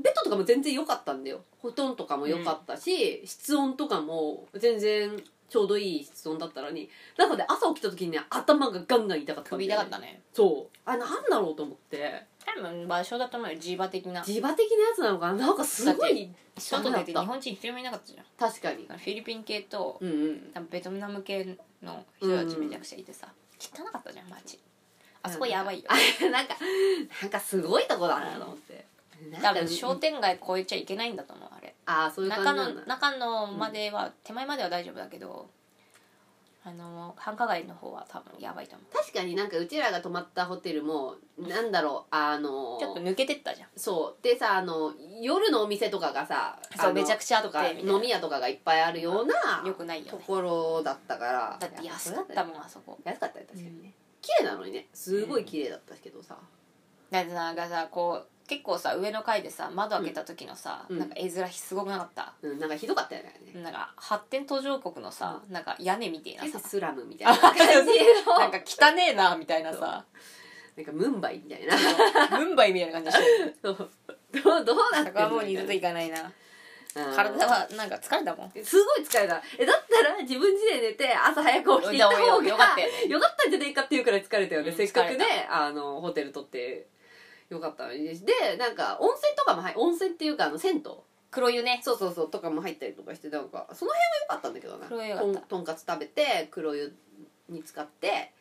Speaker 2: ベッドとかも全然良かったんだよ布団とかも良かったし、室温とかも全然ちょうどいい室温だったのになので朝起きた時にね頭がガンガン痛かったん
Speaker 1: 飛
Speaker 2: だ
Speaker 1: びた
Speaker 2: よね
Speaker 1: かったね
Speaker 2: そうあなんだろうと思って
Speaker 1: 多分場所だと思うよジーバ的な
Speaker 2: 磁場的なやつなのかななんかすごい
Speaker 1: 外出て日
Speaker 2: ダメだっ
Speaker 1: 本人一人もいなかったじゃん
Speaker 2: た確かに
Speaker 1: フィリピン系と
Speaker 2: うんうん
Speaker 1: 多分ベトナム系の人たちめちゃくちゃいてさ、汚かったじゃん街あそこやばいよ
Speaker 2: あなんかなんかすごいとこだなと思って
Speaker 1: 多分商店街越えちゃいけないんだと思うあれ
Speaker 2: ああそういう感じ
Speaker 1: 中
Speaker 2: なんだ
Speaker 1: の中のまでは、手前までは大丈夫だけどあの繁華街の方は多分やばいと思
Speaker 2: 確かになんかうちらが泊まったホテルもなんだろうあの
Speaker 1: うちょっと抜けてったじゃん
Speaker 2: そうでさあの夜のお店とかがさ
Speaker 1: そう
Speaker 2: あの
Speaker 1: めちゃくちゃあって
Speaker 2: とか
Speaker 1: みたいな
Speaker 2: 飲み屋とかがいっぱいあるような
Speaker 1: よくないよ
Speaker 2: と
Speaker 1: ね
Speaker 2: ころだったから
Speaker 1: だって安かったもんあそこ
Speaker 2: 安かったよ確かに
Speaker 1: う
Speaker 2: ね綺麗なのにねすごい綺麗だったけどさ
Speaker 1: だってなんかさこう結構さ上の階でさ窓開けた時のさ、
Speaker 2: うん
Speaker 1: なんか絵面すごくなかった、
Speaker 2: うんなんかひどかったよね
Speaker 1: なんか発展途上国のさ、なんか屋根みたいな
Speaker 2: 結
Speaker 1: さ
Speaker 2: 構スラムみたい
Speaker 1: *laughs*
Speaker 2: な感じの
Speaker 1: なんか汚ねえなみたいなさ
Speaker 2: なんかムンバイみたい
Speaker 1: *laughs*
Speaker 2: な
Speaker 1: ムンバイみたいな感じでし
Speaker 2: そうどうどうな
Speaker 1: ょそ
Speaker 2: ってん
Speaker 1: こは
Speaker 2: の
Speaker 1: もう二度と行かないな
Speaker 2: うん
Speaker 1: 体はなんか疲れたもん
Speaker 2: すごい疲れた。え、だったら自分家で寝て朝早く起きて行った *laughs* 方が
Speaker 1: よかったよね
Speaker 2: よかったんじゃないかっていうくらい疲れたよね。
Speaker 1: うん
Speaker 2: せっかく
Speaker 1: 疲
Speaker 2: ね
Speaker 1: れ、
Speaker 2: あの、ホテル取ってよかったのに。で、なんか温泉とかも入、温泉っていうかあの、銭湯
Speaker 1: 黒湯ね
Speaker 2: そうそうそう、とかも入ったりとかして、なんか、その辺は良かったんだけどな。
Speaker 1: 黒湯良かった
Speaker 2: とんとんかつ食べて、黒湯に使って、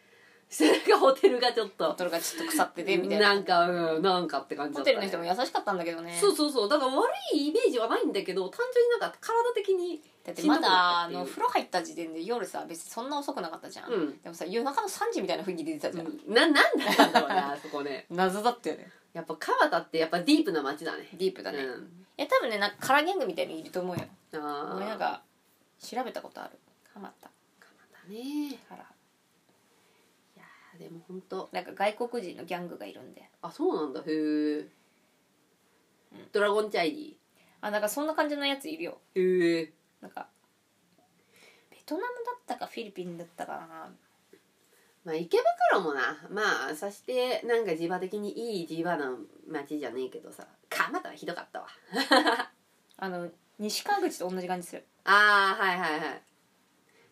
Speaker 2: してなんかホテルがちょっ
Speaker 1: ボ
Speaker 2: と、
Speaker 1: トルがちょっと腐っててみたいな
Speaker 2: なんか、うん、なんかって感じだ
Speaker 1: ホ
Speaker 2: っ
Speaker 1: テ
Speaker 2: た、
Speaker 1: ル
Speaker 2: ね。
Speaker 1: の人も優しかったんだけどね
Speaker 2: そうそうそう。だから悪いイメージはないんだけど、単純になんか体的に、
Speaker 1: だってまだあ
Speaker 2: しんどくなったっていう
Speaker 1: の風呂入った時点で夜さ別にそんな遅くなかったじゃん、
Speaker 2: うん
Speaker 1: でもさ夜中の3時みたいな雰囲気出てたじゃん、
Speaker 2: ななんだったんだろうねあそこね
Speaker 1: 謎だったよね
Speaker 2: やっぱ蒲田ってやっぱディープな街だね
Speaker 1: ディープだね、
Speaker 2: う
Speaker 1: い
Speaker 2: ん、
Speaker 1: や多分ねなんかカラーギャングみたいにいると思うよ
Speaker 2: ああ
Speaker 1: 俺なんか調べたことあるハマった
Speaker 2: 蒲田ねい
Speaker 1: から
Speaker 2: やーでも本当
Speaker 1: なんか外国人のギャングがいるんで
Speaker 2: あそうなんだへえドラゴンチャイニ
Speaker 1: あなんかそんな感じのやついるよ
Speaker 2: ーへえ
Speaker 1: なんかベトナムだったかフィリピンだったかな
Speaker 2: まあ池袋もなまあさしてなんか地場的にいい地場の街じゃねえけどさ蒲田はひどかったわ
Speaker 1: あの西川口と同じ感じする
Speaker 2: ああはいはいはい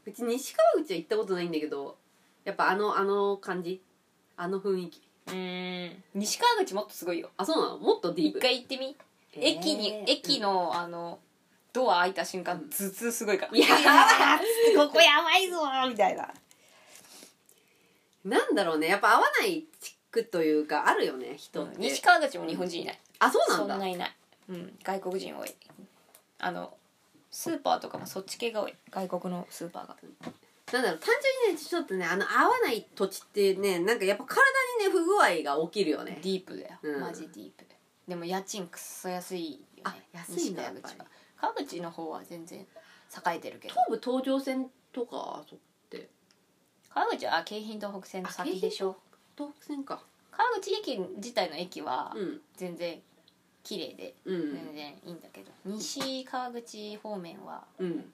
Speaker 2: うち西川口は行ったことないんだけどやっぱあのあの感じあの雰囲気
Speaker 1: うん西川口もっとすごいよ
Speaker 2: あそうなのもっとディー
Speaker 1: 一
Speaker 2: プ
Speaker 1: 回行ってみ駅に、
Speaker 2: えー
Speaker 1: 駅のあのドア開いた瞬間頭痛すごいから「い
Speaker 2: やー
Speaker 1: *laughs* ここやばいぞ」みたいな
Speaker 2: なんだろうねやっぱ合わない地区というかあるよね人って、
Speaker 1: 西川口も日本人いない
Speaker 2: あそうな
Speaker 1: そ
Speaker 2: ん
Speaker 1: ん
Speaker 2: だ
Speaker 1: ないない、うん、外国人多いあのスーパーとかもそっち系が多い外国のスーパーが
Speaker 2: なんだろう単純にねちょっとねあの合わない土地ってねなんかやっぱ体にね不具合が起きるよね
Speaker 1: ディープだよ、
Speaker 2: うん
Speaker 1: マジディープでも家賃くっそ安いよね
Speaker 2: あ安いんだやっぱ
Speaker 1: 西川
Speaker 2: り
Speaker 1: 口は川口の方は全然栄えてるけど
Speaker 2: 東武東上線とかそって
Speaker 1: 川口は京浜東北線の先でしょ
Speaker 2: 東北線か
Speaker 1: 川口駅自体の駅は
Speaker 2: うん
Speaker 1: 全然綺麗で
Speaker 2: うん
Speaker 1: 全然いいんだけど、西川口方面は
Speaker 2: うん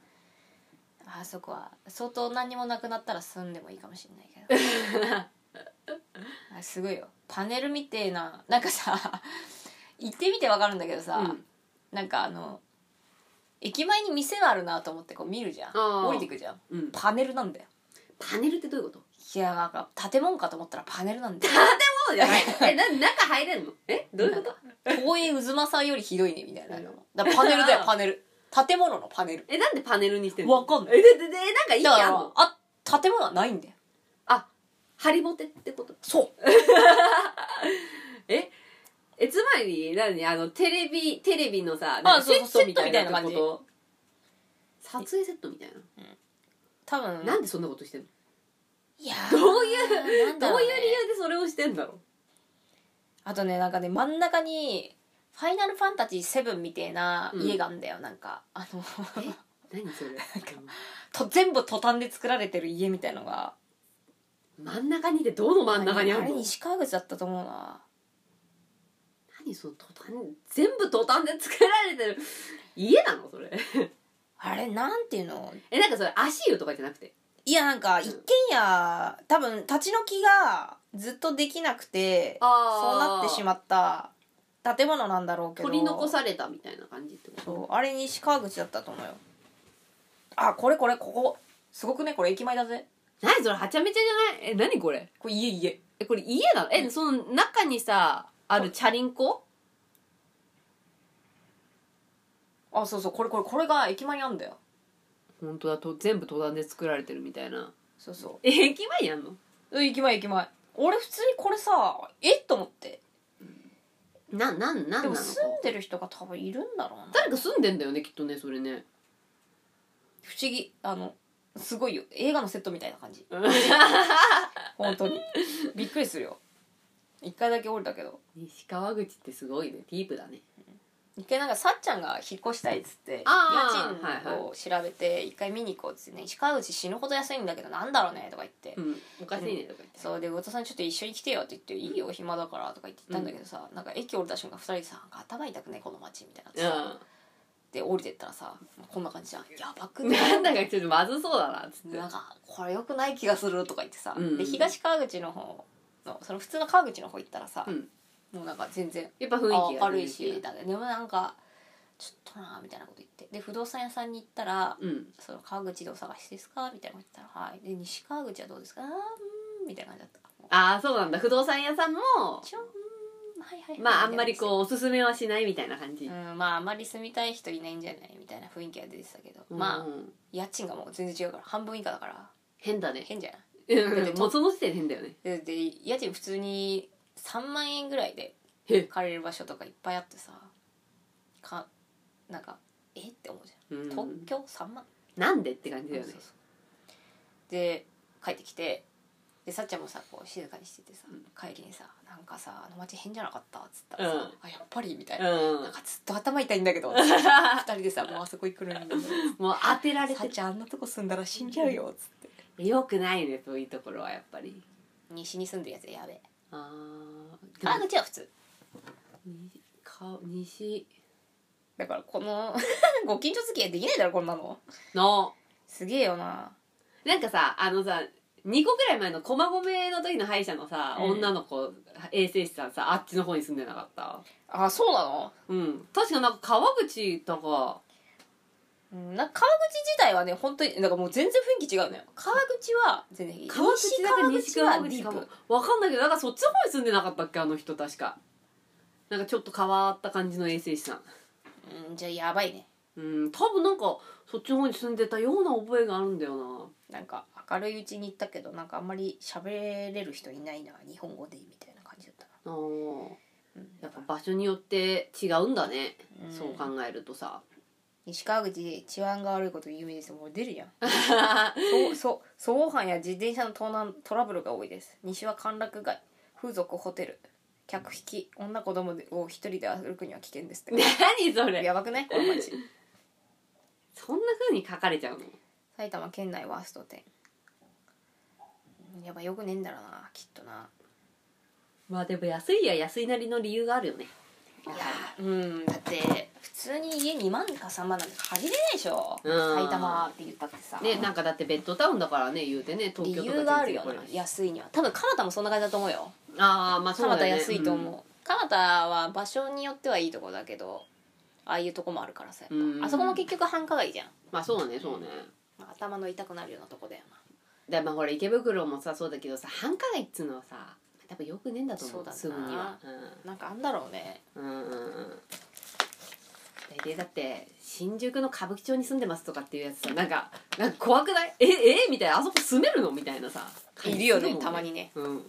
Speaker 1: あそこは相当何もなくなったら住んでもいいかもしれないけ
Speaker 2: *laughs*
Speaker 1: どあすごいよパネルみてえななんかさ行ってみてわかるんだけどさ、
Speaker 2: うん
Speaker 1: なんかあの駅前に店があるなと思ってこう見るじゃん
Speaker 2: あー
Speaker 1: 降りてくじゃん
Speaker 2: うん
Speaker 1: パネルなんだよ
Speaker 2: パネルってどういうこと
Speaker 1: いやなんか建物かと思ったらパネルなんだ
Speaker 2: *laughs*
Speaker 1: よ
Speaker 2: そうじゃないえな中入れんのえどういうこと
Speaker 1: 東映渦政よりひどいねみたいなの
Speaker 2: うん
Speaker 1: だからパネルだよパネル建物のパネル
Speaker 2: えなんでパネルにしてんの
Speaker 1: わかんない
Speaker 2: えでででなんか意味
Speaker 1: だか
Speaker 2: あん
Speaker 1: ら
Speaker 2: の
Speaker 1: あ建物はないんだよ
Speaker 2: あハリボテってこと
Speaker 1: そう
Speaker 2: ええつまり何あのテレビテレビのさ
Speaker 1: あ
Speaker 2: なんか
Speaker 1: そうそうセットみたいな
Speaker 2: ってこと撮影セットみたいな、
Speaker 1: 多分
Speaker 2: なんでそんなことしてんの
Speaker 1: いや
Speaker 2: どう
Speaker 1: いうなんだ
Speaker 2: ど
Speaker 1: ろ
Speaker 2: う
Speaker 1: う
Speaker 2: い
Speaker 1: ね
Speaker 2: う理由でそれをしてん *laughs* だろ
Speaker 1: あとねなんかね真ん中に「ファイナルファンタジー7」みたいな家があんだよ、なんかあの
Speaker 2: うえ何それ
Speaker 1: と全部トタンで作られてる家みたいのが
Speaker 2: 真ん中にってどの真ん中にある
Speaker 1: れ
Speaker 2: の
Speaker 1: 西川口だったと思うな
Speaker 2: 何そのトタン全部トタンで作られてる家なのそれ
Speaker 1: あれなんていうの
Speaker 2: えなんかそれ足湯とかじゃなくて
Speaker 1: いやなんか一軒家多分立ち退きがずっとできなくてそうなってし
Speaker 2: う
Speaker 1: まった建物なんだろうけど
Speaker 2: 取り残されたみたいな感じってこと
Speaker 1: そうあれ西川口だったと思うよあこれこれここすごくねこれ駅前だぜ
Speaker 2: 何それはちゃめちゃじゃないえ何これ
Speaker 1: これ家家
Speaker 2: えこれ家なのえその中にさあるチャリンコ
Speaker 1: あそうそうこれこれこれが駅前にあんだよ
Speaker 2: 本当だと全部登壇で作られてるみたいな
Speaker 1: そうそ
Speaker 2: え駅前やんの
Speaker 1: ううん駅前駅前俺普通にこれさえっと思って
Speaker 2: ななんなん
Speaker 1: で
Speaker 2: な
Speaker 1: も
Speaker 2: の
Speaker 1: 住んでる人が多分いるんだろうな
Speaker 2: 誰か住んでんだよねきっとねそれね
Speaker 1: 不思議あのすごいよ映画のセットみたいな感じ *laughs* 本当にびっくりするよ一回だけ降りたけど
Speaker 2: 西川口ってすごいねディープだね
Speaker 1: 一回なんかさっちゃんが引っ越したいっつって
Speaker 2: あー
Speaker 1: 家賃を調べて一回見に行こうっつってね石川口死ぬほど安いんだけどなんだろうねとか言って、
Speaker 2: うんおかしいねとか言って
Speaker 1: そうで後藤さんちょっと一緒に来てよって言って「いいよ暇だから」とか言って言ったんだけどさ、なんか駅降りた瞬間2人でさ「頭痛くねこの街」みたいになってさ、で降りてったらさこんな感じじゃん「やばく
Speaker 2: うん
Speaker 1: ね
Speaker 2: なんだかちょっとまずそうだなっつって
Speaker 1: なんかこれよくない気がする」とか言ってさ、
Speaker 2: うんうん
Speaker 1: で東川口の方のその普通の川口の方行ったらさ、
Speaker 2: うん
Speaker 1: もうなんか全然
Speaker 2: やっぱ雰
Speaker 1: あ
Speaker 2: 囲気が
Speaker 1: 明るいしだねでもなんかちょっとなみたいなこと言ってで不動産屋さんに行ったら
Speaker 2: うん
Speaker 1: その川口でお探しですかみたいなこと言ったら「はい」で西川口はどうですかあーうーんみたいな感じだったもう
Speaker 2: ああそうなんだ不動産屋さんも
Speaker 1: ちょうーんはいはいはい
Speaker 2: まああんまり
Speaker 1: う
Speaker 2: こうおすすめはしないみたいな感じ、
Speaker 1: うんまああんまり住みたい人いないんじゃないみたいな雰囲気が出てたけど、まあ
Speaker 2: うん
Speaker 1: 家賃がもう全然違うから半分以下だから
Speaker 2: 変だね
Speaker 1: 変じゃない
Speaker 2: うんもうその時点で変だよね
Speaker 1: でで家賃普通に3万円ぐらいで
Speaker 2: へ
Speaker 1: 借りれる場所とかいっぱいあってさかなんかえって思うじゃ
Speaker 2: うん
Speaker 1: ん東京3万
Speaker 2: なんでって感じだよね
Speaker 1: そうそうで帰ってきてでさっちゃんもさこう静かにしててさ、
Speaker 2: うん
Speaker 1: 帰りにさ「なんかさあの街変じゃなかった」っつったらさ「
Speaker 2: うん
Speaker 1: あやっぱり」みたいな。
Speaker 2: うん
Speaker 1: なんかずっと頭痛いんだけ
Speaker 2: *laughs*
Speaker 1: ど二人でさもうあそこ行くのに
Speaker 2: もう当てられ
Speaker 1: さ
Speaker 2: て
Speaker 1: っちゃんあんなとこ住んだら死んじゃうよっつって
Speaker 2: るよくないねそういうところはやっぱり
Speaker 1: 西に住んでるやつやべえ
Speaker 2: あー
Speaker 1: 川口は普通
Speaker 2: にか西
Speaker 1: だからこの *laughs* ご近所付き合いできないだろこんなの
Speaker 2: の
Speaker 1: すげえよな
Speaker 2: なんかさあのさ2個くらい前の駒込の時の歯医者のさ、
Speaker 1: うん
Speaker 2: 女の子衛生士さんさあっちの方に住んでなかった
Speaker 1: あそうなの
Speaker 2: うん確かなんか川口とか
Speaker 1: うんなんか川口自体はね本当になんかもう全然雰囲気違うのよ川口は全然平気
Speaker 2: 川口だか西
Speaker 1: 西
Speaker 2: 川
Speaker 1: 川
Speaker 2: 口
Speaker 1: 口
Speaker 2: か
Speaker 1: はディ
Speaker 2: も
Speaker 1: ープ
Speaker 2: わかんないけどなんかそっちの方に住んでなかったっけあの人確かなんかちょっと変わった感じの衛生士さん
Speaker 1: うんじゃあやばいね
Speaker 2: うん多分なんかそっちの方に住んでたような覚えがあるんだよな
Speaker 1: なんか明るいうちに行ったけどなんかあんまり喋れる人いないな日本語でみたいな感じだったな
Speaker 2: あー
Speaker 1: うん
Speaker 2: やっぱ場所によって違うんだね、
Speaker 1: うん
Speaker 2: そう考えるとさ
Speaker 1: 西川口治安が悪いこと有名ですもう出
Speaker 2: *laughs*
Speaker 1: るやんそうそう相互犯や自転車の盗難トラブルが多いです西は歓楽街風俗ホテル客引き女子供を一人で歩くには危険ですって
Speaker 2: *laughs* 何そ *laughs* れ
Speaker 1: やばくないこの街
Speaker 2: そんな風に書かれちゃうの
Speaker 1: 埼玉県内ワースト10うんやっぱよくねえんだろうなきっとな
Speaker 2: まあでも安いや安いなりの理由があるよね
Speaker 1: いやうんだって普通に家2万か3万なんて借りれないでしょ
Speaker 2: うん
Speaker 1: 埼玉って言ったってさ、
Speaker 2: ねなんかだってベッドタウンだからね言うてね東
Speaker 1: 理
Speaker 2: 京とか
Speaker 1: 由があるよ
Speaker 2: 全
Speaker 1: な
Speaker 2: 然来れないし
Speaker 1: 安いには多分蒲田もそんな感じだと思うよ
Speaker 2: ああまあそうだ
Speaker 1: 蒲田
Speaker 2: よね
Speaker 1: 安いと思う、蒲田は場所によってはいいとこだけどああいうとこもあるからさやっぱ
Speaker 2: うん
Speaker 1: あそこも結局繁華街じゃん
Speaker 2: まあそうだねそうね
Speaker 1: 頭の痛くなるようなとこだよ
Speaker 2: でまあほら池袋もさそうだけどさ繁華街っつうのはさ多分よくねえんだと
Speaker 1: そ
Speaker 2: 思
Speaker 1: う
Speaker 2: う
Speaker 1: だな
Speaker 2: 住むには
Speaker 1: ななんかあんだろうね
Speaker 2: うんうんうんうん大体だって新宿の歌舞伎町に住んでますとかっていうやつさなんかなんか怖くないええみたいなあそこ住めるのみたいなさ
Speaker 1: いるよ
Speaker 2: 感じす
Speaker 1: ね
Speaker 2: もん
Speaker 1: たまにね
Speaker 2: うん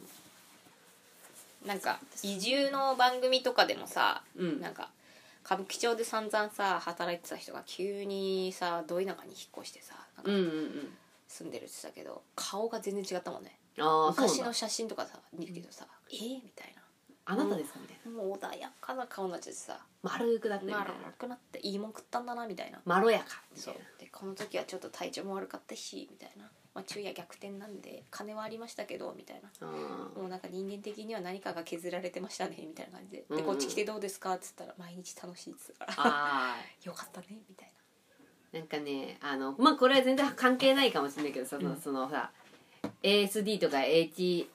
Speaker 1: なんか移住の番組とかでもさ
Speaker 2: うん
Speaker 1: なんか歌舞伎町で散々さ働いてた人が急にさど田舎に引っ越してさなん
Speaker 2: う
Speaker 1: か
Speaker 2: んうんうん
Speaker 1: 住んでるって言ってたけど顔が全然違ったもんね
Speaker 2: ああそう
Speaker 1: 昔
Speaker 2: なん
Speaker 1: の
Speaker 2: だ
Speaker 1: 写真とかさ見るけどさ、えー、みたい
Speaker 2: あなたですかみたい
Speaker 1: なもう穏やかな顔になっちゃってさ
Speaker 2: な丸くなってるみたい
Speaker 1: ま
Speaker 2: な
Speaker 1: あ、くなっていいもん食ったんだなみたいな
Speaker 2: まろやかみた
Speaker 1: そう
Speaker 2: いな
Speaker 1: でこの時はちょっと体調も悪かったしみたいな、まあ、昼夜逆転なんで金はありましたけどみたいな
Speaker 2: あー
Speaker 1: もうなんか人間的には何かが削られてましたねみたいな感じで「
Speaker 2: うんう
Speaker 1: で
Speaker 2: ん
Speaker 1: こっち来てどうですか?」っつったら「毎日楽しい」っつったから「
Speaker 2: あー
Speaker 1: よかったね」みたい
Speaker 2: なんかねあのまあこれは全然関係ないかもしれないけどその,、
Speaker 1: うん
Speaker 2: そのさ ASD とか ADHD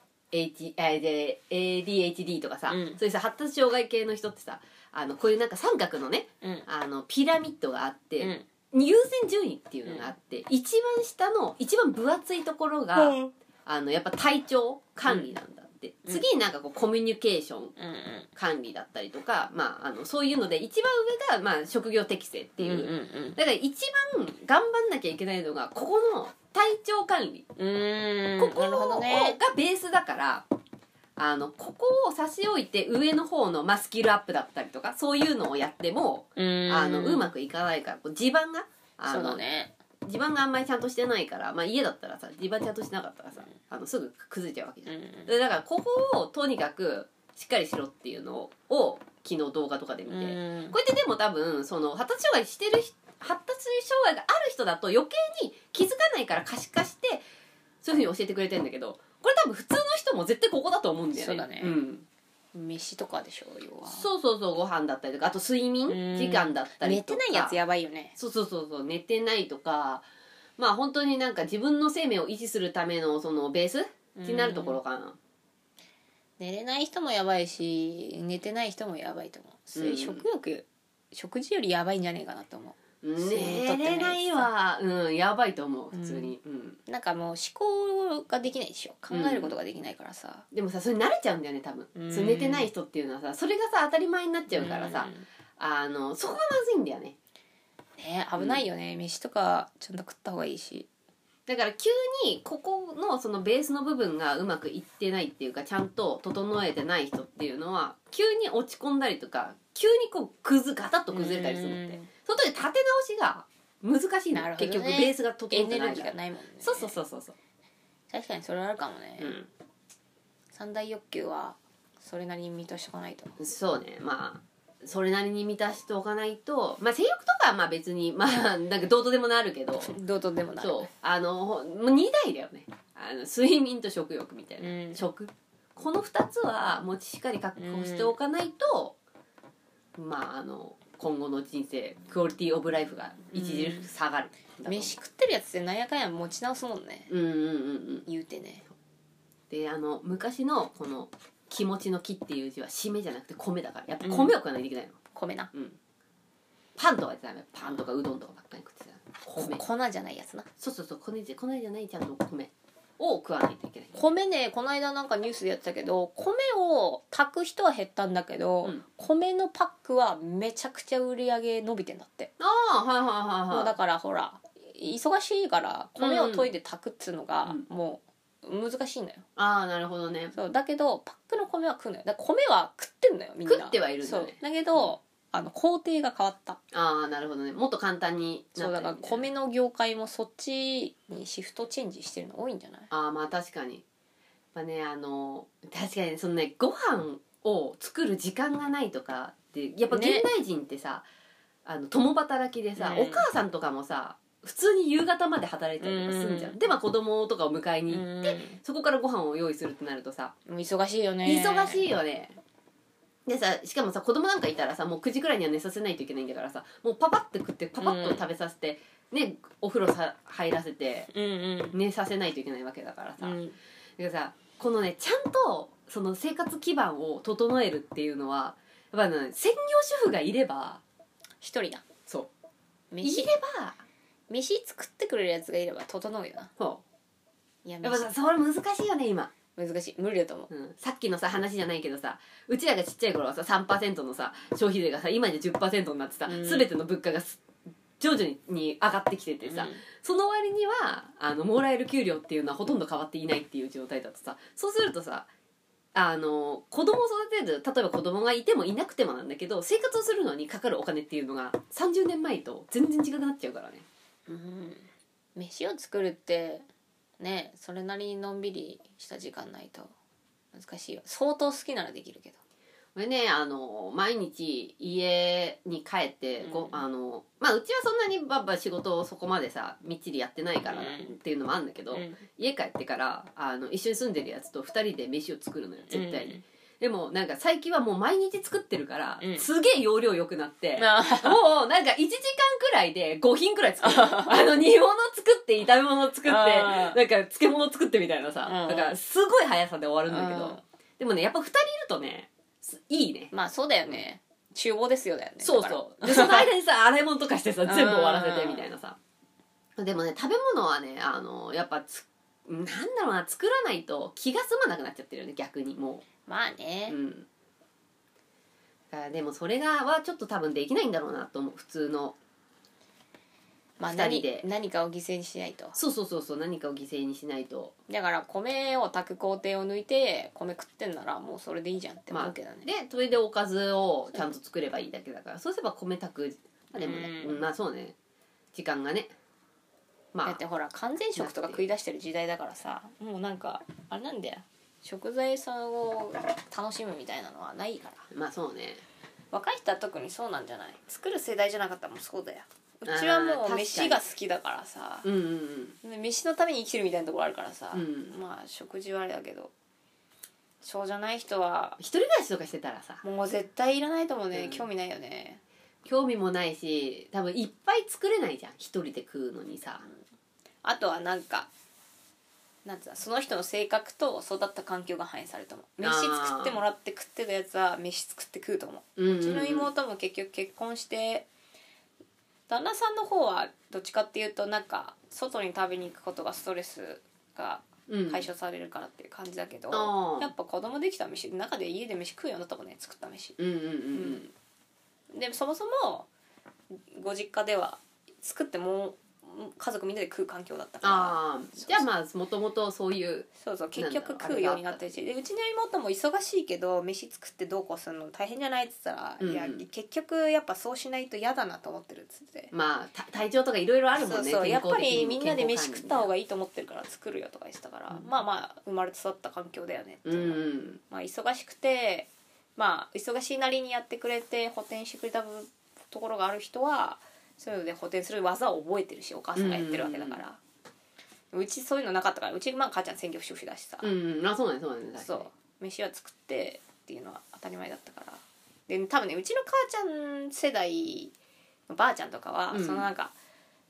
Speaker 2: とかさ、
Speaker 1: うん
Speaker 2: そういうさ発達障害系の人ってさあのこういうなんか三角のね
Speaker 1: なうん
Speaker 2: あのピラミッドがあって、
Speaker 1: うん
Speaker 2: 優先順位っていうのがあって、一番下の一番分厚いところが、
Speaker 1: うん
Speaker 2: あのやっぱ体調管理なんだって、
Speaker 1: うん
Speaker 2: 次になんかこうコミュニケーション
Speaker 1: うん
Speaker 2: 管理だったりとか、まあ、あのそういうので一番上が、まあ、職業適性っていう、
Speaker 1: うん
Speaker 2: だから一番頑張んなきゃいけないのがここの体調管理、
Speaker 1: うん
Speaker 2: ここ
Speaker 1: なるほ
Speaker 2: を
Speaker 1: ど
Speaker 2: が
Speaker 1: ね
Speaker 2: ベースだからあのここを差し置いて上の方の、まあ、スキルアップだったりとかそういうのをやっても
Speaker 1: うん
Speaker 2: あのうまくいかないからこう地盤があ
Speaker 1: そう
Speaker 2: の、
Speaker 1: だね
Speaker 2: 地盤があんまりちゃんとしてないから、まあ、家だったらさ地盤ちゃんとしてなかったらさあのすぐ崩れちゃうわけじゃん
Speaker 1: う。ん
Speaker 2: でだからここをとにかくしっかりしろっていうのをを昨日動画とかで見て、
Speaker 1: うん
Speaker 2: こうやってでも多分その発達障害してる人発達障害がある人だと余計に気づかないから可視化してそういうふうに教えてくれてるんだけどこれ多分普通の人も絶対ここだと思うんだよね
Speaker 1: そうだね
Speaker 2: ん、
Speaker 1: 飯とかでしょ要は
Speaker 2: そうそうそうご飯だったりとかあと睡眠
Speaker 1: うん
Speaker 2: 時間だったり
Speaker 1: 寝
Speaker 2: と
Speaker 1: て
Speaker 2: か
Speaker 1: ないやつやばいよね
Speaker 2: そうそうそうそう寝てないとかまあ本当になんか自分の生命を維持するためのそのベースになるところかな、
Speaker 1: 寝れない人もやばいし寝てない人もやばいと思うそれ
Speaker 2: うん
Speaker 1: 食欲、食事よりやばいんじゃねえかなと思
Speaker 2: 寝れないわうんやばいと思う普通に、うん
Speaker 1: うなんかもう思考ができないでしょ考えることができないからさ、
Speaker 2: でもさそれ慣れちゃうんだよね多分、
Speaker 1: うん
Speaker 2: そう寝てない人っていうのはさそれがさ当たり前になっちゃうからさ、
Speaker 1: う
Speaker 2: あのそこがまずいんだよね
Speaker 1: んね危ないよね、飯とかちゃんと食った方がいいし
Speaker 2: だから急にここのそのベースの部分がうまくいってないっていうかちゃんと整えてない人っていうのは急に落ち込んだりとか急にこうくずガタッと崩れたりするのって
Speaker 1: うん
Speaker 2: その時立て直しが難しいの、
Speaker 1: なるほどね
Speaker 2: 結局ベースが整
Speaker 1: エ
Speaker 2: って
Speaker 1: ネ
Speaker 2: な
Speaker 1: ル
Speaker 2: い
Speaker 1: ギーが
Speaker 2: から
Speaker 1: ないもんね
Speaker 2: そうそうそうそうそう
Speaker 1: 確かにそれはあるかもね、三大欲求はそれなりに満たしとかないと
Speaker 2: うんそうねまあそれなりに満たしておかないとまあ性欲とかはまあ別にまあなんかどうとでもなるけど
Speaker 1: どうとでもなる
Speaker 2: そうあのほもう2台だよねあの睡眠と食欲みたいな、
Speaker 1: うん
Speaker 2: 食この2つはもうしっかり確保しておかないと、まああの今後の人生クオリティオブライフが著しく下がる、だと
Speaker 1: 飯食ってるやつってなんやかんや持ち直すもんね
Speaker 2: うんうんうんうん
Speaker 1: 言うてね
Speaker 2: であの昔のこの「気持ちの木」っていう字は締めじゃなくて米だからやっぱ米を食わないといけないの、
Speaker 1: 米な
Speaker 2: うんパンとかじゃダメパンとかうどんとかばっかり食ってた
Speaker 1: こ
Speaker 2: 米
Speaker 1: 粉じゃないやつな
Speaker 2: そうそうそうこねじこねじゃないちゃんと米を食わないといけない
Speaker 1: 米ねこの間なんかニュースでやってたけど米を炊く人は減ったんだけど、
Speaker 2: うん
Speaker 1: 米のパックはめちゃくちゃ売り上げ伸びてんだって、
Speaker 2: ああはいはいはい
Speaker 1: も
Speaker 2: は
Speaker 1: う
Speaker 2: い
Speaker 1: だからほら忙しいから米を研いで炊くっつうのが
Speaker 2: うん
Speaker 1: もう難しいんだよ、
Speaker 2: ああなるほどね
Speaker 1: そうだけどパックの米は食うのよだから米は食ってんのよみんな
Speaker 2: 食ってはいるんだね
Speaker 1: そうだけど、あの工程が変わった
Speaker 2: ああなるほどねもっと簡単にな
Speaker 1: そうだから
Speaker 2: ってるみたいな
Speaker 1: 米の業界もそっちにシフトチェンジしてるの多いんじゃない
Speaker 2: ああまあ確かにやっぱねあの確かにそのねご飯を作る時間がないとかってやっぱ現
Speaker 1: ね
Speaker 2: 代人ってさ、あの共働きでさ、
Speaker 1: うん
Speaker 2: お母さんとかもさ普通に夕方まで働いたりとかすんじゃん、
Speaker 1: うん
Speaker 2: でまあ子供とかを迎えに、
Speaker 1: う
Speaker 2: そこからご飯を用意するってなるとさ
Speaker 1: ん忙しいよね
Speaker 2: 忙し
Speaker 1: い
Speaker 2: いよねでさしかもさ子供なんかいたらさもう9時くらいには寝させないといけないんだからさもうパパッと食ってパパッと食べさせて、ねお風呂さ入らせて
Speaker 1: うんうん
Speaker 2: 寝させないといけないわけだからさ、
Speaker 1: うん
Speaker 2: だからさこのねちゃんとその生活基盤を整えるっていうのはやっぱ、ね、専業主婦がいれば
Speaker 1: 一人だ
Speaker 2: そい
Speaker 1: 飯
Speaker 2: れば
Speaker 1: 飯作ってくれるやつがいれば整うよな
Speaker 2: そ
Speaker 1: いうや
Speaker 2: やっぱさそれ難しいよね今、
Speaker 1: 難しい無理だと思う
Speaker 2: うん、さっきのさ話じゃないけどさうちらがちっちゃい頃はさ3%のさ消費税がさ今で10%になってさ、
Speaker 1: うん
Speaker 2: 全ての物価がす徐々にに上がってきててさ、その割にはあのもらえる給料っていうのはほとんど変わっていないっていう状態だとさそうするとさあの子供を育てる例えば子供がいてもいなくてもなんだけど生活をするのにかかるお金っていうのが30年前と全然違くなっちゃうからね
Speaker 1: うん、うん飯を作るってねそれなりにのんびりした時間ないと難しいよ相当好きならできるけど
Speaker 2: これねあの毎日家に帰ってこ
Speaker 1: うん
Speaker 2: うあの、まあ、うちはそんなにばっば仕事をそこまでさみっちりやってないから
Speaker 1: うん
Speaker 2: っていうのもあるんだけど、家帰ってからあの一緒に住んでるやつと2人で飯を作るのよ絶対に。でもなんか最近はもう毎日作ってるから、
Speaker 1: うん
Speaker 2: すげえ容量良くなって
Speaker 1: うん、あ *laughs*
Speaker 2: もうなんか1時間くらいで5品くらい作るあの煮物作って炒め物作って
Speaker 1: あ
Speaker 2: なん
Speaker 1: ー
Speaker 2: か漬物作ってみたいなさ
Speaker 1: うん
Speaker 2: だからすごい速さで終わるんだけ
Speaker 1: う
Speaker 2: ど
Speaker 1: ん
Speaker 2: でもねやっぱ2人いるとねすいいね
Speaker 1: まあそうだよね厨房ですよだよね
Speaker 2: そう
Speaker 1: だから
Speaker 2: そうでその間にさ洗い物とか *laughs* してさ全部終わらせて
Speaker 1: うん
Speaker 2: みたいなさでもね食べ物はねあのやっぱつなんだろうな作らないと気が済まなくなっちゃってるよね逆にもう
Speaker 1: まあね、
Speaker 2: うん、だからでもそれがはちょっと多分できないんだろうなと思う普通の
Speaker 1: まあ
Speaker 2: 二
Speaker 1: 何
Speaker 2: 人で
Speaker 1: 何かを犠牲にしないと
Speaker 2: そうそうそうそう何かを犠牲にしないと
Speaker 1: だから米を炊く工程を抜いて米食ってんならもうそれでいいじゃんって思うけどね、
Speaker 2: でそれでおかずをちゃんと作ればいいだけだからそうすれば米炊くあでもね、
Speaker 1: うん
Speaker 2: うんまあそうね時間がね
Speaker 1: だ
Speaker 2: ま
Speaker 1: ってほら完全食とか食い出してる時代だからさもうなんかあれなんだよ食材さんを楽しむみたいなのはないから
Speaker 2: あまあそうね
Speaker 1: 若い人は特にそうなんじゃない作る世代じゃなかったらもうそうだようちは
Speaker 2: あー
Speaker 1: も
Speaker 2: 確か
Speaker 1: う
Speaker 2: に
Speaker 1: 飯が好きだからさ
Speaker 2: うんうんうん
Speaker 1: 飯のために生きてるみたいなところあるからさ、
Speaker 2: うん
Speaker 1: まあ食事はあれだけどそうじゃない人は
Speaker 2: 一人暮らしとかしてたらさ
Speaker 1: もう絶対いらないともね、
Speaker 2: うん
Speaker 1: 興味ないよね
Speaker 2: 興味もないし多分いっぱい作れないじゃん一人で食うのにさ
Speaker 1: あとはなんかなんつうのその人の性格と育った環境が反映されると思う飯作ってもらって食ってたやつは飯作って食うと思う
Speaker 2: うんうん
Speaker 1: うちの妹も結局結婚して旦那さんの方はどっちかっていうとなんか外に食べに行くことがストレスが
Speaker 2: うん
Speaker 1: 解消されるからっていう感じだけど、
Speaker 2: あー
Speaker 1: やっぱ子供できた飯中で家で飯食うようになったもんね作った飯、
Speaker 2: うんうんうん
Speaker 1: うん、でそもそもご実家では作っても家族みんなで食う環境だったから
Speaker 2: ああじゃあまあもともとそういう
Speaker 1: そうそう結
Speaker 2: なんだろ
Speaker 1: 局
Speaker 2: う
Speaker 1: 食うようになってるしでうちの妹も忙しいけど飯作ってどうこうするの大変じゃないって言ったら、
Speaker 2: うんうん
Speaker 1: いや結局やっぱそうしないと嫌だなと思ってるっつって。
Speaker 2: まあた体調とかいろいろあるもんね
Speaker 1: そうそうやっぱりみんなで飯食った方が
Speaker 2: いい
Speaker 1: いいと思ってるから作るよとか言ってたから、
Speaker 2: うん
Speaker 1: まあまあ生まれ育った環境だよねって
Speaker 2: う
Speaker 1: い
Speaker 2: ん
Speaker 1: うのは、まあ、忙しくてまあ忙しいなりにやってくれて補填してくれた部ところがある人はそういうので補填する技を覚えてるしお母さんがやってるわけだから、うちそういうのなかったからうちまあ母ちゃん専業主婦だしさ、
Speaker 2: うん、うん、あそうだねそうだね確かに
Speaker 1: そう飯は作ってっていうのは当たり前だったからで多分ねうちの母ちゃん世代のばあちゃんとかは、
Speaker 2: うん
Speaker 1: そのなんか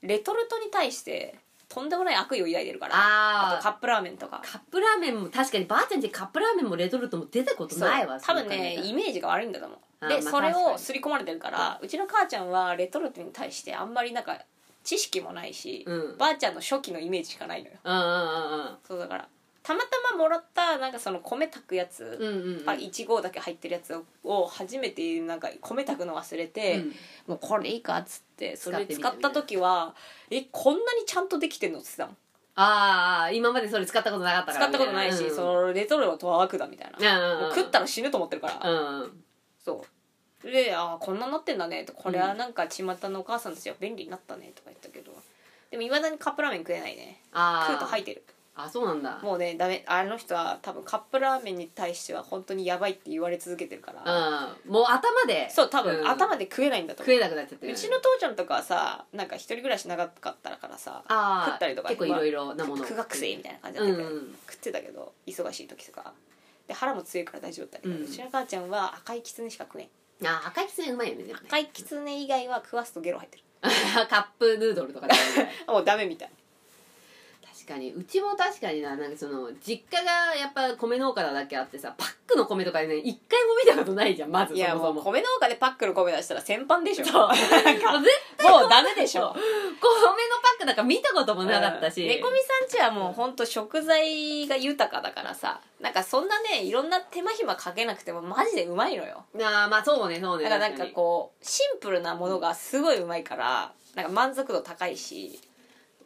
Speaker 1: レトルトに対してとんでもない悪意を抱いてるからあ
Speaker 2: あ
Speaker 1: とカ
Speaker 2: あ
Speaker 1: ップラーメンとか
Speaker 2: カップラーメンも確かにばあちゃんちカップラーメンもレトルトも出たことないわ
Speaker 1: そう多分
Speaker 2: そ
Speaker 1: ね
Speaker 2: の考え
Speaker 1: イメージが悪いんだと思
Speaker 2: あ
Speaker 1: う
Speaker 2: ー
Speaker 1: で、
Speaker 2: まあ
Speaker 1: それ
Speaker 2: 確か
Speaker 1: を
Speaker 2: に
Speaker 1: 刷り込まれてるからうちの母ちゃんはレトルトに対してあんまりなんか知識もないし、
Speaker 2: うん
Speaker 1: ばあちゃんの初期のイメージしかないのよ
Speaker 2: うんうんうんうん
Speaker 1: そうだからたまたまもらったなんかその米炊くやつ、
Speaker 2: うんうんうん
Speaker 1: あ1合だけ入ってるやつを初めてなんか米炊くの忘れて、
Speaker 2: うん
Speaker 1: もうこれいいかっつってそれ使
Speaker 2: 使っ
Speaker 1: って
Speaker 2: みた
Speaker 1: た時はえこんなにちゃんとできてんのって言って
Speaker 2: ああ今までそれ使ったことなかったた
Speaker 1: もん
Speaker 2: か
Speaker 1: 使ったこ
Speaker 2: ら
Speaker 1: とないし、
Speaker 2: うん
Speaker 1: そのレトルトは悪だみたいな、
Speaker 2: うんうん
Speaker 1: も
Speaker 2: うん
Speaker 1: う食ったら死ぬと思ってるから、
Speaker 2: うんうん
Speaker 1: そうでああこんなになってんだねとこれはなんか巷のお母さんたちは便利になったねとか言ったけどでもいまだにカップラーメン食えないね
Speaker 2: あ
Speaker 1: 食うと
Speaker 2: あ
Speaker 1: 吐いてる
Speaker 2: あそうなんだ
Speaker 1: もうねダメあの人は多分カップラーメンに対しては本当にやばいって言われ続けてるから、
Speaker 2: うんもう頭で
Speaker 1: そう多分、
Speaker 2: ん
Speaker 1: 頭で食えないんだと思
Speaker 2: 食
Speaker 1: う
Speaker 2: えなくなっちゃってる
Speaker 1: うちの父ちゃんとかはさなんか一人暮らし長かったからさ
Speaker 2: あー
Speaker 1: 食ったりとか
Speaker 2: 結構いろいろなもの
Speaker 1: 苦学生みたいな感じだ
Speaker 2: う
Speaker 1: っ
Speaker 2: ん
Speaker 1: た
Speaker 2: う
Speaker 1: けど、
Speaker 2: ん
Speaker 1: 食ってたけど忙しい時とかで腹も強いから大丈夫だったけど、
Speaker 2: う
Speaker 1: うんちの母ちゃんは赤いキツネしか食えん
Speaker 2: あー赤いきつねうまいよねでもね
Speaker 1: 赤いキツネ以外は食わすとゲロ入ってる
Speaker 2: *laughs* カップヌードルとかね
Speaker 1: *laughs* あもうダメみたい
Speaker 2: 確かにうちも確かにななんかその実家がやっぱ米農家なだけあってさパックの米とかね一回も見たことないじゃんまず
Speaker 1: い
Speaker 2: そ
Speaker 1: や
Speaker 2: も
Speaker 1: も
Speaker 2: そうも
Speaker 1: 米農家でパックの米出したら先般でしょ
Speaker 2: そうもう絶対米の
Speaker 1: もうダメでしょ
Speaker 2: そうパックなんか見たこともなかったし、
Speaker 1: うん猫みさんちはもうほんと食材が豊かだからさなんかそんなねいろんな手間暇かけなくてもマジでうまいのよ
Speaker 2: ああまあそうねそう
Speaker 1: だ
Speaker 2: ね
Speaker 1: からなんかこうシンプルなものがすごいうまいからなんか満足度高いし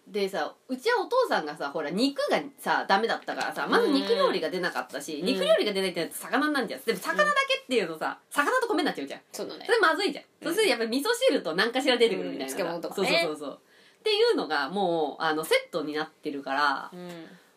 Speaker 2: でさうちはお父さんがさほら肉がさダメだったからさまず肉料理が出なかったし、
Speaker 1: ん
Speaker 2: 肉料理が出ないってなって魚なんじゃんでも魚だけっていうのさ魚と米になっちゃうじゃん
Speaker 1: そうだね
Speaker 2: それまずいじゃん、
Speaker 1: うん
Speaker 2: そしてやっぱり味噌汁と何かしら出てくるみたいなさ、
Speaker 1: うん漬物とかね
Speaker 2: そうそうそうそうっていうのがもうあのセットになってるから
Speaker 1: うん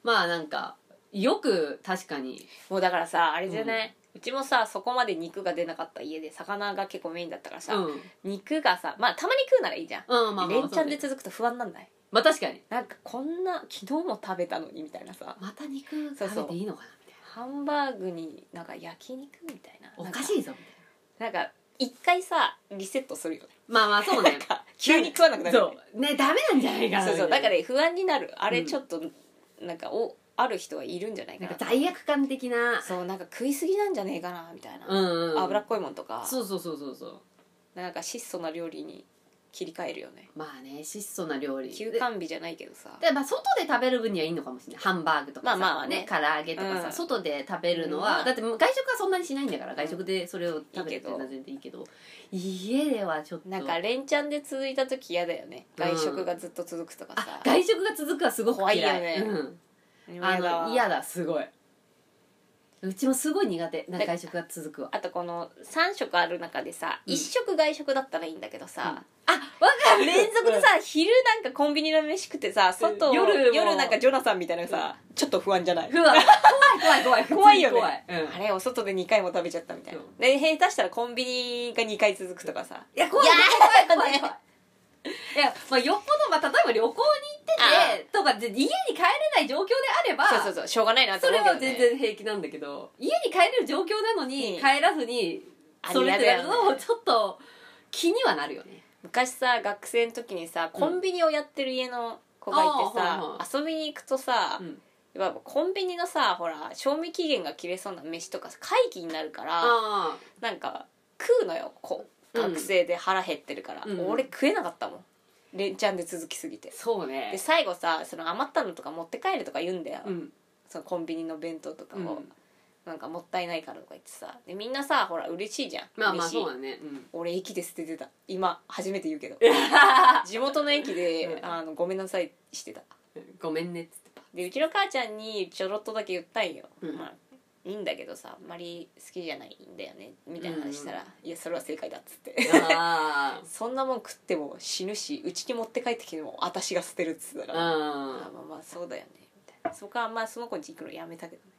Speaker 2: まあなんかよく確かに
Speaker 1: もうだからさあれじゃない、うちもさそこまで肉が出なかった家で魚が結構メインだったからさ、
Speaker 2: うん、
Speaker 1: 肉がさまあたまに食うならいいじゃん、
Speaker 2: うん、まあまあ
Speaker 1: 連チャンで
Speaker 2: そうね
Speaker 1: 続くと不安なんない
Speaker 2: まあ確かに
Speaker 1: なんかこんな昨日も食べたのにみたいなさ
Speaker 2: また肉
Speaker 1: そう
Speaker 2: 食
Speaker 1: そう
Speaker 2: べていいのかなみたい
Speaker 1: ハンバーグになんか焼肉みたいな
Speaker 2: なおかし
Speaker 1: い
Speaker 2: いぞみたい
Speaker 1: なんか一回さリセットするよね
Speaker 2: なまあまあそうね
Speaker 1: *laughs* なんか急に食わなくなるよね
Speaker 2: そうねダメなんじゃないかな
Speaker 1: そうそう
Speaker 2: み
Speaker 1: だ
Speaker 2: たい
Speaker 1: か
Speaker 2: な
Speaker 1: らね不安になるあ
Speaker 2: う
Speaker 1: れ
Speaker 2: ん
Speaker 1: ちょっとなんかおある人はいるんじゃないか
Speaker 2: なん
Speaker 1: な
Speaker 2: か罪悪感的な
Speaker 1: そうなんか食いすぎなんじゃねえかなみたいな、
Speaker 2: うんうんうん
Speaker 1: 脂っこいもんとか
Speaker 2: そうそうそうそうそう
Speaker 1: なんか質素な料理に切り替えるよね
Speaker 2: まあね質素な料理
Speaker 1: 休
Speaker 2: で
Speaker 1: 館日じゃないけどさ
Speaker 2: でまあ外で食べる分にはいいのかもしれないハンバーグとかさ
Speaker 1: まあまあ
Speaker 2: ね唐揚げとかさ、
Speaker 1: うん
Speaker 2: 外で食べるのは、
Speaker 1: うん
Speaker 2: だってもう外食はそんなにしないんだから外食でそれを食べるっていうの
Speaker 1: い
Speaker 2: はい
Speaker 1: けど
Speaker 2: 全然いいけど家ではちょっと
Speaker 1: なんか連チャンで続いた時嫌だよね
Speaker 2: うん
Speaker 1: 外食がずっと続くとか
Speaker 2: あ
Speaker 1: さ、
Speaker 2: 外食が続くはすごく嫌い
Speaker 1: 怖いよね
Speaker 2: うん、
Speaker 1: 嫌だ
Speaker 2: あの嫌だすごいうちもすごい苦手なんか外食が続くわ
Speaker 1: あとこの3食ある中でさ、
Speaker 2: うん
Speaker 1: 一1食外食だったらいいんだけどさ、
Speaker 2: あわかる
Speaker 1: 連続でさ、昼なんかコンビニの飯食ってさ外を
Speaker 2: 夜も
Speaker 1: 夜なんかジョナサンみたいなのさ、ちょっと不安じゃない
Speaker 2: 不安怖い
Speaker 1: *laughs*
Speaker 2: 怖い怖い
Speaker 1: 怖いよね
Speaker 2: 普通に怖い、うん
Speaker 1: あれお外で2回も食べちゃったみたいな
Speaker 2: そう
Speaker 1: で下手したらコンビニが2回続くとかさ
Speaker 2: いや怖い
Speaker 1: いや
Speaker 2: 怖い怖い怖い
Speaker 1: ね
Speaker 2: 怖いいやまあよっぽど、まあ、例えば旅行に行っててとかで家に帰れない状況であれば
Speaker 1: そうそうそうしょうがないなと
Speaker 2: そ
Speaker 1: 思
Speaker 2: れ
Speaker 1: うけど、
Speaker 2: は
Speaker 1: ね、
Speaker 2: 全然平気なんだけど家に帰れる状況なのに
Speaker 1: うん
Speaker 2: 帰らずに
Speaker 1: あ
Speaker 2: それってやるの
Speaker 1: 嫌だよ
Speaker 2: も
Speaker 1: ね
Speaker 2: ちょっと気にはなるよね
Speaker 1: 昔さ学生の時にさコンビニをやってる家の子がいて
Speaker 2: あーはい
Speaker 1: さ
Speaker 2: は、
Speaker 1: 遊びに行くとさ、
Speaker 2: うん
Speaker 1: やっぱコンビニのさほら賞味期限が切れそうな飯とかさ会期になるから
Speaker 2: ああ
Speaker 1: なんか食うのよこう
Speaker 2: うん
Speaker 1: 学生で腹減ってるから、
Speaker 2: うん
Speaker 1: 俺食えなかったもん連チャンで続きすぎて
Speaker 2: そう
Speaker 1: で
Speaker 2: ね
Speaker 1: 最後さその余ったのとか持って帰るとか言うんだよ、
Speaker 2: うん
Speaker 1: そのコンビニの弁当とかを、
Speaker 2: うん
Speaker 1: なんかもったいないからとか言ってさでみんなさほら嬉しいじゃん
Speaker 2: まあまあ
Speaker 1: 飯
Speaker 2: そうだねうん
Speaker 1: 俺駅で捨ててた今初めて言うけ
Speaker 2: *laughs*
Speaker 1: ど地元の駅で
Speaker 2: う、ん
Speaker 1: あのごめんなさいしてた
Speaker 2: ごめんねっつって
Speaker 1: でうちの母ちゃんにちょろっとだけ言ったんよ、
Speaker 2: うん
Speaker 1: まあいいんだけどさあんまり好きじゃないんだよねみたいな話したら「いやそれは正解だ」っつって *laughs*
Speaker 2: あ
Speaker 1: そんなもん食っても死ぬしうちに持って帰ってきても私が捨てるっつったら、
Speaker 2: あ
Speaker 1: あ
Speaker 2: あ
Speaker 1: まあまあそうだよねみたいなそこはあんまその子に行くのやめたけどね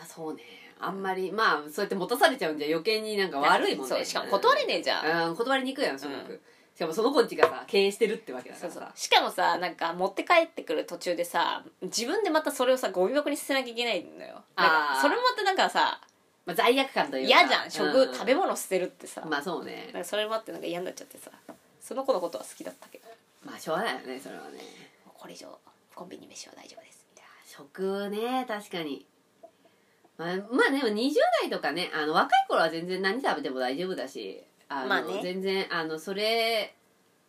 Speaker 2: あそうねあんまりまあそうやって持たされちゃうんじゃ余計になんか悪いもん
Speaker 1: そ
Speaker 2: ね
Speaker 1: うしかも断れねえじゃん、
Speaker 2: うん断りにくいやんすごく、
Speaker 1: う
Speaker 2: しかもその子んちがさ経営してるってわけだか
Speaker 1: そう
Speaker 2: らさ
Speaker 1: そうしかもさなんか持って帰ってくる途中でさ自分でまたそれをさゴミ箱に捨てなきゃいけないのよなん
Speaker 2: あ
Speaker 1: か
Speaker 2: ー
Speaker 1: それもまたなんかさ
Speaker 2: まあ、罪悪感というか
Speaker 1: 嫌じゃん食、
Speaker 2: う
Speaker 1: 食べ物捨てるってさ、
Speaker 2: まあそうね
Speaker 1: なんかそれもあってなんか嫌になっちゃってさその子のことは好きだったけど
Speaker 2: まあしょうがないよねそれはね
Speaker 1: もうこれ以上コンビニ飯は大丈夫ですみたい
Speaker 2: 食ね確かにまあ、まあ、でも20代とかねあの若い頃は全然何食べても大丈夫だしあの、
Speaker 1: まあね
Speaker 2: 全然あのそれ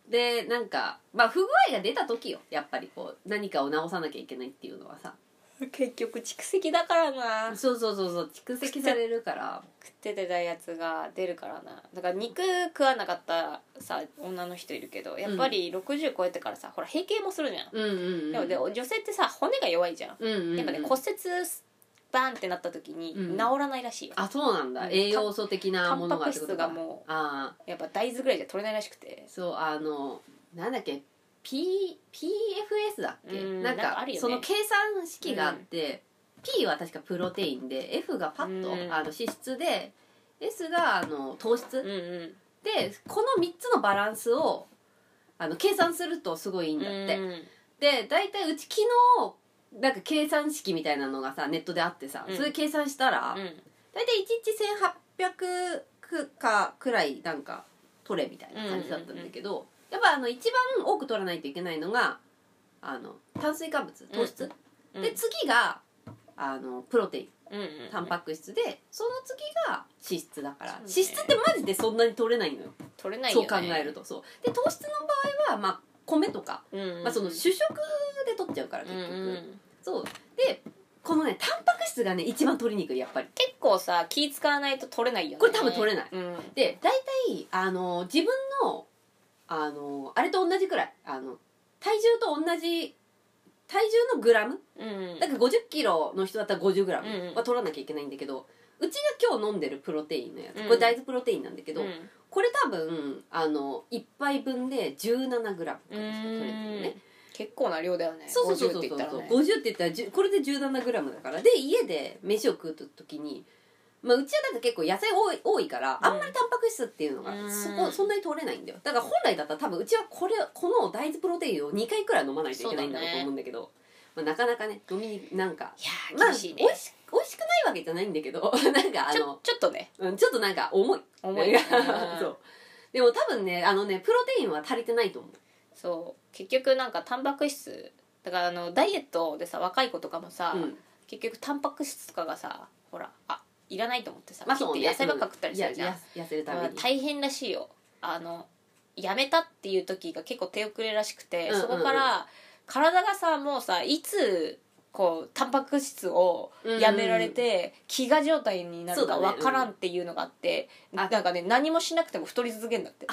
Speaker 2: でなんかまあ不具合が出た時よやっぱりこう何かを直さなきゃいけないっていうのはさ
Speaker 1: 結局蓄積だからな
Speaker 2: そうそうそうそう蓄積されるから
Speaker 1: 食っててたやつが出るからなだから肉食わなかったさ女の人いるけどやっぱり60超えてからさほら閉経もするじゃん、
Speaker 2: うんうんうん
Speaker 1: *laughs* でもね女性ってさ骨が弱いじゃん、
Speaker 2: うんうんうん
Speaker 1: やっぱね骨折バーンってなった時に治
Speaker 2: うん
Speaker 1: らないらしいよ、
Speaker 2: あそうなんだ
Speaker 1: うん
Speaker 2: 栄養素的な
Speaker 1: タ
Speaker 2: も
Speaker 1: ン
Speaker 2: の
Speaker 1: パク
Speaker 2: がってこ
Speaker 1: 質
Speaker 2: と
Speaker 1: が
Speaker 2: か
Speaker 1: も
Speaker 2: あ
Speaker 1: うやっぱ大豆ぐらいじゃ取れないらしくて
Speaker 2: ーそうあのなんだっけ P PFS だっけ
Speaker 1: うん
Speaker 2: なん
Speaker 1: なんか
Speaker 2: か
Speaker 1: あるよね
Speaker 2: その計算式があって P は確かプロテインで F がパッと
Speaker 1: うん
Speaker 2: あの脂質で S があの糖
Speaker 1: うん
Speaker 2: 質
Speaker 1: うん
Speaker 2: でこの3つのバランスをあの計算するとすごいいいんだって
Speaker 1: うん
Speaker 2: で大体うち昨日なんか計算式みたいなのがさネットであってさ、
Speaker 1: うん
Speaker 2: それ計算したら、
Speaker 1: うん
Speaker 2: 大体1日1800かくらいなんか取れみたいな感じだったんだけど、やっぱあの一番多く取らないといけないのがあの炭水化物糖質、
Speaker 1: うん
Speaker 2: で次があのプロテイン
Speaker 1: うんうん
Speaker 2: タンパク質でその次が脂質だから、
Speaker 1: そうね
Speaker 2: 脂質ってマジでそんなに取れないのよ
Speaker 1: 取れないよ
Speaker 2: そう
Speaker 1: ね
Speaker 2: 考えるとそうで糖質の場合は、まあ、米とか、
Speaker 1: うんうん
Speaker 2: まあ、その主食で取っちゃうから
Speaker 1: うん
Speaker 2: 結
Speaker 1: う
Speaker 2: 局、
Speaker 1: ん
Speaker 2: そうでこのねタンパク質がね一番取りにくいやっぱり
Speaker 1: 結構さ気使わないと取れないよね
Speaker 2: これ多分取れない
Speaker 1: うん
Speaker 2: で大体あの自分のあのあれと同じくらいあの体重と同じ体重のグラム
Speaker 1: うん
Speaker 2: だから5 0キロの人だったら5 0グラ
Speaker 1: うんうん
Speaker 2: ムは取らなきゃいけないんだけど、うちが今日飲んでるプロテインのや
Speaker 1: う
Speaker 2: つ
Speaker 1: ん
Speaker 2: これ大豆プロテインなんだけど、
Speaker 1: うん
Speaker 2: これ多分あの1杯分で1 7ムからしか取れてる
Speaker 1: う
Speaker 2: ね
Speaker 1: ん結構な量だよね
Speaker 2: そうそうそう
Speaker 1: 50っ
Speaker 2: そう
Speaker 1: て言ったらね
Speaker 2: 50って言ったら10これで1 7ムだからで家で飯を食う時に、まあ、うちはなんか結構野菜多い多いから
Speaker 1: うん
Speaker 2: あんまりタンパク質っていうのが
Speaker 1: うん
Speaker 2: そこそんなに取れないんだよだから本来だったら多分うちはこれこの大豆プロテインを2回くらい飲まないといけないんだろう
Speaker 1: そうだね
Speaker 2: と思うんだけどまあ、なかなかね飲みになんか
Speaker 1: いやー
Speaker 2: まあ
Speaker 1: 厳
Speaker 2: 美味
Speaker 1: し
Speaker 2: し
Speaker 1: い
Speaker 2: 美
Speaker 1: ね、
Speaker 2: 味しくないわけじゃないんだけどなんかあ
Speaker 1: *laughs* ち
Speaker 2: の
Speaker 1: ょちょっとね
Speaker 2: うんちょっとなんか重い
Speaker 1: 重いね
Speaker 2: *laughs* そうでも多分ねあのねプロテインは足りてないと思う
Speaker 1: そう結局なんかタンパク質だからあのダイエットでさ若い子とかもさ、
Speaker 2: うん
Speaker 1: 結局タンパク質とかがさほらあいらないと思ってさ、
Speaker 2: まあ
Speaker 1: 切っ
Speaker 2: そう
Speaker 1: て
Speaker 2: ね
Speaker 1: 野菜ばっか食ったりするじゃん、
Speaker 2: いやいや痩せるた
Speaker 1: ま
Speaker 2: め
Speaker 1: あ
Speaker 2: に
Speaker 1: 大変らしいよあのやめたっていう時が結構手遅れらしくて、
Speaker 2: うんうんうん
Speaker 1: そこから体がさもうさいつこうタンパク質をやめられて飢餓状態になるか
Speaker 2: そうだね
Speaker 1: 分からんっていうのがあって、
Speaker 2: うん
Speaker 1: なんかね何もしなくても太り続けるんだって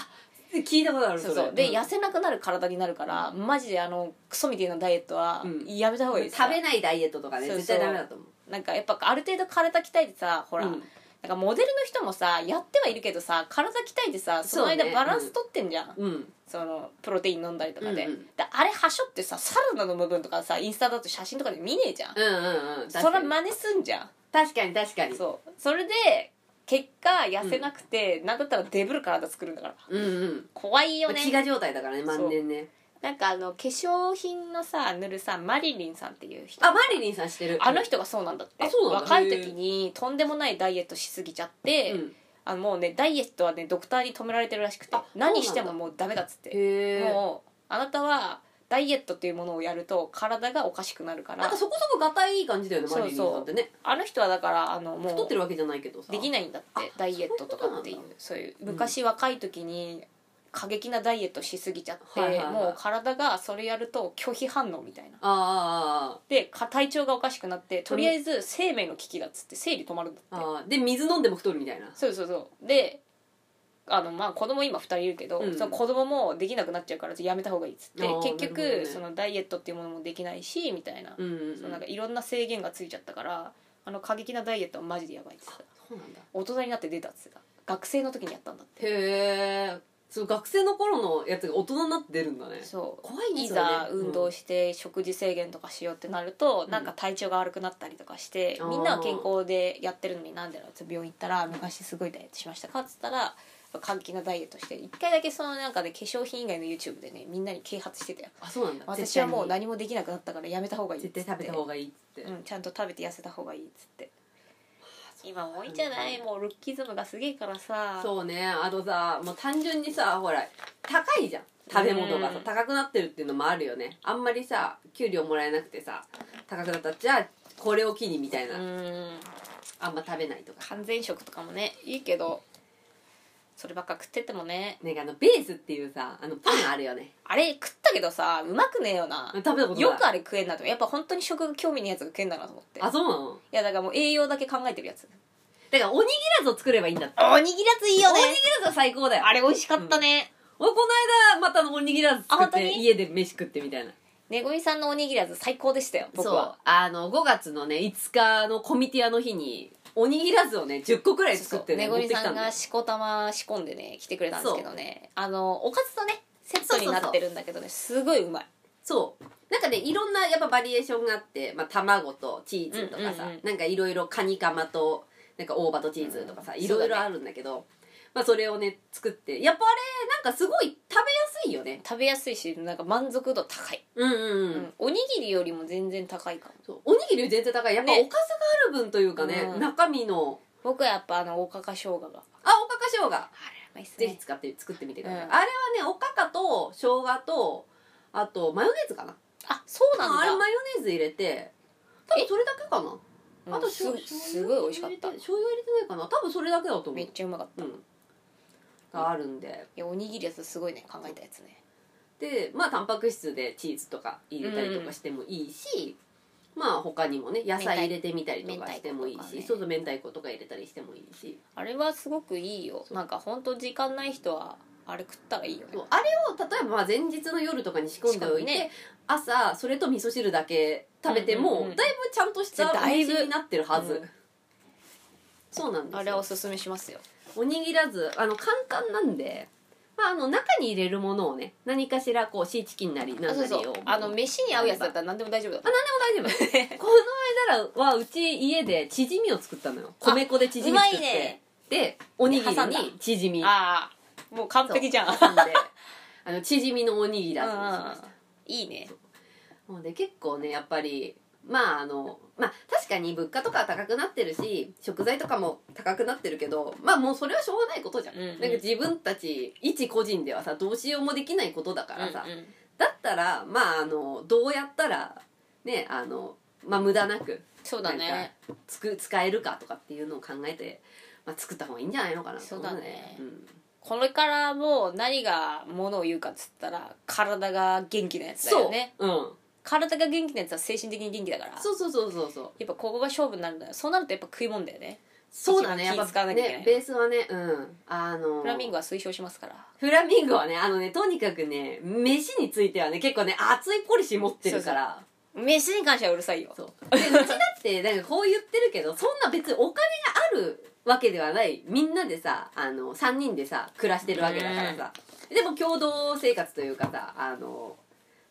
Speaker 2: 聞いたことある
Speaker 1: そうそうで、痩せなくなる体になるから、マジであのクソみたいなダイエットは
Speaker 2: うん
Speaker 1: やめた方がいいです、
Speaker 2: 食べないダイエットとかね
Speaker 1: そうそう
Speaker 2: 絶対ダメだと思う
Speaker 1: なんかやっぱある程度体鍛えてさほら、
Speaker 2: うん
Speaker 1: なんかモデルの人もさやってはいるけどさ体鍛えてさその間
Speaker 2: そうね
Speaker 1: バランス取ってんじゃんそ,、
Speaker 2: うん
Speaker 1: のプロテイン飲んだりとかで,、
Speaker 2: うんうん
Speaker 1: であれはしょってさサラダの部分とかさインスタだと写真とかで見ねえじゃん、
Speaker 2: うんうんうん
Speaker 1: そ
Speaker 2: 確
Speaker 1: れ
Speaker 2: かに
Speaker 1: 真似すんじゃ
Speaker 2: 確かに確か
Speaker 1: ん
Speaker 2: に
Speaker 1: そうそれで結果痩せなくて、なんだったらデブる体作るんだから
Speaker 2: うんうん
Speaker 1: 怖いよね
Speaker 2: 飢餓状態だからね万年ね
Speaker 1: なんかあの化粧品のさ塗るさマリリンさんっていう人
Speaker 2: あマリリンさんしてる
Speaker 1: あの人がそうなんだって
Speaker 2: あそうなんだ
Speaker 1: 若い時にとんでもないダイエットしすぎちゃって、
Speaker 2: うん
Speaker 1: あのもうねダイエットはねドクターに止められてるらしくて
Speaker 2: あ
Speaker 1: 何し
Speaker 2: そう
Speaker 1: て
Speaker 2: なんだ
Speaker 1: ももうダメだっつって
Speaker 2: へえ
Speaker 1: もうあなたはダイエットっていうものをやると体がおかしくなるか
Speaker 2: なん
Speaker 1: ら
Speaker 2: かそこそこがたいい感じだよね
Speaker 1: そう
Speaker 2: マ
Speaker 1: そう
Speaker 2: リリンさんってね
Speaker 1: あの人はだからあの
Speaker 2: 太
Speaker 1: も
Speaker 2: って
Speaker 1: う
Speaker 2: るわけじゃないけどさ
Speaker 1: でき
Speaker 2: い
Speaker 1: ないんだってダイエットとかっていうそういう
Speaker 2: うん
Speaker 1: 昔若い時に過激なダイエットしすぎちゃって、
Speaker 2: はいはいはい
Speaker 1: もう体がそれやると拒否反応みたいな
Speaker 2: あ
Speaker 1: でか体調がおかしくなってとりあえず生命の危機だっつって生理止まるんだ
Speaker 2: ーあ
Speaker 1: って
Speaker 2: ーあーで水飲んでも太るみたいな
Speaker 1: そうそうそうであのまあ子供今2人いるけど、
Speaker 2: うん
Speaker 1: その子供もできなくなっちゃうからやめた方がいいっつって
Speaker 2: あー
Speaker 1: 結
Speaker 2: なるほ
Speaker 1: 局、
Speaker 2: どね
Speaker 1: そのダイエットっていうものもできないしみたいな,、
Speaker 2: うんうんうん
Speaker 1: そのなんかいろんな制限がついちゃったからあの過激なダイエットはマジでやばいっつってた
Speaker 2: そうなんだ
Speaker 1: 大人になって出たっつってた学生の時にやったんだって
Speaker 2: へえそう学生の頃のやつが大人になって出るんだね
Speaker 1: そう
Speaker 2: 怖いね
Speaker 1: いざ
Speaker 2: それね
Speaker 1: 運動
Speaker 2: し
Speaker 1: して食事制限とかしようってなると、
Speaker 2: うん
Speaker 1: なんか体調が悪くなったりとかして、
Speaker 2: あー
Speaker 1: みんなは健康でやってるのになんでなのって病院行ったら「昔すごいダイエットしましたか?」っつったら過激なダイエットして一回だけそのなんかで化粧品以外の YouTube でねみんなに啓発してたよ
Speaker 2: あそうなんだ
Speaker 1: 私はもう何もできなくなったからやめた方がいいっつ
Speaker 2: 絶
Speaker 1: って
Speaker 2: 対食べた方がいいって
Speaker 1: うん、ちゃんと食べて痩せた方がいいっつって今多いんじゃないもうルッキズムがすげえからさ
Speaker 2: そうねあとさもう単純にさほら高いじゃん食べ物が
Speaker 1: う
Speaker 2: さ
Speaker 1: ん
Speaker 2: 高くなってるっていうのもあるよねあんまりさ給料もらえなくてさ高くなったらじゃあこれを機にみたいな、
Speaker 1: うん
Speaker 2: あんま食べないとか
Speaker 1: 完全食とかもねいいけどそればっか食っててもね
Speaker 2: なんかあのベースっていうさあのパンあるよね
Speaker 1: あれ食ったけどさうまくねえよな
Speaker 2: 食べたことない
Speaker 1: よくあれ食えんなとやっぱ本当に食が興味ねえやつが食えんだなと思ってい
Speaker 2: あそうなの
Speaker 1: やだからもう栄養だけ考えてるやつ
Speaker 2: だからおにぎらずを作ればいいんだって
Speaker 1: おにぎらずいいよ
Speaker 2: おにぎ
Speaker 1: ね
Speaker 2: らずは最高だよ
Speaker 1: あれ美味しかったね、
Speaker 2: 俺この間またあのおにぎらず
Speaker 1: あ
Speaker 2: 作っ
Speaker 1: 本当
Speaker 2: て
Speaker 1: に
Speaker 2: 家で飯食ってみたいな
Speaker 1: ねごみさんのおにぎらず最高でしたよ僕
Speaker 2: そう
Speaker 1: は
Speaker 2: あの5月のね5日のコミティアの日におにぎらずをね10個くらい作ってね
Speaker 1: ねご
Speaker 2: 持っ
Speaker 1: み
Speaker 2: てき
Speaker 1: さ
Speaker 2: た
Speaker 1: ん
Speaker 2: んだ
Speaker 1: が
Speaker 2: よ
Speaker 1: しこたま仕込んでね来てくれたんですけどねあのおかずとねセットになってるんだけどねすごいうまい
Speaker 2: そうなんかねいろんなやっぱバリエーションがあって、まあ、卵とチーズとかさ、
Speaker 1: うんうんうん
Speaker 2: なんかいろいろカニカマとなんか大葉とチーズとかさ、
Speaker 1: うん
Speaker 2: いろい
Speaker 1: そう
Speaker 2: ろ
Speaker 1: だね
Speaker 2: あるんだけどまあ、それをね作ってやっぱあれなんかすごい食べやすいよね
Speaker 1: 食べやすいしなんか満足度高い、
Speaker 2: うんうんう、
Speaker 1: うんん、おにぎりよりも全然高いかも
Speaker 2: そうおにぎりより全然高いやっぱお
Speaker 1: ね
Speaker 2: かずがある分というかね
Speaker 1: うん
Speaker 2: 中身の
Speaker 1: 僕はやっぱあのおかか生姜があれう
Speaker 2: あおかか生姜
Speaker 1: まいっす
Speaker 2: ぜひ
Speaker 1: ね
Speaker 2: 使って作ってみてください、
Speaker 1: うん
Speaker 2: あれはねおかかと生姜とあとマヨネーズかな
Speaker 1: あそうなん
Speaker 2: あ
Speaker 1: だ
Speaker 2: あれマヨネーズ入れて多分それだけかな
Speaker 1: うん
Speaker 2: あと
Speaker 1: す
Speaker 2: 醤
Speaker 1: すごい美味しかった
Speaker 2: 醤油入れて醤油入れてないかな多分それだけだと思
Speaker 1: め
Speaker 2: う
Speaker 1: っちゃうまかった、
Speaker 2: う
Speaker 1: い
Speaker 2: んがあるんで
Speaker 1: やおにぎりやつすごいね考えたやつね
Speaker 2: でまあタンパク質でチーズとか入れたりとかしてもいいし、まあ他にもね野菜入れてみたりとかしてもいい
Speaker 1: 明太子とかね
Speaker 2: し、そうそう明太子とか入れたりしてもいいし
Speaker 1: あれはすごくいいよ
Speaker 2: そう
Speaker 1: なんかほんと時間ない人はあれ食ったらいいよね
Speaker 2: そうあれを例えばまあ前日の夜とかに仕込んでお
Speaker 1: 仕込んで
Speaker 2: いて、
Speaker 1: ね
Speaker 2: 朝それと味噌汁だけ食べても、
Speaker 1: うんうんうん
Speaker 2: だいぶちゃんとした
Speaker 1: だいぶ
Speaker 2: 味になってるはず、
Speaker 1: うん
Speaker 2: そうなんで
Speaker 1: あ
Speaker 2: す
Speaker 1: れはお
Speaker 2: よ
Speaker 1: すすめしますよ
Speaker 2: おにぎらずあの簡単なんで、まあ、あの中に入れるものをね何かしらこうシーチキンなり
Speaker 1: あ
Speaker 2: 何
Speaker 1: そ
Speaker 2: な
Speaker 1: う
Speaker 2: り
Speaker 1: そ
Speaker 2: を
Speaker 1: うあの飯に合うやつだったら何でも大丈夫だと
Speaker 2: あ何でも大丈夫この間らはうち家でチヂミを作ったのよ米粉でチヂミ作
Speaker 1: *laughs* うま
Speaker 2: って
Speaker 1: いね
Speaker 2: でおにぎり
Speaker 1: 挟んだ
Speaker 2: にチヂミ
Speaker 1: ああもう完璧じゃん
Speaker 2: そう挟んであのチヂミのおにぎらずにしました
Speaker 1: うん *laughs* いいね
Speaker 2: もうで結構ねやっぱりまああのまあ確かに物価とかは高くなってるし食材とかも高くなってるけどまあもうそれはしょうがないことじゃん,、
Speaker 1: うんうん
Speaker 2: なんか自分たち一個人ではさどうしようもできないことだからさ、
Speaker 1: うんうん
Speaker 2: だったらまああのどうやったらねあのまあ無駄なく
Speaker 1: そうだ
Speaker 2: なん
Speaker 1: ね
Speaker 2: つく使えるかとかっていうのを考えて、まあ、作った方がいいんじゃないのかなと思
Speaker 1: そうだね
Speaker 2: うん
Speaker 1: これからもう何がものを言うかっつったら体が元気なやつだ
Speaker 2: そ
Speaker 1: よ
Speaker 2: う
Speaker 1: ね
Speaker 2: うん、
Speaker 1: 体が元気なやつは精神的に元気だから
Speaker 2: そうそうそうそうそう
Speaker 1: やっぱここが勝負になるんだよそうなるとやっぱ食い物だよね
Speaker 2: そうだね
Speaker 1: 一
Speaker 2: や
Speaker 1: 番
Speaker 2: っ
Speaker 1: 気使わ
Speaker 2: ぱ
Speaker 1: なきゃいけない
Speaker 2: ねベースはねうんあの
Speaker 1: フラミンゴは推奨しますから
Speaker 2: フラミンゴはね、あのね、とにかくね、飯についてはね、結構ね、熱いポリシー持ってるから。
Speaker 1: 飯に関してはうるさいよ
Speaker 2: そうで、うちだって、なんかこう言ってるけど、そんな別にお金があるわけではない、みんなでさ、あの、3人でさ、暮らしてるわけだからさ。でも共同生活というかさ、あの、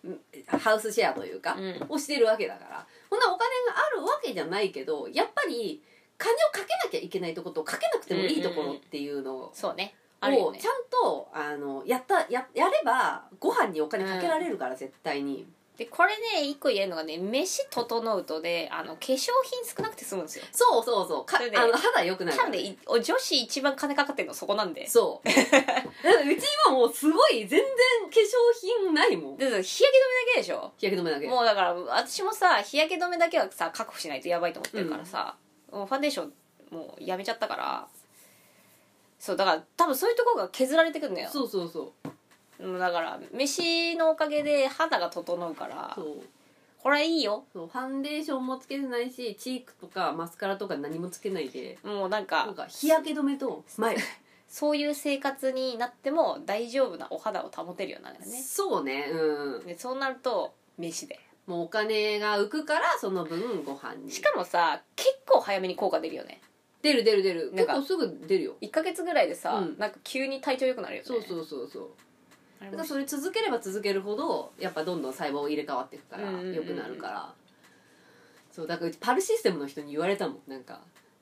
Speaker 2: んハウスシェアというか、
Speaker 1: うん
Speaker 2: をしてるわけだから。こんなお金があるわけじゃないけど、やっぱり、金をかけなきゃいけないところと、かけなくてもいいところっていうのを、
Speaker 1: そうねあるよ
Speaker 2: を
Speaker 1: ね
Speaker 2: ちゃんとあのやったややればご飯にお金かけられるから、絶対に
Speaker 1: でこれね一個言えるのがね飯整うとねあの化粧品少なくて済むんですよ
Speaker 2: そうそうそうか
Speaker 1: それで
Speaker 2: あの肌良くなる
Speaker 1: な
Speaker 2: から
Speaker 1: んでいお女子一番金かかってんのそこなんで
Speaker 2: そう *laughs* だからうち今もうすごい全然化粧品ないもん
Speaker 1: で日焼け止めだけでしょ
Speaker 2: 日焼け止めだけ
Speaker 1: もうだから私もさ日焼け止めだけはさ確保しないとやばいと思ってるからさ、もうファンデーションもうやめちゃったからそうだから多分そういうところが削られてくんだよ
Speaker 2: そうそうそう
Speaker 1: もうだから飯のおかげで肌が整うから
Speaker 2: そう
Speaker 1: これいいよ
Speaker 2: そうファンデーションもつけてないしチークとかマスカラとか何もつけないで
Speaker 1: もうなん
Speaker 2: な
Speaker 1: か
Speaker 2: んか日焼け止めと眉
Speaker 1: そういう生活になっても大丈夫なお肌を保てるようになるよね
Speaker 2: そうねうん
Speaker 1: でそうなると飯で
Speaker 2: もうお金が浮くからその分ご飯に
Speaker 1: しかもさ結構早めに効果出るよね
Speaker 2: 出る出る出る
Speaker 1: なん
Speaker 2: 結
Speaker 1: か
Speaker 2: 構すぐ出るよ
Speaker 1: 1ヶ月ぐらいでさ、
Speaker 2: うん
Speaker 1: なんか急に体調良くなるよね
Speaker 2: そうそうそうそう
Speaker 1: あれ
Speaker 2: だか
Speaker 1: も
Speaker 2: らそれ続ければ続けるほどやっぱどんどん細胞入れ替わっていくから
Speaker 1: うんうんうんうん
Speaker 2: 良くなるからそうだからうちパルシステムの人に言われたもんなんか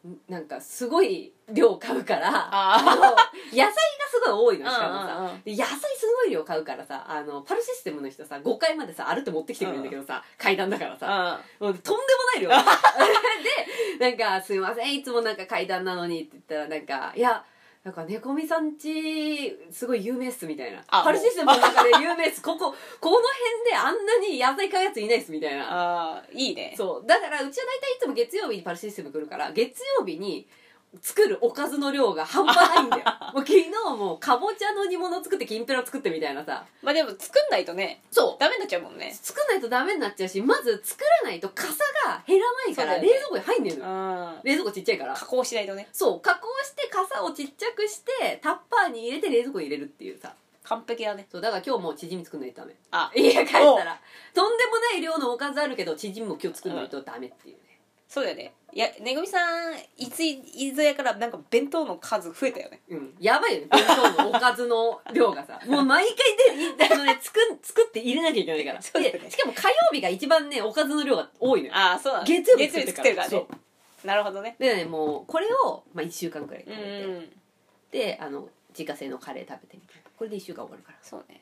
Speaker 2: んなんかすごい量買うから
Speaker 1: あ
Speaker 2: あ
Speaker 1: あ
Speaker 2: の野菜がすごい多いのしかも
Speaker 1: うんうんう
Speaker 2: さ
Speaker 1: ん
Speaker 2: で野菜すごい量買うからさあのパルシステムの人さ5階までさ歩いて持ってきてくれるんだけどさ階段だからさ
Speaker 1: うん
Speaker 2: もうとんでも
Speaker 1: *laughs*
Speaker 2: ない量でなんか「すいませんいつもなんか階段なのに」って言ったらなんか「いやなんか猫みさんちすごい有名っす」みたいな「
Speaker 1: あ
Speaker 2: パルシステムの中で有名っす *laughs* こここの辺であんなに野菜買うやついないっす」みたいな
Speaker 1: ああいいね
Speaker 2: そうだからうちは大体いつも月曜日にパルシステム来るから月曜日に作るおかずの量が半端ないんだ
Speaker 1: *laughs*
Speaker 2: よもう昨日もかぼちゃの煮物作ってきんぴら作ってみたいなさ
Speaker 1: まあでも作んないとね
Speaker 2: そう
Speaker 1: ダメになっちゃうもんね
Speaker 2: 作んないとダメになっちゃうしまず作らないとかさが減らないから
Speaker 1: そうだよ
Speaker 2: 冷
Speaker 1: ね
Speaker 2: 蔵庫に入んねえ
Speaker 1: うん
Speaker 2: のよ
Speaker 1: 加
Speaker 2: 冷蔵庫ちっちゃいから
Speaker 1: 工しないとね
Speaker 2: そう加工して傘をちっちゃくしてタッパーに入れて冷蔵庫に入れるっていうさ
Speaker 1: 完璧だね
Speaker 2: そうだから今日もうチヂミ作んないとダメ
Speaker 1: あ
Speaker 2: 家帰ったらとんでもない量のおかずあるけどチヂミも今日作んないとダメっていうね、
Speaker 1: そうだよねいやめぐみさんいついいずれからなんか弁当の数増えたよね
Speaker 2: うん、やばいよね弁当のおかずの量が
Speaker 1: *laughs*
Speaker 2: さもう毎回であの、ね、作ん作って入れなきゃいけないか
Speaker 1: *laughs*
Speaker 2: ら
Speaker 1: そうだよね
Speaker 2: でしかも火曜日が一番ねおかずの量が多いのよ
Speaker 1: ああそうだね
Speaker 2: 月曜日
Speaker 1: 月曜日作ってるからね
Speaker 2: そ
Speaker 1: なるほどね
Speaker 2: うでねもうこれを、まあ、1週間くらい食
Speaker 1: う
Speaker 2: べて、
Speaker 1: ん
Speaker 2: であの自家製のカレー食べてみたいなこれで1週間終わるから
Speaker 1: そうね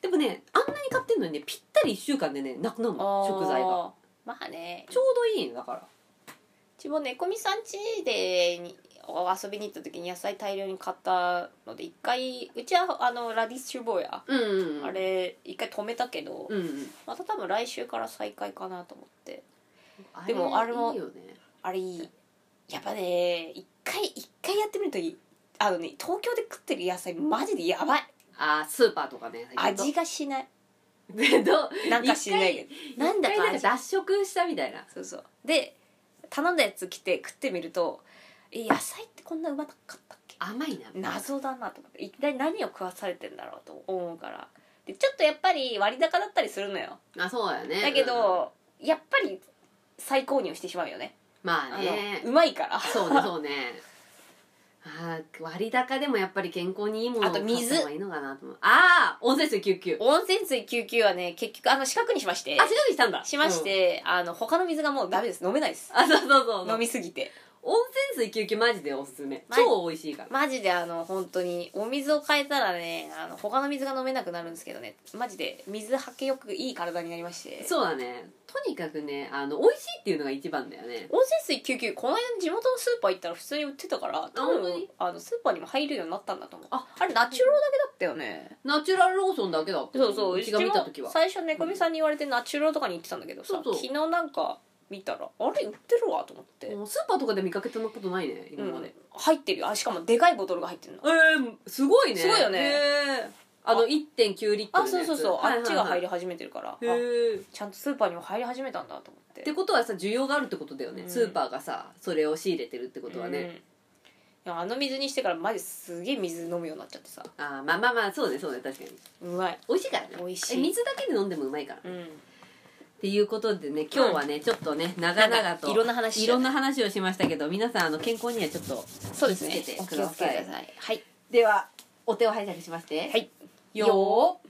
Speaker 2: でもねあんなに買ってんのにねぴったり1週間でねなくなるの食材が
Speaker 1: あーまあね
Speaker 2: ちょうどいいのだから
Speaker 1: うちも猫みさん家でに遊びに行った時に野菜大量に買ったので一回うちはあのラディッシュ坊や、
Speaker 2: うんうん、うん、
Speaker 1: あれ一回止めたけど、
Speaker 2: うん、うん、
Speaker 1: また多分来週から再開かなと思って
Speaker 2: で
Speaker 1: で
Speaker 2: も
Speaker 1: も
Speaker 2: あ
Speaker 1: あ
Speaker 2: れ
Speaker 1: れ
Speaker 2: も
Speaker 1: も
Speaker 2: いいよね
Speaker 1: あれいいやっぱね一回一回やってみるといいあのね東京で食ってる野菜マジでやばい
Speaker 2: あースーパーとかね
Speaker 1: 味がしない
Speaker 2: でどう
Speaker 1: *laughs* なんかしないけどなんだ
Speaker 2: 一
Speaker 1: か
Speaker 2: 回なん
Speaker 1: 味
Speaker 2: か脱色したみたいな
Speaker 1: そうそうで頼んだやつ来て食ってみるとえ野菜ってこんなうまかったっけ
Speaker 2: 甘いな
Speaker 1: 謎だなと思って一体何を食わされてんだろうと思うからでちょっとやっぱり割高だったりするのよ
Speaker 2: あそうだよね
Speaker 1: だけ
Speaker 2: うん
Speaker 1: ど、やっぱり再購入してしまうよね
Speaker 2: まあ
Speaker 1: あ
Speaker 2: ね
Speaker 1: のうまいから
Speaker 2: そうねそうねあー割高でもやっぱり健康にいいものを
Speaker 1: あと水
Speaker 2: 買った方がいいのかなと思うああ温泉水救急
Speaker 1: 温泉水救急はね結局あの四角にしまして
Speaker 2: あ白にしたんだ
Speaker 1: しまし、て、あの他の水がもうダメです飲めないです
Speaker 2: うんあそうそうそうそう
Speaker 1: 飲みすぎて
Speaker 2: 温泉水救急マジでおすすめ
Speaker 1: マジ
Speaker 2: 超美味しいから
Speaker 1: マジであの本当にお水を変えたらねあの他の水が飲めなくなるんですけどねマジで水はけよくいい体になりまして
Speaker 2: そうだねとにかくねあの美味しいっていうのが一番だよね
Speaker 1: 温泉水救急この間地元のスーパー行ったら普通に売ってたから多
Speaker 2: 本当
Speaker 1: 分
Speaker 2: に
Speaker 1: あのスーパーにも入るようになったんだと思う
Speaker 2: あ
Speaker 1: あれナチュローだけだったよね
Speaker 2: ナチュラルローソンだけだった
Speaker 1: そうそう
Speaker 2: うちが見た時は
Speaker 1: 最初猫みさんに言われてナチュローとかに行ってたんだけどさ
Speaker 2: そうそう
Speaker 1: 昨日なんか見たらあれ売ってるわと思って、
Speaker 2: もうスーパーとかで見かけたことないね今まで、
Speaker 1: うん入ってるよあしかもでかいボトルが入ってるの
Speaker 2: えー、すごいね
Speaker 1: すごいよね
Speaker 2: へーあの
Speaker 1: あ
Speaker 2: 1.9リッ
Speaker 1: あ
Speaker 2: トルの
Speaker 1: そう
Speaker 2: やつ
Speaker 1: そうそう、
Speaker 2: はいはい
Speaker 1: あっちが入り
Speaker 2: る
Speaker 1: 始めてるからあ
Speaker 2: へー
Speaker 1: ちゃんとスーパーにも入り始めたんだと思って
Speaker 2: ってことはさ需要があるってことだよね、
Speaker 1: うん
Speaker 2: スーパーがさそれを仕入れてるってことは
Speaker 1: うん
Speaker 2: ね、
Speaker 1: いやあの水にしてからマジすげえ水飲むようになっちゃってさ
Speaker 2: あーまあまあまあそうねそうね確かに
Speaker 1: うまい
Speaker 2: 美味しいからね
Speaker 1: 美味しい
Speaker 2: え水だけで飲んでもうまいから、
Speaker 1: う
Speaker 2: っ
Speaker 1: ん
Speaker 2: ていうことでね今日はね、ちょっとね長々と
Speaker 1: いろんな話
Speaker 2: いろんな話をしましたけど皆さんあの健康にはちょっと
Speaker 1: そうですね
Speaker 2: 気をつけて
Speaker 1: お
Speaker 2: く
Speaker 1: 気を
Speaker 2: だ
Speaker 1: つけ
Speaker 2: さ
Speaker 1: て
Speaker 2: い
Speaker 1: くださいはい
Speaker 2: ではお手を拝借しまして
Speaker 1: はい
Speaker 2: よー